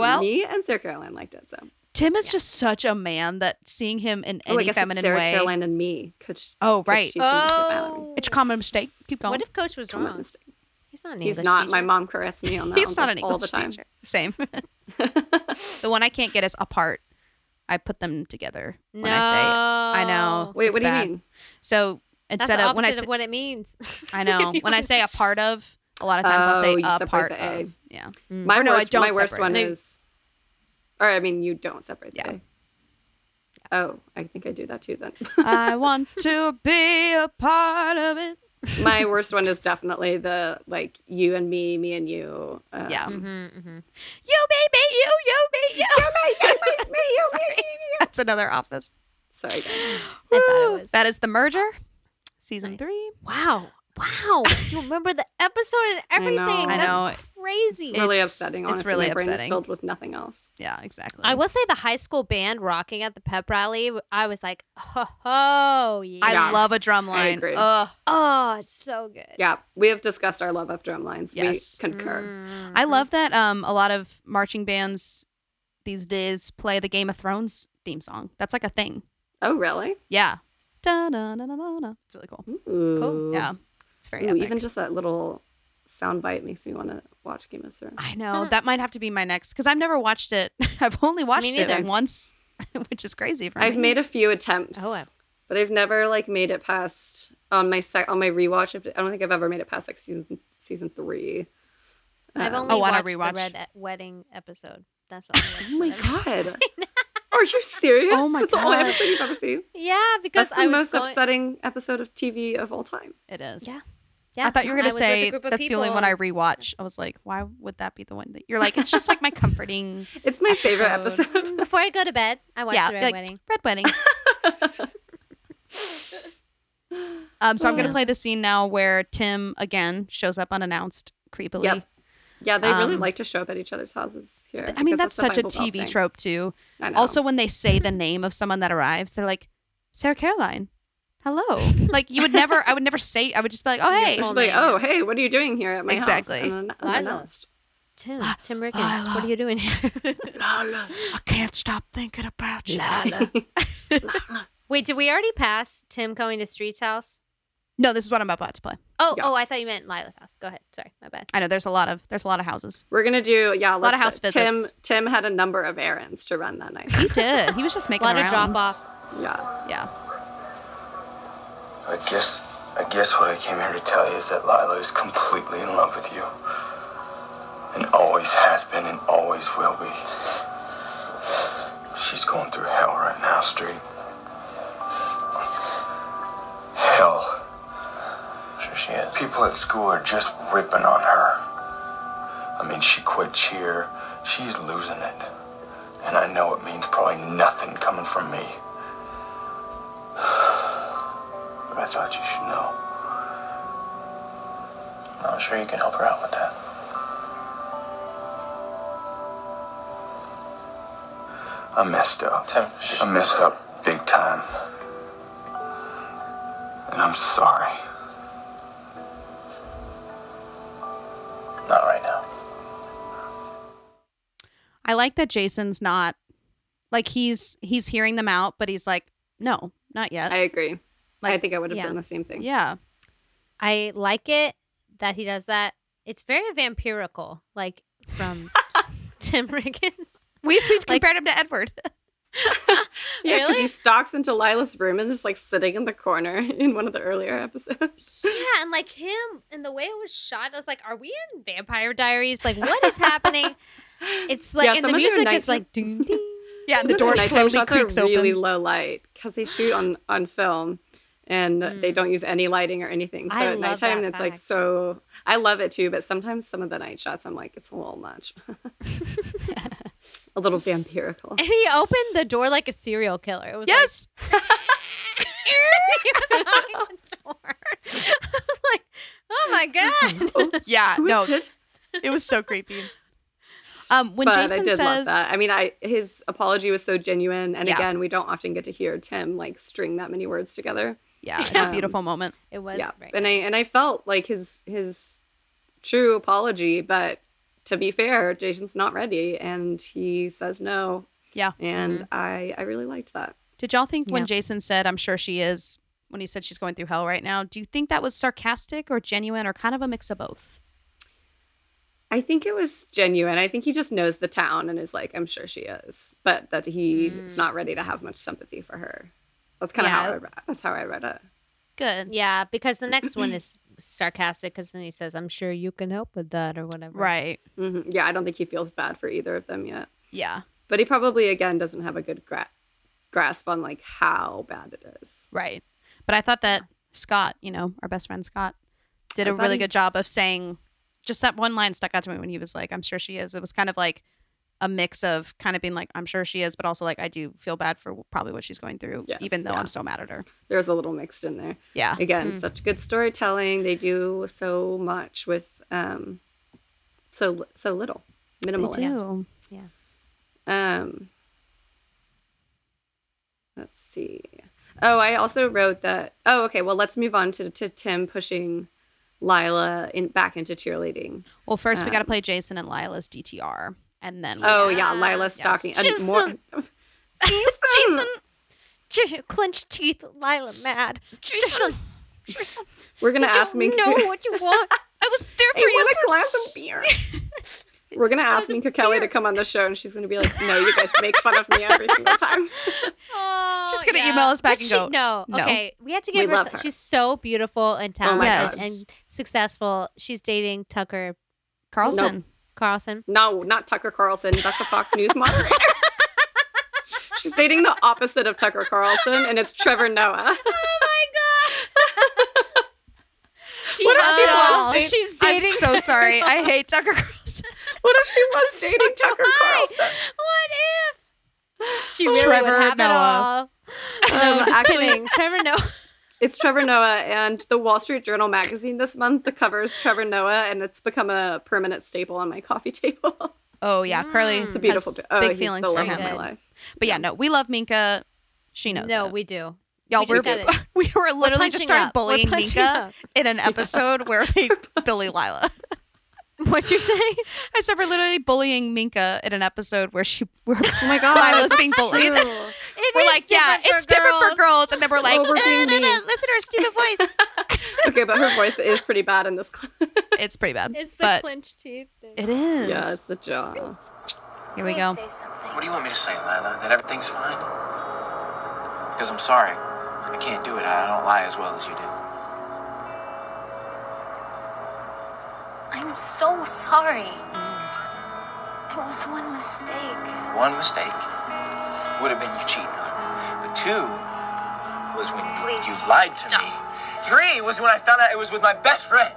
Speaker 1: Well-
Speaker 2: me and Sarah Caroline liked it. So
Speaker 1: Tim is just such a man that seeing him in
Speaker 2: oh, I
Speaker 1: any
Speaker 2: guess it's
Speaker 1: feminine
Speaker 2: Sarah
Speaker 1: way.
Speaker 2: Caroline and me. Coach,
Speaker 1: Oh,
Speaker 2: coach,
Speaker 1: right. Oh.
Speaker 2: She's gonna be a ballerina.
Speaker 1: It's a common mistake. Keep going.
Speaker 3: oh, what if Coach was
Speaker 2: Come on,
Speaker 3: wrong?
Speaker 2: mistake.
Speaker 3: He's not. An
Speaker 2: He's
Speaker 3: English
Speaker 2: not.
Speaker 3: Teacher.
Speaker 2: My mom corrects me on that.
Speaker 1: He's
Speaker 2: one,
Speaker 1: not an English
Speaker 2: like, all the time.
Speaker 1: teacher. Same. the one I can't get is apart. I put them together
Speaker 3: No.
Speaker 1: when I say it. I know.
Speaker 2: Wait,
Speaker 1: it's
Speaker 2: what do
Speaker 1: bad.
Speaker 2: you mean?
Speaker 1: So
Speaker 3: That's
Speaker 1: instead
Speaker 3: the
Speaker 1: of when I
Speaker 3: opposite
Speaker 1: say,
Speaker 3: of what it means.
Speaker 1: I know when I say a part of, A lot of times I'll
Speaker 2: Oh,
Speaker 1: say
Speaker 2: you
Speaker 1: a
Speaker 2: separate
Speaker 1: part
Speaker 2: the A.
Speaker 1: of. Yeah.
Speaker 3: Mm-hmm.
Speaker 2: My
Speaker 1: Or no, I
Speaker 2: worst,
Speaker 1: don't
Speaker 2: my worst
Speaker 1: separate
Speaker 2: one
Speaker 1: it.
Speaker 2: is, or I mean, you don't separate the A. Oh, I think I do that too then.
Speaker 1: I want to be a part of it.
Speaker 2: my worst one is definitely the like you and me, me and you. Um,
Speaker 1: Yeah.
Speaker 3: Mm-hmm.
Speaker 1: You, baby, you, you, me, you. You, me, you, me, you. That's another office.
Speaker 2: Sorry.
Speaker 1: Woo. That is the merger, season three.
Speaker 3: Wow. Wow. you remember the episode and everything.
Speaker 2: know. I
Speaker 3: That's
Speaker 1: know.
Speaker 3: crazy.
Speaker 2: It's really
Speaker 1: It's-
Speaker 2: upsetting.
Speaker 1: it's
Speaker 2: Honestly,
Speaker 1: really
Speaker 2: my brain
Speaker 1: upsetting.
Speaker 2: is filled with nothing else.
Speaker 1: Yeah, exactly.
Speaker 3: I will say the high school band rocking at the pep rally, I was like, oh, oh yeah.
Speaker 1: I love a drum
Speaker 2: I
Speaker 1: line.
Speaker 2: agree.
Speaker 1: Ugh.
Speaker 3: Oh, it's so good.
Speaker 2: Yeah, we have discussed our love of drum lines.
Speaker 1: Yes.
Speaker 2: We concur.
Speaker 1: I
Speaker 3: Mm-hmm.
Speaker 1: love that um, a lot of marching bands these days play the Game of Thrones theme song. That's like a thing.
Speaker 2: Oh, really?
Speaker 1: Yeah. Da-da-da-da-da-da. It's really cool.
Speaker 2: Ooh.
Speaker 1: Yeah. It's very
Speaker 2: Ooh,
Speaker 1: epic.
Speaker 2: even just that little sound bite makes me want to watch Game of Thrones.
Speaker 1: I know. That might have to be my next because I've never watched it. I've only watched
Speaker 3: neither.
Speaker 1: it once, which is crazy for
Speaker 2: I've
Speaker 1: me.
Speaker 2: made a few attempts.
Speaker 3: Oh, I-
Speaker 2: but I've never like made it past on my sec- on my rewatch. I don't think I've ever made it past like season season three.
Speaker 3: I've
Speaker 2: Um,
Speaker 3: only
Speaker 1: oh, on a
Speaker 3: watched the
Speaker 1: rewatch.
Speaker 3: Red E- Wedding episode. That's all.
Speaker 2: Oh my god! Are you serious?
Speaker 1: Oh my
Speaker 2: That's the only
Speaker 1: God.
Speaker 2: episode you've ever seen.
Speaker 3: Yeah, because
Speaker 2: That's the
Speaker 3: I was
Speaker 2: most
Speaker 3: going-
Speaker 2: upsetting episode of TV of all time.
Speaker 1: It is.
Speaker 3: Yeah. Yeah,
Speaker 1: I thought you were going to
Speaker 3: was with a
Speaker 1: say
Speaker 3: group of
Speaker 1: that's the only one I
Speaker 3: people
Speaker 1: rewatch. I was like, why would that be the one that you're like, it's just like my comforting.
Speaker 2: It's my favorite
Speaker 1: Episode.
Speaker 2: episode.
Speaker 3: and- Before I go to bed, I watched
Speaker 1: yeah.
Speaker 3: the
Speaker 1: be
Speaker 3: Red
Speaker 1: like,
Speaker 3: Wedding.
Speaker 1: Red Wedding. um, so I'm going to play the scene now where Tim again shows up unannounced creepily.
Speaker 2: Yep. yeah, they really
Speaker 1: Um,
Speaker 2: like to show up at each other's houses here.
Speaker 1: I mean,
Speaker 2: guess
Speaker 1: that's
Speaker 2: the
Speaker 1: such a
Speaker 2: Bible Belt
Speaker 1: TV
Speaker 2: thing.
Speaker 1: trope, too.
Speaker 2: I know.
Speaker 1: Also, when they say the name of someone that arrives, they're like, Sarah Caroline, hello. like, you would never, I would never say, I would just be like, oh,
Speaker 3: Your
Speaker 1: hey.
Speaker 2: They're just
Speaker 3: full
Speaker 2: like,
Speaker 3: name.
Speaker 2: "Oh, hey, what are you doing here at my
Speaker 1: Exactly.
Speaker 2: house?" Exactly.
Speaker 3: Lila. Tim,
Speaker 1: Oh,
Speaker 3: Tim Rickens, what are you doing here?
Speaker 1: I can't stop thinking about you.
Speaker 3: Wait, did we already pass Tim going to Street's house?
Speaker 1: no, this is what I'm about to play.
Speaker 3: Oh,
Speaker 2: Yeah.
Speaker 3: oh, I thought you meant Lila's house. Go ahead. Sorry, my bad.
Speaker 1: I know there's a lot of, there's a lot of houses.
Speaker 2: We're gonna do yeah.
Speaker 1: Lot of
Speaker 2: let's- uh,
Speaker 1: house
Speaker 2: Tim
Speaker 1: visits.
Speaker 2: Tim had a number of errands to run that night.
Speaker 1: He did. He was just
Speaker 3: A
Speaker 1: making
Speaker 3: lot of
Speaker 1: rounds.
Speaker 3: drop offs.
Speaker 2: yeah.
Speaker 1: Yeah.
Speaker 11: I guess I guess what I came here to tell you is that Lila is completely in love with you. And always has been and always will be. She's going through hell right now, Street. Hell. Sure she is. People at school are just ripping on her. I mean she quit cheer. She's losing it. And I know it means probably nothing coming from me. But I thought you should know. I'm sure you can help her out with that. I messed up. Tim. I messed up big time. And I'm sorry. Not right now.
Speaker 1: I like that Jason's not, like, he's, he's hearing them out, but he's like, no, not yet.
Speaker 2: I agree. I
Speaker 1: Like,
Speaker 2: think I would have
Speaker 3: yeah.
Speaker 2: done the same thing.
Speaker 1: yeah.
Speaker 3: I like it that he does that. It's very vampirical, like from Tim Rickens.
Speaker 1: We've, we've compared him to Edward.
Speaker 2: Yeah, because
Speaker 3: Really?
Speaker 2: he stalks into Lila's room and is like sitting in the corner in one of the earlier episodes.
Speaker 3: Yeah, and like him and the way it was shot, I was like, "Are we in Vampire Diaries? Like, what is happening?" It's like,
Speaker 2: Yeah,
Speaker 3: and
Speaker 2: some of
Speaker 3: the
Speaker 2: their
Speaker 3: music
Speaker 2: nighttime-
Speaker 3: is like, ding ding.
Speaker 1: yeah. And the
Speaker 2: But
Speaker 1: door
Speaker 2: nighttime
Speaker 1: slowly
Speaker 2: shots
Speaker 1: creaks
Speaker 2: are
Speaker 1: open.
Speaker 2: really low light because they shoot on on film and
Speaker 1: Hmm.
Speaker 2: they don't use any lighting or anything. So
Speaker 3: I
Speaker 2: at
Speaker 3: love
Speaker 2: nighttime,
Speaker 3: that
Speaker 2: it's like
Speaker 3: fact.
Speaker 2: so. I love it too, but sometimes some of the night shots, I'm like, it's a little much, a little vampirical.
Speaker 3: And he opened the door like a serial killer. It was
Speaker 1: yes.
Speaker 3: like, he was locking the door. I was like, "Oh my god!"
Speaker 1: yeah.
Speaker 2: Who is
Speaker 1: no,
Speaker 2: it?
Speaker 1: it was so creepy. Um, when
Speaker 2: but
Speaker 1: Jason
Speaker 2: I did
Speaker 1: says,
Speaker 2: love that. I mean, I his apology was so genuine, and
Speaker 1: Yeah.
Speaker 2: again, we don't often get to hear Tim like string that many words together.
Speaker 1: "Yeah, it's a
Speaker 2: Um,
Speaker 1: beautiful moment."
Speaker 3: It was
Speaker 2: yeah,
Speaker 3: very
Speaker 2: and
Speaker 3: nice.
Speaker 2: I and I felt like his his true apology, but to be fair, Jason's not ready, and he says no,
Speaker 1: Yeah.
Speaker 2: and
Speaker 1: Mm-hmm.
Speaker 2: I I really liked that.
Speaker 1: Did y'all think when
Speaker 3: Yeah.
Speaker 1: Jason said, "I'm sure she is," when he said she's going through hell right now, do you think that was sarcastic or genuine or kind of a mix of both?
Speaker 2: I think it was genuine. I think he just knows the town and is like, I'm sure she is, but
Speaker 1: Mm.
Speaker 2: that he's not ready to have much sympathy for her. That's kind of
Speaker 3: Yeah.
Speaker 2: how I read, that's how I read it.
Speaker 1: Good.
Speaker 3: Yeah, because the next one is sarcastic because then he says, "I'm sure you can help with that" or whatever.
Speaker 1: Right.
Speaker 2: hmm Yeah, I don't think he feels bad for either of them yet.
Speaker 1: Yeah.
Speaker 2: But he probably, again, doesn't have a good gra- grasp on like how bad it is.
Speaker 1: Right. But I thought that Scott, you know, our best friend Scott, did
Speaker 2: Our
Speaker 1: a really
Speaker 2: buddy.
Speaker 1: good job of saying just that one line stuck out to me when he was like, I'm sure she is. It was kind of like a mix of kind of being like, I'm sure she is, but also like, I do feel bad for probably what she's going through,
Speaker 2: Yes,
Speaker 1: even though
Speaker 2: yeah.
Speaker 1: I'm so mad at her.
Speaker 2: There's a little mixed in there.
Speaker 1: Yeah.
Speaker 2: Again,
Speaker 1: Mm.
Speaker 2: such good storytelling. They do so much with um, so so little, minimalist.
Speaker 1: do.
Speaker 3: Yeah.
Speaker 2: Um, let's see. Oh, I also wrote that. Oh, okay. Well, let's move on to, to Tim pushing Lila in back into cheerleading.
Speaker 1: Well, first we got to
Speaker 2: Um,
Speaker 1: play Jason and Lila's DTR, and then we'll
Speaker 2: Oh
Speaker 1: get-
Speaker 2: yeah, Lila stalking. and
Speaker 3: Jason.
Speaker 2: more,
Speaker 3: Jason. Clenched teeth, Lila mad. Jason, Jason,
Speaker 2: we're gonna
Speaker 3: I
Speaker 2: ask
Speaker 3: don't
Speaker 2: Minka.
Speaker 3: know what you want.
Speaker 1: I was there
Speaker 2: I want a glass of beer. We're gonna ask Minka Kelly to come on the show, and she's gonna be like, "No, you guys make fun of me every single time."
Speaker 3: Oh,
Speaker 1: She's gonna
Speaker 3: yeah.
Speaker 1: email us back
Speaker 3: But
Speaker 1: and
Speaker 3: she-
Speaker 1: go,
Speaker 3: No,
Speaker 1: "No."
Speaker 3: okay. We have to
Speaker 2: We
Speaker 3: give her,
Speaker 2: love
Speaker 3: s-
Speaker 2: her.
Speaker 3: She's so beautiful and
Speaker 2: Oh
Speaker 3: talented
Speaker 2: my
Speaker 1: gosh.
Speaker 3: and successful. She's dating Tucker
Speaker 1: Carlson.
Speaker 2: Nope.
Speaker 3: Carlson.
Speaker 2: No, not Tucker Carlson. That's a Fox News moderator. She's dating the opposite of Tucker Carlson, and it's Trevor Noah.
Speaker 3: Oh She
Speaker 2: What if she
Speaker 3: has-
Speaker 2: was dating-
Speaker 3: She's
Speaker 1: I'm
Speaker 3: dating.
Speaker 1: so sorry. I hate Tucker Carlson.
Speaker 2: What if she was dating Tucker
Speaker 3: Why?
Speaker 2: Carlson?
Speaker 3: What if she really would
Speaker 1: Trevor
Speaker 3: have it all?
Speaker 1: Noah.
Speaker 3: Oh, No,
Speaker 2: Um,
Speaker 3: just
Speaker 2: actually-
Speaker 3: kidding. Trevor Noah.
Speaker 2: It's Trevor Noah and the Wall Street Journal magazine this month. The cover is Trevor Noah, and it's become a permanent staple on my coffee table.
Speaker 1: Oh yeah, Curly.
Speaker 2: It's a beautiful.
Speaker 1: has
Speaker 2: Has oh,
Speaker 1: big
Speaker 2: he's
Speaker 1: feelings
Speaker 2: the
Speaker 1: for
Speaker 2: love of
Speaker 1: him.
Speaker 2: my
Speaker 3: Good.
Speaker 2: life.
Speaker 1: But yeah, no, we love Minka. She knows.
Speaker 3: No,
Speaker 1: it.
Speaker 3: we do.
Speaker 1: y'all
Speaker 3: we
Speaker 1: we are
Speaker 3: just gotta-
Speaker 1: we were literally
Speaker 3: punching
Speaker 1: just started
Speaker 3: up. We're
Speaker 1: bullying
Speaker 3: punching
Speaker 1: Minka
Speaker 3: up.
Speaker 1: in an episode where they bully Lila.
Speaker 3: What you saying?
Speaker 1: I said we're literally bullying Minka in an episode where she where
Speaker 2: Oh my god,
Speaker 1: Lila's being
Speaker 2: that's
Speaker 1: bullied.
Speaker 2: true.
Speaker 3: It
Speaker 1: we're
Speaker 3: is
Speaker 1: like, yeah,
Speaker 3: different for
Speaker 1: it's different for
Speaker 3: girls.
Speaker 1: girls, and then we're like,
Speaker 2: we're being
Speaker 1: "No, no, no,
Speaker 2: mean."
Speaker 1: listen to her stupid voice.
Speaker 2: okay, but her voice is pretty bad in this. clip.
Speaker 1: it's pretty bad.
Speaker 3: It's the
Speaker 1: but
Speaker 3: clenched teeth thing.
Speaker 1: it is.
Speaker 2: yeah, it's the jaw.
Speaker 1: Here we go.
Speaker 12: Say something.
Speaker 9: What do you want me to say, Lila? That everything's fine? Because I'm sorry. I can't do it. I don't lie as well as you do.
Speaker 12: I'm so sorry.
Speaker 3: Mm.
Speaker 12: It was one mistake.
Speaker 9: One mistake would have been you cheating on me. But two was when you, you
Speaker 12: Please,
Speaker 9: lied to
Speaker 12: stop.
Speaker 9: me. Three was when I found out it was with my best friend.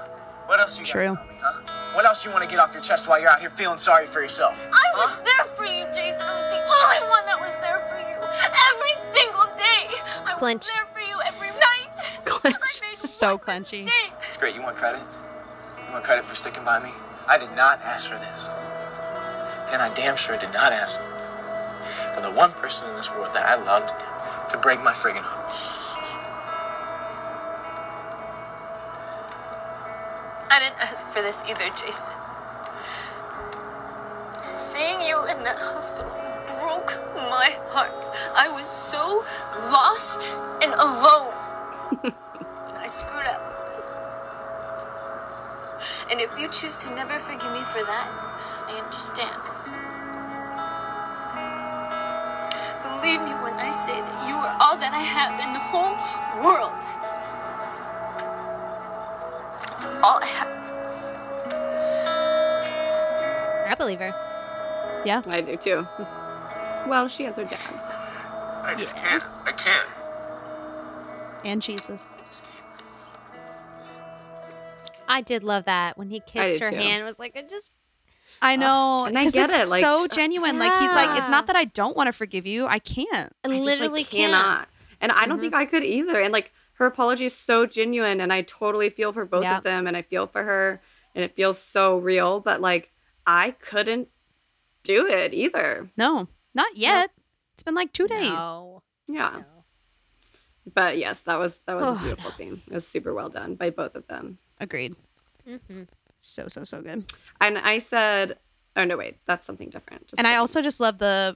Speaker 9: What else you got
Speaker 1: True.
Speaker 9: to tell me, huh? What else you want to get off your chest while you're out here feeling sorry for yourself?
Speaker 12: I was there for you, Jason. I was the only one that was there for you every single day. I
Speaker 3: Clenched.
Speaker 12: was there for you every night.
Speaker 2: Clenched.
Speaker 12: I made
Speaker 1: So
Speaker 12: one
Speaker 1: clenchy.
Speaker 12: mistake.
Speaker 9: It's great. You want credit? You want credit for sticking by me? I did not ask for this. And I damn sure did not ask for the one person in this world that I loved to break my friggin' heart.
Speaker 12: I didn't ask for this either, Jason. Seeing you in that hospital broke my heart. I was so lost and alone. I screwed up. And if you choose to never forgive me for that, I understand. Believe me when I say that you are all that I have in the whole world. It's all I have.
Speaker 3: I believe her.
Speaker 2: I do too. Well, she has her dad.
Speaker 9: I just can't. I can't.
Speaker 1: And Jesus.
Speaker 3: I did love that when he kissed
Speaker 2: did
Speaker 3: her
Speaker 2: too.
Speaker 3: hand. Was like, I just
Speaker 1: I know,
Speaker 2: and I
Speaker 1: 'cause
Speaker 2: get
Speaker 1: it's
Speaker 2: it, like- uh,
Speaker 1: so genuine. Like he's like, it's
Speaker 3: Yeah.
Speaker 1: not that I don't want to forgive you. I can't. Mm-hmm.
Speaker 2: I
Speaker 3: I
Speaker 2: just, like,
Speaker 3: literally
Speaker 2: cannot.
Speaker 3: cannot.
Speaker 2: And I don't think I could either. And like her apology is so genuine, and I totally feel for both
Speaker 3: Yeah.
Speaker 2: of them, and I feel for her, and it feels so real. But like I couldn't do it either.
Speaker 1: No, not yet. It's been like two days.
Speaker 3: No,
Speaker 2: Yeah.
Speaker 3: no.
Speaker 2: But yes, that was that was
Speaker 1: Oh,
Speaker 2: a beautiful scene. It was super well done by both of them.
Speaker 1: Agreed.
Speaker 3: Mm-hmm.
Speaker 1: So so so good.
Speaker 2: And I said, oh no, wait, that's something different. Just
Speaker 1: and I
Speaker 2: kidding.
Speaker 1: also just love the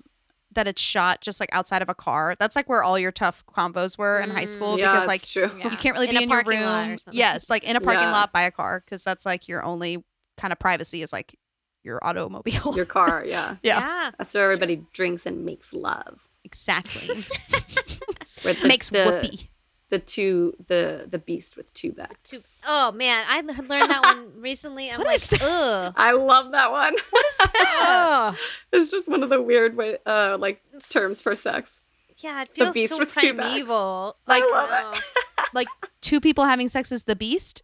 Speaker 1: that it's shot just like outside of a car. That's like where all your tough combos were in high
Speaker 3: Mm,
Speaker 1: school
Speaker 2: yeah,
Speaker 1: because
Speaker 2: it's
Speaker 1: like
Speaker 2: true.
Speaker 3: Yeah.
Speaker 1: you can't really
Speaker 3: In
Speaker 1: be
Speaker 3: a
Speaker 1: in your
Speaker 3: parking lot or
Speaker 1: room.
Speaker 3: something.
Speaker 1: Yes, like in a parking
Speaker 2: Yeah.
Speaker 1: lot by a car because that's like your only kind of privacy is like your automobile.
Speaker 2: Your car, yeah.
Speaker 1: yeah.
Speaker 3: yeah.
Speaker 2: That's where everybody drinks and makes love.
Speaker 1: exactly.
Speaker 2: Where the-
Speaker 1: Makes
Speaker 2: the-
Speaker 1: whoopee.
Speaker 2: the two the the beast with two backs.
Speaker 3: Two- Oh man, I lear- learned that one recently. I'm like, ugh.
Speaker 2: I love that one. What is
Speaker 3: that?
Speaker 2: it's just one of the weird way, uh, like terms for sex.
Speaker 3: Yeah, it
Speaker 2: The
Speaker 3: feels
Speaker 2: beast
Speaker 3: so
Speaker 2: with two backs.
Speaker 3: primeval. oh,
Speaker 1: Like-
Speaker 3: I
Speaker 1: love
Speaker 3: don't know.
Speaker 1: like two people having sex is the beast,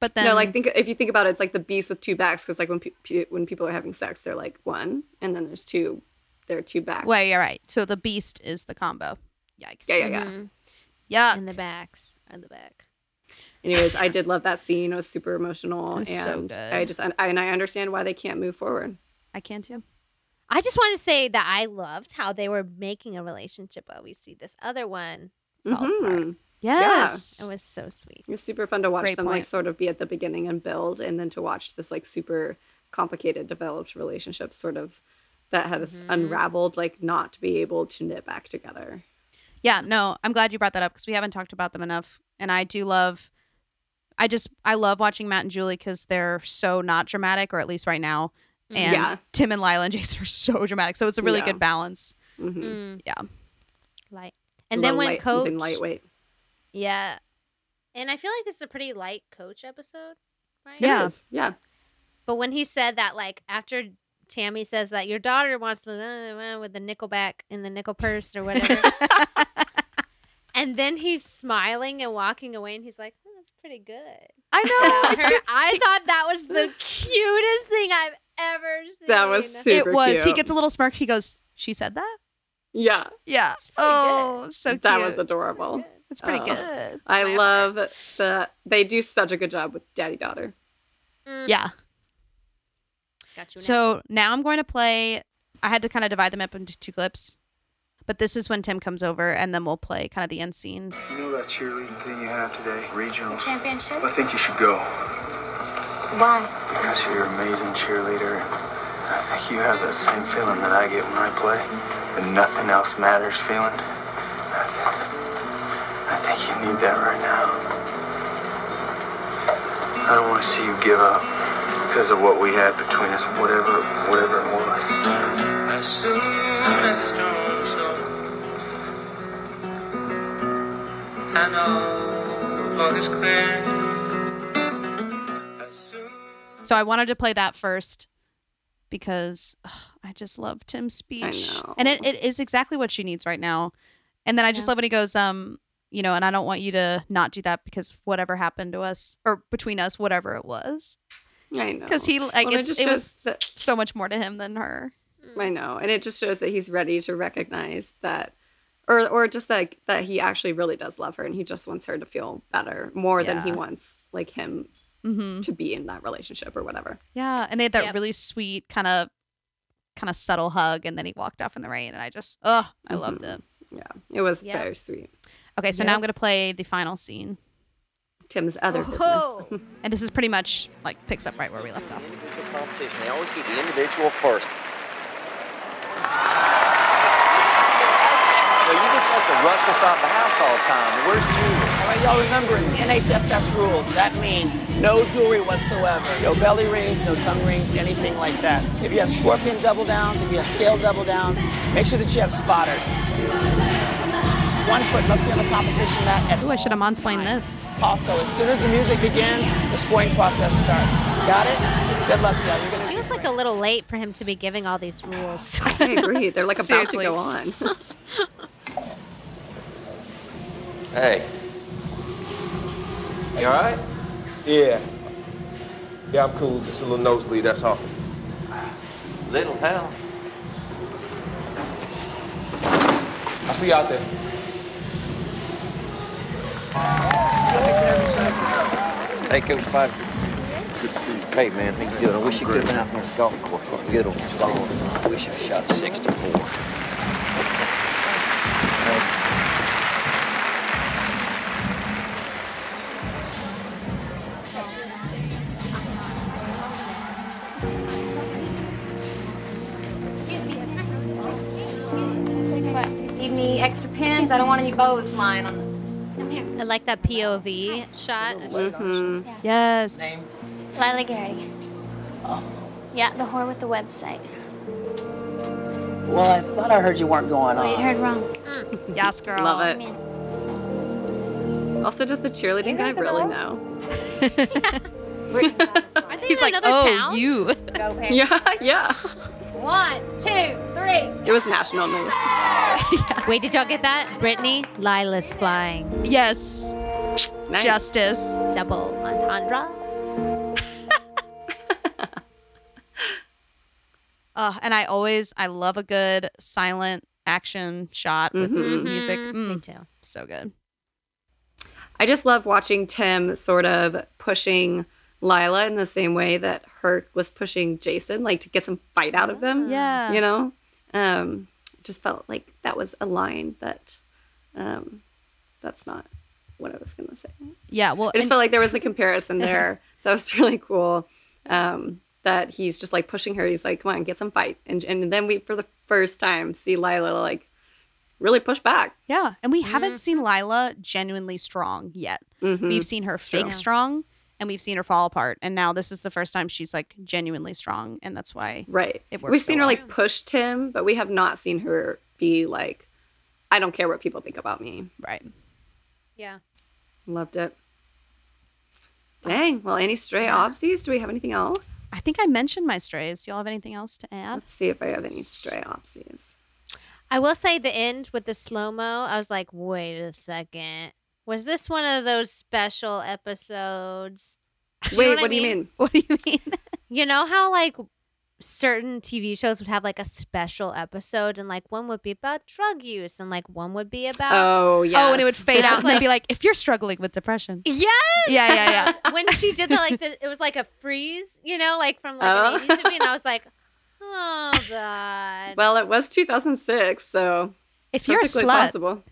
Speaker 1: but then
Speaker 2: no, like think if you think about it, it's like the beast with two backs because like when pe- pe- when people are having sex, they're like one, and then there's two, there are two backs.
Speaker 1: well, you're right. So the beast is the combo. Yikes.
Speaker 2: Yeah, yeah, yeah. Uh,
Speaker 1: Yeah.
Speaker 3: mm, In the backs, in the back.
Speaker 2: Anyways, I did love that scene. It was super emotional,
Speaker 1: It was so
Speaker 2: and
Speaker 1: good.
Speaker 2: I just and I, and I understand why they can't move forward.
Speaker 1: I can too.
Speaker 3: I just want to say that I loved how they were making a relationship while we see this other one. fall apart.
Speaker 2: Mhm.
Speaker 1: Yes.
Speaker 3: It was so sweet.
Speaker 2: It was super fun to watch
Speaker 1: Great
Speaker 2: them like
Speaker 1: point.
Speaker 2: sort of be at the beginning and build, and then to watch this like super complicated developed relationship sort of that has
Speaker 1: Mm-hmm.
Speaker 2: unraveled, like not be able to knit back together.
Speaker 1: Yeah, no, I'm glad you brought that up because we haven't talked about them enough. And I do love, I just, I love watching Matt and Julie because they're so not dramatic, or at least right now.
Speaker 3: Mm-hmm.
Speaker 1: And
Speaker 2: Yeah.
Speaker 1: Tim and Lila and Jason are so dramatic. So it's a really
Speaker 2: Yeah.
Speaker 1: good balance.
Speaker 2: Mm-hmm.
Speaker 3: Mm,
Speaker 1: Yeah.
Speaker 3: light. And then when
Speaker 2: light,
Speaker 3: Coach.
Speaker 2: something lightweight.
Speaker 3: Yeah. And I feel like this is a pretty light Coach episode, right?
Speaker 1: Yeah.
Speaker 2: It is, yeah.
Speaker 3: But when he said that, like after Tammy says that your daughter wants the uh, with the nickel back in the nickel purse or whatever, and then he's smiling and walking away, and he's like, "Oh, "That's pretty good."
Speaker 1: I
Speaker 3: about her. I thought that was the cutest thing I've ever seen.
Speaker 2: That was
Speaker 1: know.
Speaker 2: super
Speaker 1: it was. He
Speaker 2: cute.
Speaker 1: gets a little smirk. He goes, She said that?
Speaker 2: Yeah,
Speaker 1: Yeah.
Speaker 3: pretty
Speaker 1: Oh, so cute.
Speaker 2: that was adorable.
Speaker 1: That's pretty
Speaker 2: Oh.
Speaker 1: good.
Speaker 2: I love that they do such a good job with daddy daughter.
Speaker 3: Mm,
Speaker 1: Yeah.
Speaker 3: Got you now.
Speaker 1: So now I'm going to play. I had to kind of divide them up into two clips, but this is when Tim comes over, and then we'll play kind of the end scene.
Speaker 9: You know that cheerleading thing you have today, regionals.
Speaker 12: Championship?
Speaker 9: I think you should go.
Speaker 12: Why?
Speaker 9: Because you're an amazing cheerleader. I think you have that same feeling that I get when I play. The nothing else matters feeling. I, th- I think you need that right now. I don't want to see you give up because of what we had between us, whatever, whatever it was.
Speaker 10: As soon as the storm's over, I know all is clear. As soon
Speaker 1: So I wanted to play that first because ugh, I just love Tim's speech.
Speaker 2: know.
Speaker 1: And it, it is exactly what she needs right now. And then I just love when he goes, um, you know, and I don't want you to not do that because whatever happened to us or between us, whatever it was.
Speaker 2: I know.
Speaker 1: Because he like
Speaker 2: Well,
Speaker 1: it's, it,
Speaker 2: just shows
Speaker 1: was
Speaker 2: that-
Speaker 1: so much more to him than her.
Speaker 2: I know, and it just shows that he's ready to recognize that, or or just like that he actually really does love her, and he just wants her to feel better more than he
Speaker 1: Yeah.
Speaker 2: wants like him
Speaker 1: Mm-hmm.
Speaker 2: to be in that relationship or whatever.
Speaker 1: Yeah. And they had that
Speaker 3: Yep.
Speaker 1: really sweet kind of kind of subtle hug and then he walked off in the rain and I just oh I loved
Speaker 2: Mhm.
Speaker 1: it.
Speaker 2: Yeah, it was
Speaker 3: Yeah.
Speaker 2: very sweet.
Speaker 1: Okay, so now I'm gonna play the final scene.
Speaker 2: Tim's other
Speaker 3: Oh.
Speaker 2: business.
Speaker 1: And this is pretty much like picks up right where we left off.
Speaker 13: individual competition. They always do the individual first. Well, you just like to rush us out the house all the time. Where's Julie?
Speaker 6: All right, y'all remember it's NHFS rules. That means no jewelry whatsoever. No belly rings, no tongue rings, anything like that. If you have scorpion double downs, if you have scale double downs, make sure that you have spotters. One foot must be on the competition mat at
Speaker 1: Ooh, I should have mansplained this.
Speaker 6: Also, as soon as the music begins, the scoring process starts. Got it? Good luck, y'all. You're gonna
Speaker 3: He was like a little late for him to be giving all these rules.
Speaker 2: I agree. They're like about
Speaker 1: Seriously.
Speaker 2: to go on.
Speaker 13: Hey. You all right?
Speaker 9: Yeah. Yeah, I'm cool. Just a little nosebleed, that's all.
Speaker 13: Little hell.
Speaker 9: I'll see you out there.
Speaker 13: Hey, Coach Five. Good to see you. Hey, man. How you doing? I wish you could have been out here on the golf course. What a good one was long. I wish I shot 64.
Speaker 14: Do you need extra pins? I don't want any bows flying on the.
Speaker 3: I like that POV shot.
Speaker 2: Mhm.
Speaker 1: Yes.
Speaker 12: Lila Gary. Yeah, the whore with the website.
Speaker 6: Well, I thought I heard you weren't going
Speaker 12: Oh, you
Speaker 6: on.
Speaker 12: heard wrong.
Speaker 1: Yes, girl.
Speaker 2: Love
Speaker 12: Come
Speaker 2: it.
Speaker 12: in.
Speaker 2: Also, does the cheerleading guy really know?
Speaker 3: Aren't they
Speaker 1: He's
Speaker 3: in
Speaker 1: like,
Speaker 3: another
Speaker 1: oh,
Speaker 3: town?
Speaker 1: you.
Speaker 2: Yeah, yeah.
Speaker 3: One, two, three.
Speaker 2: It was national news.
Speaker 3: Wait, did y'all get that? Brittany, Lila's flying.
Speaker 1: Yes.
Speaker 2: Nice.
Speaker 1: Justice.
Speaker 3: Double entendre.
Speaker 1: Uh, and I always, I love a good silent action shot with
Speaker 2: Mhm.
Speaker 1: music.
Speaker 3: Mhm.
Speaker 1: Mm,
Speaker 3: Me too.
Speaker 1: so good.
Speaker 2: I just love watching Tim sort of pushing Lila in the same way that Herc was pushing Jason, like to get some fight out of them.
Speaker 1: Yeah.
Speaker 2: You know? Um, just felt like that was a line that um, that's not what I was going to say.
Speaker 1: Yeah. Well,
Speaker 2: I just
Speaker 1: and-
Speaker 2: felt like there was a comparison there that was really cool. Um, that he's just like pushing her. He's like, "Come on, get some fight," and and then we for the first time see Lila like really push back.
Speaker 1: yeah. And we
Speaker 2: Mm-hmm.
Speaker 1: haven't seen Lila genuinely strong yet.
Speaker 2: Mhm.
Speaker 1: We've seen her fake
Speaker 2: true.
Speaker 1: strong and we've seen her fall apart. And now this is the first time she's like genuinely strong. And that's why
Speaker 2: Right.
Speaker 1: It works
Speaker 2: We've seen
Speaker 1: so
Speaker 2: her
Speaker 1: well.
Speaker 2: like push Tim, but we have not seen her be like, "I don't care what people think about me."
Speaker 1: Right.
Speaker 3: Yeah.
Speaker 2: Loved it. Dang. Well, any stray opsies? Do we have anything else?
Speaker 1: I think I mentioned my strays. Do y'all have anything else to add?
Speaker 2: Let's see if I have any stray opsies.
Speaker 3: I will say the end with the slow mo, I was like, wait a second. Was this one of those special episodes? You know
Speaker 2: Wait,
Speaker 3: I
Speaker 2: what do you mean?
Speaker 1: What do you mean?
Speaker 3: You know how like certain TV shows would have like a special episode and like one would be about drug use and like one would be about
Speaker 2: Oh, yeah.
Speaker 1: Oh, and it would fade
Speaker 3: I
Speaker 1: out
Speaker 3: was
Speaker 1: and then
Speaker 3: like-
Speaker 1: be like, if you're struggling with depression.
Speaker 3: Yes.
Speaker 1: Yeah, yeah, yeah.
Speaker 3: I was- when she did that, like the, it was like a freeze, you know, like from like
Speaker 2: Oh.
Speaker 3: an 80s movie, and I was like, oh god.
Speaker 2: Well, it was 2006, so
Speaker 1: If you're a
Speaker 2: perfectly
Speaker 1: slut,
Speaker 2: possible.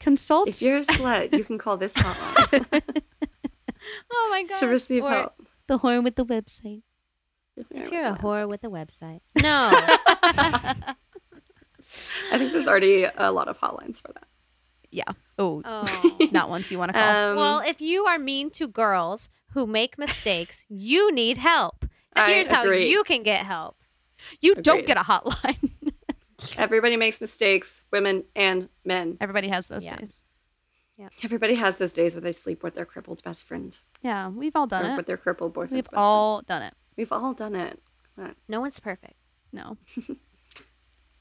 Speaker 1: consult.
Speaker 2: If you're a slut, you can call this hotline
Speaker 3: oh my god.
Speaker 2: to receive
Speaker 3: Or
Speaker 2: help.
Speaker 1: the horn with the website.
Speaker 3: If you're a whore with a website, no.
Speaker 2: I think there's already a lot of hotlines for that.
Speaker 1: Yeah. Oh,
Speaker 3: oh.
Speaker 1: not once you want to call.
Speaker 2: Um,
Speaker 3: Well, if you are mean to girls who make mistakes, you need help.
Speaker 2: I
Speaker 3: Here's how
Speaker 2: agree.
Speaker 3: you can get help.
Speaker 1: you don't
Speaker 2: agreed.
Speaker 1: get a hotline.
Speaker 2: everybody makes mistakes, women and men.
Speaker 1: Everybody has those
Speaker 3: Yeah.
Speaker 1: days.
Speaker 2: Everybody has those days where they sleep with their crippled best friend
Speaker 1: Yeah, we've all
Speaker 2: or
Speaker 1: done
Speaker 2: with
Speaker 1: it.
Speaker 2: their crippled boyfriend's
Speaker 1: We've
Speaker 2: best
Speaker 1: all done it.
Speaker 2: friend. We've all done it. Uh, Come on.
Speaker 3: No one's perfect.
Speaker 1: No.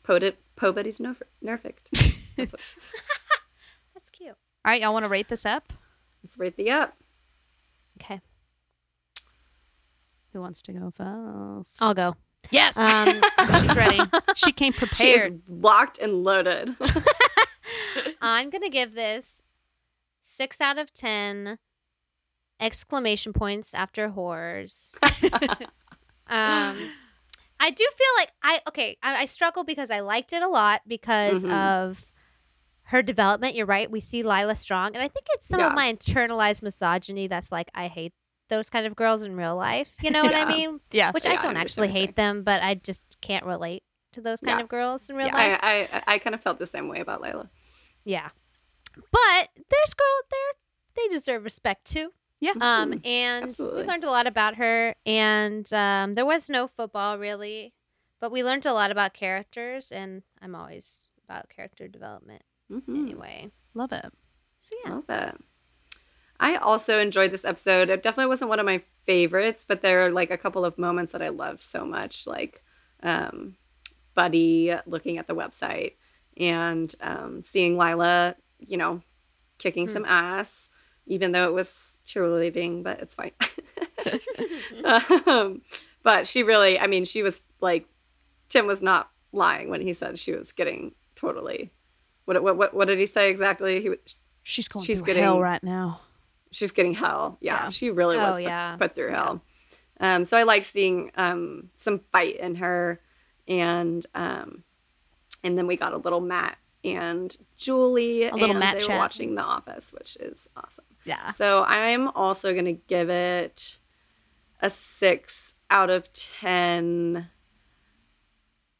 Speaker 2: Poet, po buddy's nerf- nerfect. That's what-
Speaker 3: That's cute.
Speaker 1: All right, y'all want to rate this up?
Speaker 2: Let's rate the up.
Speaker 3: Okay,
Speaker 1: Who wants to go first?
Speaker 3: I'll go.
Speaker 1: Yes.
Speaker 3: Um,
Speaker 1: She's ready. She came
Speaker 2: She is
Speaker 1: prepared.
Speaker 2: locked and loaded.
Speaker 3: I'm gonna give this six out of ten exclamation points after horrors. um, I do feel like I okay. I, I struggle because I liked it a lot because
Speaker 2: Mhm.
Speaker 3: of her development. You're right. We see Lila strong, and I think it's some
Speaker 2: Yeah.
Speaker 3: of my internalized misogyny that's like I hate those kind of girls in real life. You know what
Speaker 2: Yeah.
Speaker 3: I mean?
Speaker 1: yeah.
Speaker 3: Which
Speaker 2: Yeah,
Speaker 3: I
Speaker 2: I understand
Speaker 3: don't
Speaker 2: what
Speaker 3: actually
Speaker 2: you're
Speaker 3: hate
Speaker 2: saying.
Speaker 3: them, but I just can't relate to those kind
Speaker 2: Yeah.
Speaker 3: of girls in real life.
Speaker 2: I, I, I kind of felt the same way about Layla.
Speaker 3: Yeah. But there's girl there. They deserve respect too.
Speaker 1: Yeah.
Speaker 3: Um, and
Speaker 2: Mm-hmm. Absolutely.
Speaker 3: we learned a lot about her. And um, there was no football really, but we learned a lot about characters. And I'm always about character development
Speaker 2: Mhm.
Speaker 3: anyway.
Speaker 1: Love it.
Speaker 3: So yeah.
Speaker 2: Love it. I also enjoyed this episode. It definitely wasn't one of my favorites, but there are like a couple of moments that I loved so much, like um, Buddy looking at the website and um, seeing Lila, you know, kicking some ass, even though it was cheerleading, but it's fine. um, but she really, I mean, she was like, Tim was not lying when he said she was getting totally. What, what, what, what did he say exactly? He, was-
Speaker 1: She's going
Speaker 2: She's
Speaker 1: through
Speaker 2: getting-
Speaker 1: hell right now.
Speaker 2: she's getting hell. Yeah,
Speaker 1: Yeah.
Speaker 2: she really was
Speaker 3: Oh,
Speaker 2: put,
Speaker 3: yeah.
Speaker 2: put through hell. Um, so I liked seeing um, some fight in her, and um, and then we got a little Matt and Julie,
Speaker 1: little
Speaker 2: and
Speaker 1: Matt
Speaker 2: they
Speaker 1: chat. Ah.
Speaker 2: were watching The Office, which is awesome.
Speaker 1: Yeah.
Speaker 2: So I'm also gonna give it a six out of ten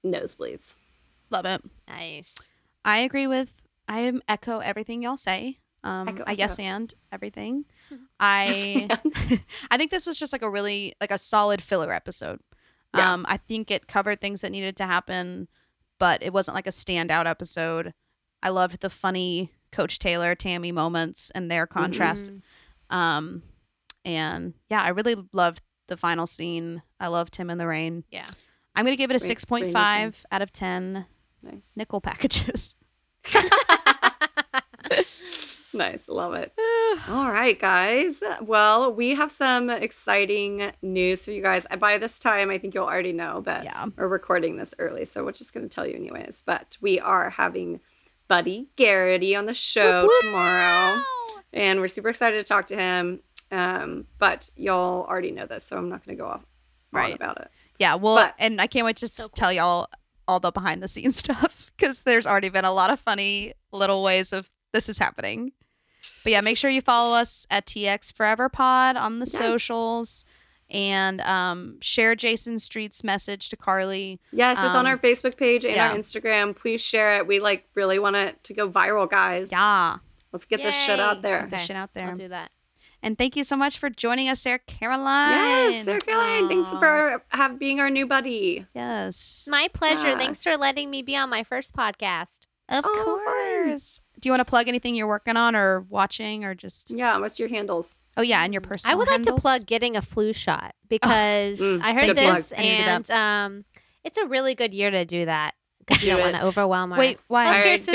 Speaker 2: nosebleeds.
Speaker 1: Love it.
Speaker 3: Nice.
Speaker 1: I agree with. I am echo everything y'all say. Um,
Speaker 2: Echo,
Speaker 1: I yes
Speaker 2: echo. Mm-hmm.
Speaker 1: and everything. I I think this was just like a really like a solid filler episode.
Speaker 2: Yeah.
Speaker 1: Um, I think it covered things that needed to happen, but it wasn't like a standout episode. I loved the funny Coach Taylor, Tammy moments and their contrast.
Speaker 2: Mm-hmm.
Speaker 1: Um, and yeah, I really loved the final scene. I loved Tim in the Rain.
Speaker 3: Yeah.
Speaker 1: I'm going to give it a
Speaker 3: Great- great
Speaker 1: 6.5 out of 10
Speaker 2: nice.
Speaker 1: nickel packages.
Speaker 2: nice. Love it. All right, guys. Well, we have some exciting news for you guys. By this time, I think you'll already know, but we're recording this early. So we're just going to tell you, anyways. But we are having Buddy Garrity on the show tomorrow. And we're super excited to talk to him. Um, but y'all already know this. So I'm not going to go off right.
Speaker 1: Right.
Speaker 2: about it.
Speaker 1: Yeah, well, and I can't wait just to tell y'all all the behind the scenes stuff because there's already been a lot of funny little ways of this is happening. But yeah, make sure you follow us at TX Forever Pod on the socials and um, share Jason Street's message to Carly.
Speaker 2: Yes, it's
Speaker 1: Um,
Speaker 2: on our Facebook page and our
Speaker 1: yeah.
Speaker 2: Instagram. Please share it. We like really want it to go viral, guys.
Speaker 1: Yeah.
Speaker 2: Let's get this shit out there.
Speaker 1: Get this shit out there.
Speaker 3: I'll do that.
Speaker 1: And thank you so much for joining us, Sarah Caroline.
Speaker 2: Yes, Sarah Caroline. Thanks for have being our new buddy.
Speaker 1: Yes.
Speaker 3: My pleasure.
Speaker 2: Ah.
Speaker 1: Yeah.
Speaker 3: Thanks for letting me be on my first podcast.
Speaker 1: Of course. Do you want to plug anything you're working on or watching or just?
Speaker 2: Yeah. What's your handles?
Speaker 1: Oh yeah, and your personal.
Speaker 3: I would like
Speaker 1: handles?
Speaker 3: to plug getting a flu shot because
Speaker 1: Mm,
Speaker 3: I
Speaker 1: good
Speaker 3: heard
Speaker 1: plug.
Speaker 3: this
Speaker 1: I needed
Speaker 3: and um, it's a really good year to do that because you
Speaker 2: Do
Speaker 3: don't
Speaker 2: it.
Speaker 3: want to overwhelm our
Speaker 1: Wait, why?
Speaker 3: healthcare
Speaker 2: I
Speaker 3: system.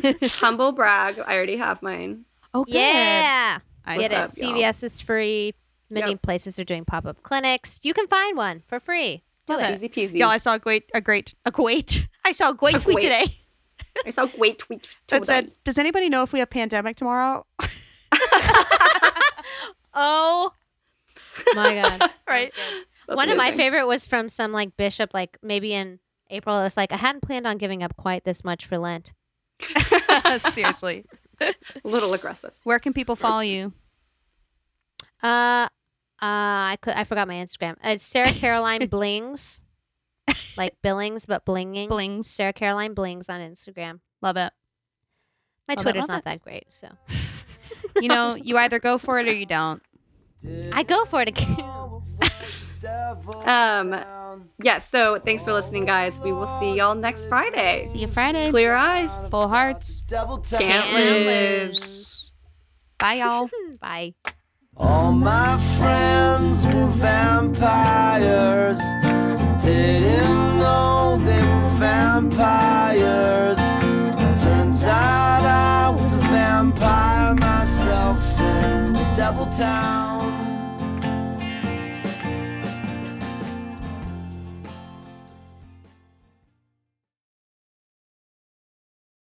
Speaker 2: don't wanna- humble brag. I already have mine.
Speaker 1: Oh,
Speaker 3: yeah,
Speaker 2: I
Speaker 3: get it.
Speaker 2: What's up, y'all?
Speaker 3: CVS is free. Many
Speaker 2: Yep.
Speaker 3: places are doing pop up clinics. You can find one for free. Do
Speaker 1: Love
Speaker 3: it.
Speaker 2: Easy peasy.
Speaker 1: Y'all, I saw a great, a great, a great. I saw a great
Speaker 2: A
Speaker 1: tweet
Speaker 2: great
Speaker 1: today
Speaker 2: I saw a great tweet.
Speaker 1: that
Speaker 2: today.
Speaker 1: said, "Does anybody know if we have pandemic tomorrow?"
Speaker 3: Oh my god!
Speaker 1: right.
Speaker 3: One of my
Speaker 1: amazing.
Speaker 3: favorite was from some like bishop, like maybe in April. It was like I hadn't planned on giving up quite this much for Lent.
Speaker 1: Seriously,
Speaker 2: a little aggressive.
Speaker 1: Where can people follow you?
Speaker 3: Uh, uh, I could I forgot my Instagram. It's Sarah Caroline Blings, like Billings but blinging.
Speaker 1: Blings.
Speaker 3: Sarah Caroline Blings on Instagram.
Speaker 1: Love it.
Speaker 3: My
Speaker 1: Love it,
Speaker 3: Twitter's
Speaker 1: love
Speaker 3: not
Speaker 1: Oh, it.
Speaker 3: that great, so
Speaker 1: You know, you either go for it or you don't.
Speaker 3: I go for it again.
Speaker 2: Um, yes. So thanks for listening, guys. We will see y'all next Friday.
Speaker 1: See you Friday.
Speaker 2: Clear eyes.
Speaker 1: Full hearts.
Speaker 2: Can't lose.
Speaker 1: Bye, y'all.
Speaker 3: Bye.
Speaker 15: All my friends were vampires. Didn't know they were vampires. Turns out I was a vampire myself in Devil Town.